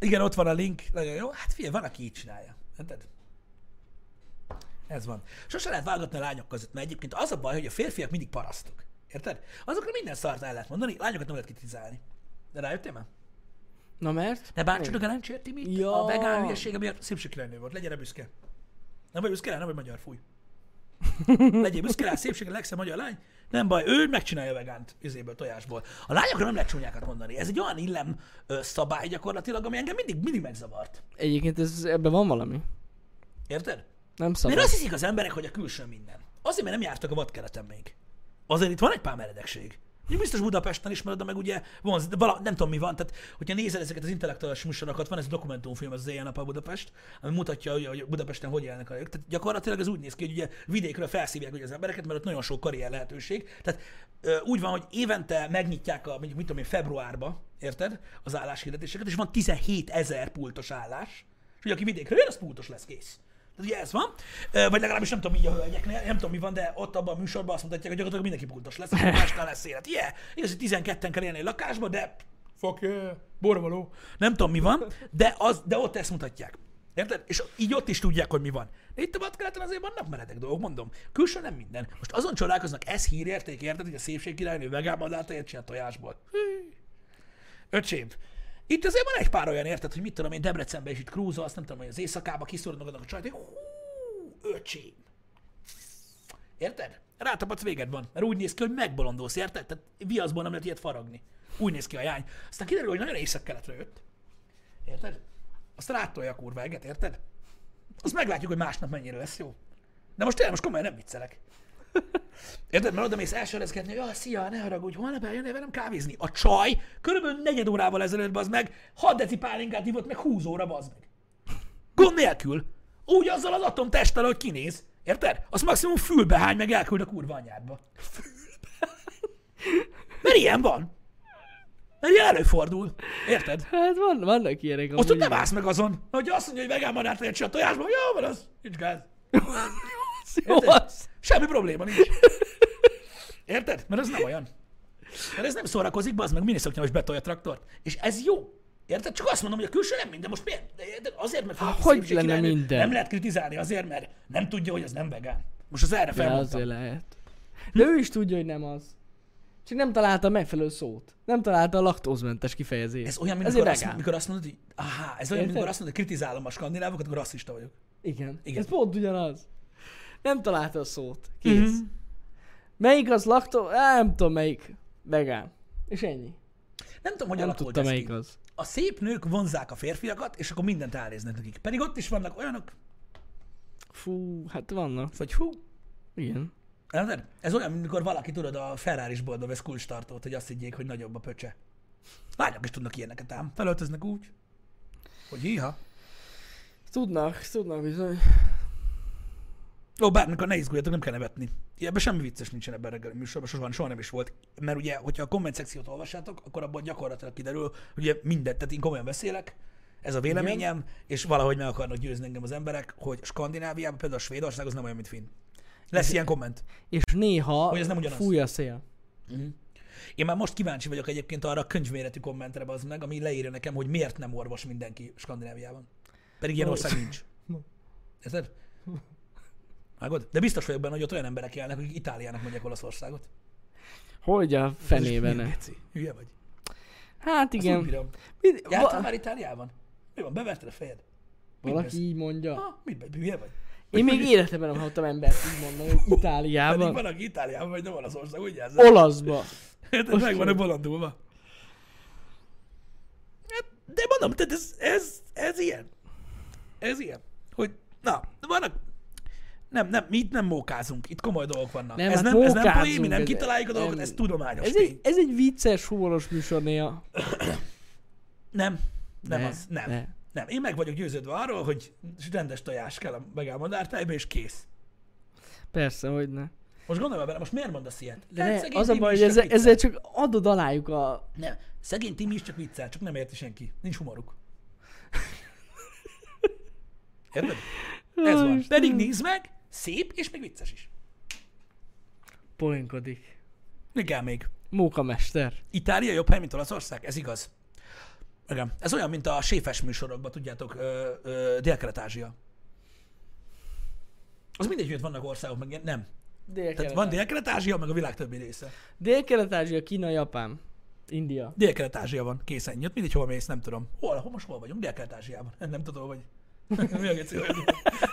[SPEAKER 1] Igen, ott van a link, nagyon jó. Hát figyelj, van, aki így csinálja. Érted? Ez van. Sose lehet válogatni a lányok között, mert egyébként az a baj, hogy a férfiak mindig parasztok. Érted? Azokra minden szart el lehet mondani, lányokat nem lehet kritizálni. De rájöttél már?
[SPEAKER 2] Na mert?
[SPEAKER 1] Ne bántsad a Gelencsér Timit,
[SPEAKER 2] Ja.
[SPEAKER 1] a vegán hülyesége miatt szépségkirálynő volt, legyen büszke. Nem vagy büszke rá, nem vagy magyar, fúj. Legyél büszke rá, szépség a legszebb magyar lány. Nem baj, ő megcsinálja a vegánt izéből, tojásból. A lányokra nem lehet csúnyákat mondani. Ez egy olyan illem ö, szabály gyakorlatilag, ami engem mindig, mindig megzavart.
[SPEAKER 2] Egyébként ez, ebben van valami.
[SPEAKER 1] Érted?
[SPEAKER 2] Nem szabad.
[SPEAKER 1] Miért azt hiszik az emberek, hogy a külső minden? Azért, mert nem jártak a vadkeleten még. Azért itt van egy pár meredekség. Ugye biztos Budapesten ismered, de meg ugye vonz, de vala, nem tudom mi van, tehát hogyha nézel ezeket az intellektuális műsorokat, van ez a dokumentumfilm, az éjjel nap a Budapest, ami mutatja, hogy- hogy Budapesten hogy élnek a nők. Tehát gyakorlatilag ez úgy néz ki, hogy ugye vidékről felszívják ugye az embereket, mert ott nagyon sok karrier lehetőség. Tehát ö, úgy van, hogy évente megnyitják a, mondjuk, mit tudom én, februárba, érted, az álláshirdetéseket, és van 17 ezer pultos állás, és ugye aki vidékről jön, az pultos lesz kész. Tehát ugye ez van, Ö, vagy legalábbis nem tudom így a hölgyeknél, nem tudom mi van, de ott abban a műsorban azt mutatják, hogy gyakorlatilag mindenki pultos lesz, akkor másnál lesz élet. Yeah, igaz, hogy 12-en kell élni egy lakásba, de fuck, yeah, borvaló. Nem tudom mi van, de, az, de ott ezt mutatják. Érted? És így ott is tudják, hogy mi van. De Itt a vadkeleten azért vannak meredek dolgok, mondom. Külső nem minden. Most azon csodálkoznak, ez hírérték, érted, hogy a szépség királynő vegában látta, csinál tojásból. Hű. Öcsém, itt azért van egy pár olyan érted, hogy mit tudom én, Debrecenben is itt krúzol, azt nem tudom, hogy az éjszakába kiszúrod magadnak a csajt, hogy hú, öcsém. Érted? Rátapadsz, véged van. Mert úgy néz ki, hogy megbolondulsz, érted? Tehát viaszból nem lehet ilyet faragni. Úgy néz ki a jány. Aztán kiderül, hogy nagyon észak-keletre jött. Érted? Azt rátolja a kurva eget, érted? Azt meglátjuk, hogy másnap mennyire lesz jó. De most tényleg, most komolyan nem viccelek. Érted? Mert oda mész elsörezgetni, hogy ah, szia, ne haragudj, holnap eljön velem kávézni. A csaj körülbelül negyed órával ezelőtt bazd meg, 6 deci pálinkát hívott meg 20 óra bazd meg. Gond nélkül. Úgy azzal az atom testtel, hogy kinéz. Érted? Azt maximum fülbehány, meg elküld a kurva anyádba. Mert ilyen van. Mert ilyen előfordul. Érted?
[SPEAKER 2] Hát van, vannak ilyenek
[SPEAKER 1] Most ott
[SPEAKER 2] amúgy,
[SPEAKER 1] nem
[SPEAKER 2] igen.
[SPEAKER 1] állsz meg azon, hogy azt mondja, hogy vegán madárt értsen a tojásba, jó van az, nincs gáz.
[SPEAKER 2] Jó,
[SPEAKER 1] Érted?
[SPEAKER 2] az.
[SPEAKER 1] Semmi probléma nincs. Érted? Mert ez nem olyan. Mert ez nem szórakozik, bazd meg, miniszoknya most betolja a traktort. És ez jó. Érted? Csak azt mondom, hogy a külső nem minden. Most miért? De- de Azért, mert valaki
[SPEAKER 2] hogy
[SPEAKER 1] szépségkirálynő,
[SPEAKER 2] lenne minden?
[SPEAKER 1] Nem lehet kritizálni azért, mert nem tudja, hogy az nem vegán. Most az erre
[SPEAKER 2] De
[SPEAKER 1] felmondtam.
[SPEAKER 2] azért lehet. De ő is tudja, hogy nem az. Csak nem találta a megfelelő szót. Nem találta a laktózmentes kifejezést.
[SPEAKER 1] Ez olyan, mint
[SPEAKER 2] Ezért
[SPEAKER 1] amikor azt,
[SPEAKER 2] vegán.
[SPEAKER 1] mikor azt mondod, hogy aha, ez olyan, mint
[SPEAKER 2] Érted?
[SPEAKER 1] amikor azt mondod, hogy kritizálom a skandinávokat, akkor rasszista vagyok.
[SPEAKER 2] Igen.
[SPEAKER 1] Igen.
[SPEAKER 2] Igen. Ez pont ugyanaz. Nem találta a szót. Kész. Mm-hmm. Melyik az laktó? Á, nem tudom melyik. Vegán. És ennyi.
[SPEAKER 1] Nem tudom, hogy
[SPEAKER 2] Nem
[SPEAKER 1] alakult
[SPEAKER 2] tudta
[SPEAKER 1] ez
[SPEAKER 2] melyik
[SPEAKER 1] ki.
[SPEAKER 2] az.
[SPEAKER 1] A szép nők vonzák a férfiakat, és akkor mindent elnéznek nekik. Pedig ott is vannak olyanok,
[SPEAKER 2] Fú, hát vannak.
[SPEAKER 1] hogy hú,
[SPEAKER 2] Igen.
[SPEAKER 1] Érted? Ez olyan, mint amikor valaki tudod a Ferrari is boldog vesz kulcstartót, hogy azt higgyék, hogy nagyobb a pöcse. Lányok is tudnak ilyeneket ám. Felöltöznek úgy, hogy híha.
[SPEAKER 2] Tudnak, tudnak bizony.
[SPEAKER 1] Ó, bármikor ne izguljatok, nem kell nevetni. Ebben semmi vicces nincsen ebben a reggeli műsorban, soha, soha nem is volt. Mert ugye, hogyha a komment szekciót olvassátok, akkor abban gyakorlatilag kiderül, hogy ugye mindent, tehát én komolyan beszélek, ez a véleményem, Igen. és valahogy meg akarnak győzni engem az emberek, hogy Skandináviában, például a Svédország az nem olyan, mint Finn. Lesz ilyen komment.
[SPEAKER 2] És néha
[SPEAKER 1] Hogy ez nem ugyanaz.
[SPEAKER 2] fúj a szél.
[SPEAKER 1] Én már most kíváncsi vagyok egyébként arra a könyvméretű kommentre az meg, ami leírja nekem, hogy miért nem orvos mindenki Skandináviában. Pedig ilyen ország nincs. Érted? Vágod? De biztos vagyok benne, hogy ott olyan emberek élnek, akik Itáliának mondják Olaszországot.
[SPEAKER 2] Hogy a
[SPEAKER 1] Ez is
[SPEAKER 2] fenébe
[SPEAKER 1] milyen
[SPEAKER 2] ne.
[SPEAKER 1] geci. Hülye vagy.
[SPEAKER 2] Hát
[SPEAKER 1] Igen. Úgy
[SPEAKER 2] igen.
[SPEAKER 1] bírom.
[SPEAKER 2] Mind,
[SPEAKER 1] Jártál
[SPEAKER 2] va-
[SPEAKER 1] már Itáliában? Mi van, beverted a fejed? Mit
[SPEAKER 2] valaki
[SPEAKER 1] beszél?
[SPEAKER 2] így mondja.
[SPEAKER 1] Ha, mit vagy, hülye vagy?
[SPEAKER 2] Én még életemben nem hallottam embert így mondani, hogy
[SPEAKER 1] Pedig
[SPEAKER 2] Itáliában.
[SPEAKER 1] van, aki Itáliában vagy, nem Olaszország, úgy jelzem.
[SPEAKER 2] Olaszba.
[SPEAKER 1] Érted?
[SPEAKER 2] Most
[SPEAKER 1] Meg van a
[SPEAKER 2] jön.
[SPEAKER 1] bolondulva. Hát, De mondom, tehát ez, ez, ez ilyen. Ez ilyen. Hogy, na, vannak... Nem, nem, mi itt nem mókázunk, itt komoly dolgok vannak.
[SPEAKER 2] Nem,
[SPEAKER 1] ez,
[SPEAKER 2] hát
[SPEAKER 1] nem, ez nem
[SPEAKER 2] mókázunk,
[SPEAKER 1] poén, mi nem
[SPEAKER 2] ez-
[SPEAKER 1] kitaláljuk a dolgokat,
[SPEAKER 2] nem.
[SPEAKER 1] ez tudományos
[SPEAKER 2] Ez
[SPEAKER 1] ez tény.
[SPEAKER 2] egy, ez egy vicces, humoros műsor néha.
[SPEAKER 1] Nem, nem
[SPEAKER 2] Ne,
[SPEAKER 1] az, nem.
[SPEAKER 2] ne.
[SPEAKER 1] Nem, én meg vagyok győződve arról, hogy rendes tojás kell a megálmodártájba, és kész.
[SPEAKER 2] Persze, hogy ne.
[SPEAKER 1] Most gondolj már bele, most miért mondasz ilyet?
[SPEAKER 2] De
[SPEAKER 1] Hát,
[SPEAKER 2] ne,
[SPEAKER 1] szegény
[SPEAKER 2] az a
[SPEAKER 1] Timi
[SPEAKER 2] baj,
[SPEAKER 1] is
[SPEAKER 2] hogy
[SPEAKER 1] csak
[SPEAKER 2] ezzel,
[SPEAKER 1] viccel.
[SPEAKER 2] ezzel csak adod alájuk a...
[SPEAKER 1] Nem, szegény Timi is csak viccel, csak nem érti senki. Nincs humoruk. Érted? Ez van. Pedig nézd meg, szép és még vicces is.
[SPEAKER 2] Poénkodik.
[SPEAKER 1] Mi kell még?
[SPEAKER 2] Mókamester.
[SPEAKER 1] Itália jobb hely, mint Olaszország? Ez igaz. Igen. Ez olyan, mint a séfes műsorokban, tudjátok, ö, ö, Dél-Kelet-Ázsia. Az mindegy, hogy ott vannak országok, meg ilyen- nem. Tehát van
[SPEAKER 2] Dél-kelet-ázsia,
[SPEAKER 1] Dél-Kelet-Ázsia, meg a világ többi része.
[SPEAKER 2] Dél-Kelet-Ázsia, Kína, Japán, India.
[SPEAKER 1] Dél-Kelet-Ázsia van, készen jött, mindegy, hol mész, nem tudom. Hol, hol most hol vagyunk? Dél-Kelet-Ázsiában. Nem tudom, hogy. (laughs) Mi a geci, hogy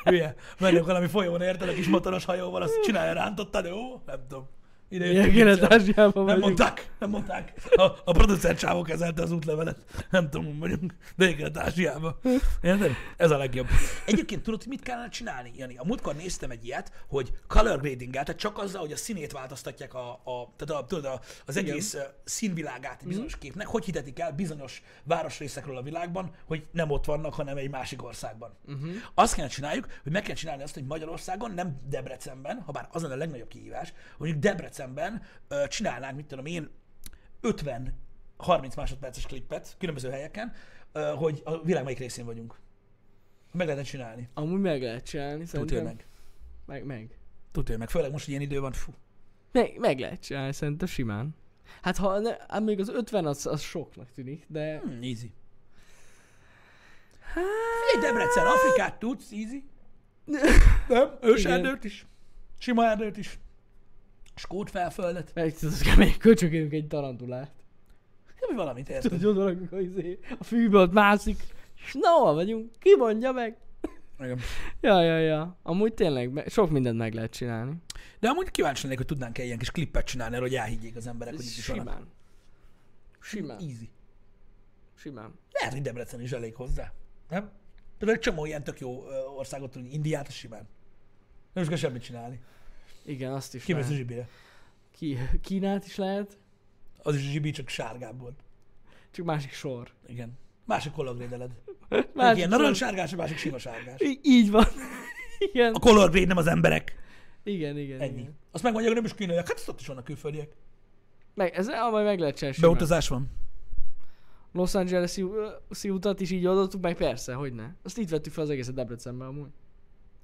[SPEAKER 1] hülye. Menjünk valami folyón, érted, a kis motoros hajóval, azt csinálja rántottad, jó? Nem tudom. Ide jöttünk, nincs semmi.
[SPEAKER 2] Dél-Kelet-Ázsiában
[SPEAKER 1] nem
[SPEAKER 2] vagyunk.
[SPEAKER 1] mondták, nem mondták. A, a producer csávó kezelte az útlevelet. Nem tudom, hogy vagyunk. Dél-Kelet-Ázsiában. Érted? Ez a legjobb. Egyébként tudod, hogy mit kellene csinálni, Jani? A múltkor néztem egy ilyet, hogy color grading tehát csak azzal, hogy a színét változtatják a, a, tehát a, tudod, a, az egész ö, színvilágát egy bizonyos képnek, hogy hitetik el bizonyos városrészekről a világban, hogy nem ott vannak, hanem egy másik országban. Uh-huh. Azt kell csináljuk, hogy meg kell csinálni azt, hogy Magyarországon, nem Debrecenben, ha bár az lenne a legnagyobb kihívás, mondjuk Debrecenben ö, csinálnánk, mit tudom én, 50 30 másodperces klippet különböző helyeken, ö, hogy a világ melyik részén vagyunk. Meg lehetne csinálni.
[SPEAKER 2] Amúgy meg lehet csinálni,
[SPEAKER 1] Tudja
[SPEAKER 2] szerintem.
[SPEAKER 1] meg.
[SPEAKER 2] Meg, meg.
[SPEAKER 1] Tudja meg. Főleg most, hogy ilyen idő van, fú.
[SPEAKER 2] Meg, meg lehet csinálni, szerintem simán. Hát ha ne, hát még az 50 az, az soknak tűnik, de...
[SPEAKER 1] Hmm, easy. Figyelj, Debrecen, Afrikát tudsz, easy. Nem? Ős
[SPEAKER 2] Igen.
[SPEAKER 1] erdőt is. Sima erdőt is. Skót felföldet.
[SPEAKER 2] Egy az kemény, kölcsönkérünk egy tarantulát.
[SPEAKER 1] Mi valamit érted?
[SPEAKER 2] Tudod, oda rakjuk a, izé, a fűbe ott mászik. És na, hol vagyunk? Ki mondja meg?
[SPEAKER 1] Igen.
[SPEAKER 2] Ja, ja, ja. Amúgy tényleg me- sok mindent meg lehet csinálni.
[SPEAKER 1] De amúgy kíváncsi lennék, hogy tudnánk-e ilyen kis klippet csinálni, arra, hogy elhiggyék az emberek, hogy itt is vannak.
[SPEAKER 2] Simán. Simán.
[SPEAKER 1] Easy.
[SPEAKER 2] Simán.
[SPEAKER 1] Lehet, hogy Debrecen is elég hozzá. Nem? Például egy csomó ilyen tök jó ö, országot tudni, Indiát is simán. Nem is kell semmit csinálni.
[SPEAKER 2] Igen, azt is
[SPEAKER 1] Kimész a
[SPEAKER 2] lehet.
[SPEAKER 1] zsibire.
[SPEAKER 2] Ki, Kínát is lehet,
[SPEAKER 1] Az is a zsibi, csak sárgább volt.
[SPEAKER 2] csak másik sor.
[SPEAKER 1] Igen. Másik kolorgrédeled. Másik
[SPEAKER 2] Másik
[SPEAKER 1] ilyen
[SPEAKER 2] sor.
[SPEAKER 1] narancssárgás, a másik sima sárgás.
[SPEAKER 2] Í- így van. (laughs) igen.
[SPEAKER 1] A kolorgréd nem az emberek.
[SPEAKER 2] igen, igen,
[SPEAKER 1] Ennyi.
[SPEAKER 2] igen.
[SPEAKER 1] Azt megmondják, nem is kínaiak. Hát azt ott is vannak külföldiek.
[SPEAKER 2] Meg, ez ah, majd meg lehet csinálni simán.
[SPEAKER 1] Beutazás van.
[SPEAKER 2] Los Angeles-i utat is így adottuk, meg persze, hogy ne. Azt itt vettük fel az egészet Debrecenbe amúgy.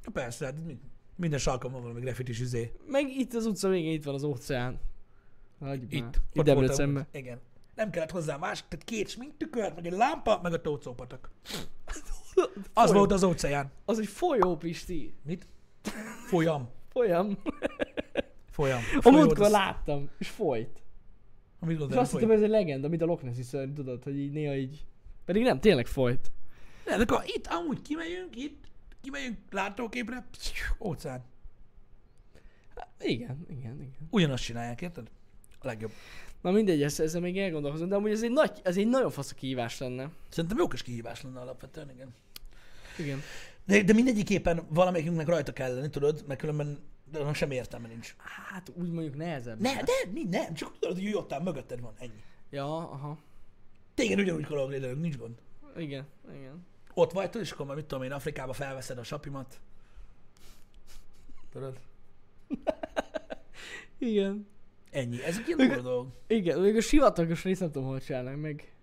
[SPEAKER 1] Na Persze, hát mi- minden sarkon van valami graffitis izé.
[SPEAKER 2] Meg itt az utca végén itt van az óceán. Hagyjuk már.
[SPEAKER 1] Itt.
[SPEAKER 2] Itt
[SPEAKER 1] Ott voltam
[SPEAKER 2] Debrecenben.
[SPEAKER 1] ott. Igen. Nem kellett hozzá más, tehát két sminktükör, meg egy lámpa, meg a tócópatak. Az
[SPEAKER 2] Folyam.
[SPEAKER 1] volt az óceán.
[SPEAKER 2] (laughs) Az egy folyó, Pisti.
[SPEAKER 1] Mit? Folyam.
[SPEAKER 2] Folyam.
[SPEAKER 1] Folyam.
[SPEAKER 2] A
[SPEAKER 1] Folyó
[SPEAKER 2] múltkor
[SPEAKER 1] az-
[SPEAKER 2] láttam, és folyt.
[SPEAKER 1] Amit
[SPEAKER 2] És
[SPEAKER 1] gondolom,
[SPEAKER 2] azt hittem,
[SPEAKER 1] folyó.
[SPEAKER 2] ez egy legenda, mint a Loch Nessi szörny, tudod, hogy így néha így... Pedig nem, tényleg folyt.
[SPEAKER 1] Nem, de akkor itt amúgy kimegyünk, itt kimegyünk látóképre, psziu, óceán.
[SPEAKER 2] Igen, igen, igen.
[SPEAKER 1] Ugyanazt csinálják, érted? A legjobb.
[SPEAKER 2] Na mindegy, ezt, ezzel még elgondolkozom, de amúgy ez egy, nagy, ez egy nagyon fasz a kihívás lenne.
[SPEAKER 1] Szerintem jó kis kihívás lenne alapvetően, igen.
[SPEAKER 2] Igen.
[SPEAKER 1] De, de mindegyiképpen valamelyikünknek rajta kell lenni, tudod, mert különben de annak semmi értelme nincs.
[SPEAKER 2] Hát úgy mondjuk nehezebb.
[SPEAKER 1] Ne, de, mi, nem, csak tudod, hogy ő ott áll, mögötted van, ennyi.
[SPEAKER 2] Ja, aha.
[SPEAKER 1] Téged ugyanúgy kolorgrédelünk, nincs gond.
[SPEAKER 2] Igen, igen.
[SPEAKER 1] ott vagy, tudod, és akkor már mit tudom én, Afrikába felveszed a sapimat. Tudod?
[SPEAKER 2] Igen.
[SPEAKER 1] Ennyi. Ez egy ilyen durva dolog.
[SPEAKER 2] Igen, még a sivatagos részt nem tudom, hol csinálnak meg.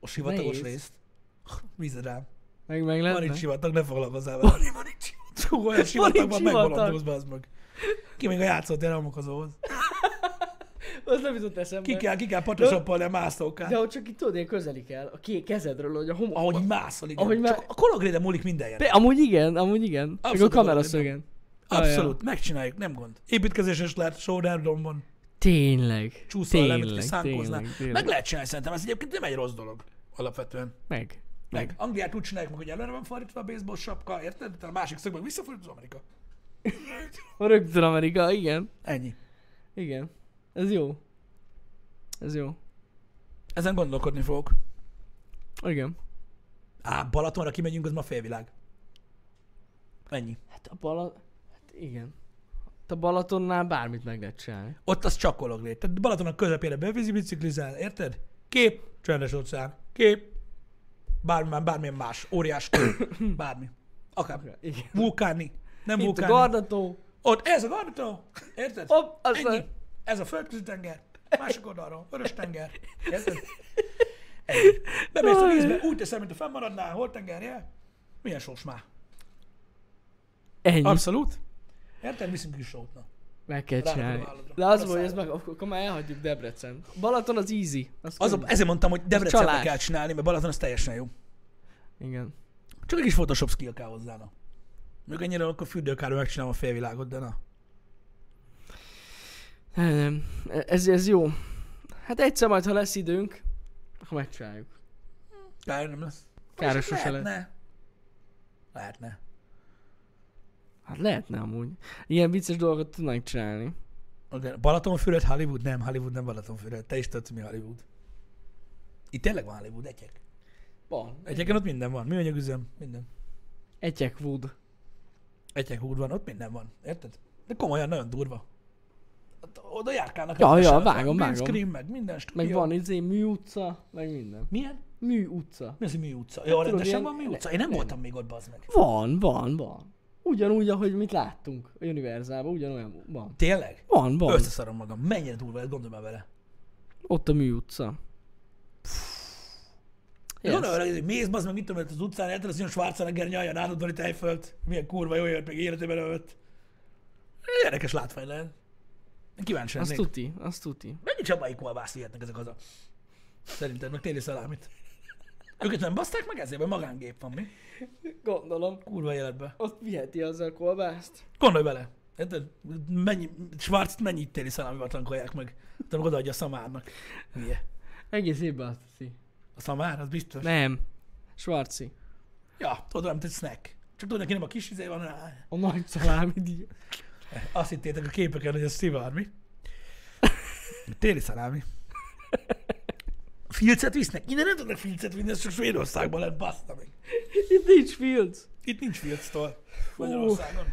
[SPEAKER 1] A sivatagos
[SPEAKER 2] Nehéz.
[SPEAKER 1] részt. (laughs) Bízd rám.
[SPEAKER 2] Meg meg
[SPEAKER 1] Van itt
[SPEAKER 2] lenne.
[SPEAKER 1] sivatag, ne foglalkozzál vele.
[SPEAKER 2] van itt
[SPEAKER 1] Hú, olyan sivatagban
[SPEAKER 2] sivatag.
[SPEAKER 1] megbolondulsz, bazd meg. Ki még a játszótér amokozóhoz?
[SPEAKER 2] Az nem jutott eszembe.
[SPEAKER 1] Ki kell, ki kell patosappalni a mászókát.
[SPEAKER 2] De ahogy csak itt tudod, ilyen közelik el a két kezedről, hogy a homok...
[SPEAKER 1] Ahogy így mászol, igen.
[SPEAKER 2] Ahogy
[SPEAKER 1] Ahogy
[SPEAKER 2] már-
[SPEAKER 1] Csak a kologréde múlik minden ilyen.
[SPEAKER 2] Be, amúgy igen, amúgy igen. Meg a
[SPEAKER 1] Abszolút
[SPEAKER 2] kamera
[SPEAKER 1] valami.
[SPEAKER 2] szögen.
[SPEAKER 1] Abszolút, megcsináljuk, nem gond. Építkezés is lehet, Showdown-ban,
[SPEAKER 2] Tényleg.
[SPEAKER 1] csúszol le, mint
[SPEAKER 2] Tényleg,
[SPEAKER 1] egy szánkóznál.
[SPEAKER 2] tényleg, tényleg.
[SPEAKER 1] Meg lehet csinálni, szerintem ez egyébként nem egy rossz dolog. Alapvetően.
[SPEAKER 2] Meg.
[SPEAKER 1] Meg. Angliát úgy csinálják meg, hogy előre van fordítva a baseball sapka, érted? Utána a másik szögben visszafordítva az Amerika.
[SPEAKER 2] Rögtön Amerika, igen.
[SPEAKER 1] Ennyi.
[SPEAKER 2] Igen. Ez jó. Ez jó.
[SPEAKER 1] Ezen gondolkodni fogok.
[SPEAKER 2] Igen.
[SPEAKER 1] Á, Balatonra kimegyünk, az ma félvilág. Ennyi.
[SPEAKER 2] Hát a Balaton... Hát igen. Hát a Balatonnál bármit meg lehet csinálni.
[SPEAKER 1] Ott az csak kologrét. Tehát Balaton a közepére bevízi biciklizál, érted? Kép, csendes óceán. Kép, bármilyen, bármilyen más, óriás, kő, bármi. Akár.
[SPEAKER 2] Igen.
[SPEAKER 1] Vulkáni, nem
[SPEAKER 2] Itt a
[SPEAKER 1] vulkáni.
[SPEAKER 2] Gardató.
[SPEAKER 1] Ott ez a Gardató, érted?
[SPEAKER 2] Hopp, az
[SPEAKER 1] Ennyi.
[SPEAKER 2] a...
[SPEAKER 1] Ez a földközi tenger. Másik oldalról. Vörös tenger. Érted? Ennyi. Bemész a vízbe, úgy teszem, mint a fennmaradnál, hol tengerje? Milyen sós már?
[SPEAKER 2] Ennyi.
[SPEAKER 1] Abszolút. Érted? Viszünk is sót. na.
[SPEAKER 2] Meg kell
[SPEAKER 1] Rárakom a
[SPEAKER 2] csinálni.
[SPEAKER 1] válladra.
[SPEAKER 2] De az
[SPEAKER 1] Oda
[SPEAKER 2] volt, hogy ez
[SPEAKER 1] szállok.
[SPEAKER 2] meg, akkor már elhagyjuk Debrecen. Balaton az easy. Az,
[SPEAKER 1] Az a,
[SPEAKER 2] könnyű.
[SPEAKER 1] ezért mondtam, hogy Debrecenbe
[SPEAKER 2] csalás.
[SPEAKER 1] kell csinálni, mert Balaton az teljesen jó.
[SPEAKER 2] Igen.
[SPEAKER 1] Csak egy kis Photoshop skill kell hozzá, na. Még ennyire akkor fürdőkáról megcsinálom a félvilágot, de na.
[SPEAKER 2] Nem, nem. E- Ez, ez jó. Hát egyszer majd, ha lesz időnk, akkor megcsináljuk.
[SPEAKER 1] Kár nem lesz.
[SPEAKER 2] Káros sose lesz.
[SPEAKER 1] Lehetne. Lehetne.
[SPEAKER 2] Hát lehetne amúgy. Ilyen vicces dolgokat tudnánk csinálni.
[SPEAKER 1] Okay. Balatonfüred, Hollywood? Nem, Hollywood nem Balatonfüred. Te is tudsz, mi Hollywood. Itt tényleg van Hollywood, egyek.
[SPEAKER 2] Van.
[SPEAKER 1] Egyeken ott minden van. Műanyagüzem, minden.
[SPEAKER 2] Egyek Wood.
[SPEAKER 1] Egyek húr van, ott minden van, érted? De komolyan, nagyon durva. Ott- Oda járkálnak.
[SPEAKER 2] Ja,
[SPEAKER 1] rendesen,
[SPEAKER 2] ja,
[SPEAKER 1] ott van
[SPEAKER 2] vágom, vágom.
[SPEAKER 1] Screen, meg minden stúdió.
[SPEAKER 2] Meg van izé mű utca, meg minden.
[SPEAKER 1] Milyen?
[SPEAKER 2] Mű utca.
[SPEAKER 1] Mi az, hogy mi utca? Jó, rendesen
[SPEAKER 2] Hát ilyen-
[SPEAKER 1] van mi
[SPEAKER 2] ne-
[SPEAKER 1] utca? Én nem
[SPEAKER 2] nem.
[SPEAKER 1] voltam még ott, bazd meg.
[SPEAKER 2] Van, van, van. Ugyanúgy, ahogy mit láttunk a Univerzában, ugyanolyan van.
[SPEAKER 1] Tényleg?
[SPEAKER 2] Van, van.
[SPEAKER 1] Összeszarom magam. Mennyire durva, ez gondolj már vele.
[SPEAKER 2] Ott a mű utca.
[SPEAKER 1] Yes. Gondolom,
[SPEAKER 2] Yes.
[SPEAKER 1] hogy mész, az meg mit tudom, hogy az utcán eltelesz, hogy Schwarzenegger nyalja Nádodori tejfölt. Milyen kurva jó jött, még életében ölt. Érdekes látvány lehet. Kíváncsi
[SPEAKER 2] Azt
[SPEAKER 1] lennék.
[SPEAKER 2] tuti, azt tuti.
[SPEAKER 1] Mennyi csabai kolbászt ihetnek ezek haza? Szerinted meg téli szalámit. Őket nem baszták meg ezért, mert magángép van, mi?
[SPEAKER 2] Gondolom.
[SPEAKER 1] Kurva életbe.
[SPEAKER 2] Ott viheti azzal kolbászt.
[SPEAKER 1] Gondolj bele. Érted? Mennyi, Schwarzt mennyi téli szalámival tankolják meg? Hát amikor odaadja a szamárnak. Milyen?
[SPEAKER 2] Egész évben azt teszi.
[SPEAKER 1] A szamár, az biztos.
[SPEAKER 2] Nem. Schwarzi.
[SPEAKER 1] Ja, tudod, olyan, mint egy snack. Csak tudod, neki nem a kis izé van, rá.
[SPEAKER 2] A nagy szalámid így.
[SPEAKER 1] Azt hittétek a képeken, hogy ez szivár, mi? Téli szalámi. Filcet visznek? Innen nem tudnak filcet vinni, ez csak Svédországban lett, baszta meg.
[SPEAKER 2] Itt nincs Fields.
[SPEAKER 1] Itt nincs filctól Magyarországon.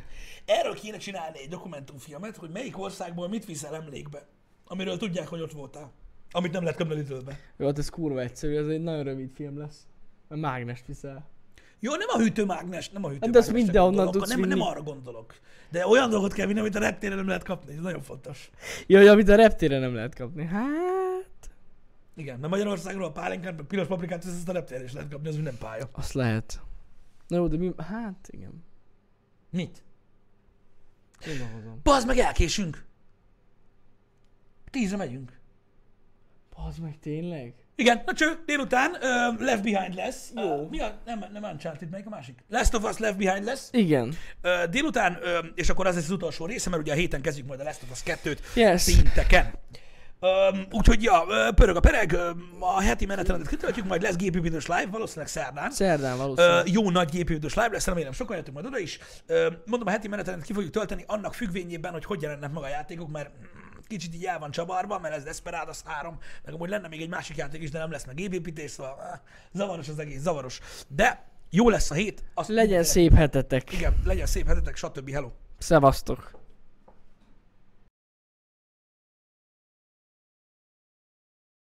[SPEAKER 1] Erről kéne csinálni egy dokumentumfilmet, hogy melyik országból mit viszel emlékbe, amiről tudják, hogy ott voltál. Amit nem lehet kapni időben.
[SPEAKER 2] Jó, hát ez kurva egyszerű, ez egy nagyon rövid film lesz. Mert mágnest viszel.
[SPEAKER 1] Jó, nem a hűtőmágnes, nem a hűtőmágnes.
[SPEAKER 2] Hát azt mindenhonnan tudsz
[SPEAKER 1] nem, nem
[SPEAKER 2] vinni.
[SPEAKER 1] arra gondolok. De olyan dolgot kell vinni, amit a reptéren nem lehet kapni. Ez nagyon fontos.
[SPEAKER 2] Jó, ja, amit a reptéren nem lehet kapni. Hát...
[SPEAKER 1] Igen, de Magyarországról a pálinkát, meg piros paprikát, ez ezt a reptéren is lehet kapni, az minden pálya.
[SPEAKER 2] Azt lehet. Na jó, de mi... Hát igen.
[SPEAKER 1] Mit?
[SPEAKER 2] Gondolkozom.
[SPEAKER 1] Bazd meg, elkésünk! Tízre megyünk.
[SPEAKER 2] Bazd meg, tényleg?
[SPEAKER 1] Igen, na cső, délután uh, Left Behind lesz. Jó.
[SPEAKER 2] Jó.
[SPEAKER 1] Uh, mi a, nem, nem Uncharted, melyik a másik? Last of Us Left Behind lesz.
[SPEAKER 2] Igen.
[SPEAKER 1] Uh, délután, uh, és akkor az lesz az utolsó része, mert ugye a héten kezdjük majd a Last of Us 2-t
[SPEAKER 2] Yes.
[SPEAKER 1] szinteken. Um, úgyhogy, ja, ö, pörög a pereg, ö, a heti menetrendet kitöltjük, majd lesz gépjúbidős live, valószínűleg szerdán.
[SPEAKER 2] Szerdán
[SPEAKER 1] Ö,
[SPEAKER 2] valószínűleg.
[SPEAKER 1] jó nagy gépjúdős live lesz, remélem sokan jöttünk majd oda is. Ö, mondom, a heti menetrendet ki fogjuk tölteni annak függvényében, hogy hogy jelennek meg a játékok, mert mm, kicsit így el van csavarva, mert ez Desperados 3, meg amúgy lenne még egy másik játék is, de nem lesz meg gépépítés, szóval áh, zavaros az egész, zavaros. De jó lesz a hét. Azt
[SPEAKER 2] Legyen
[SPEAKER 1] mindenek-
[SPEAKER 2] szép hetetek.
[SPEAKER 1] Igen, legyen szép hetetek, stb. Hello!
[SPEAKER 2] Szevasztok.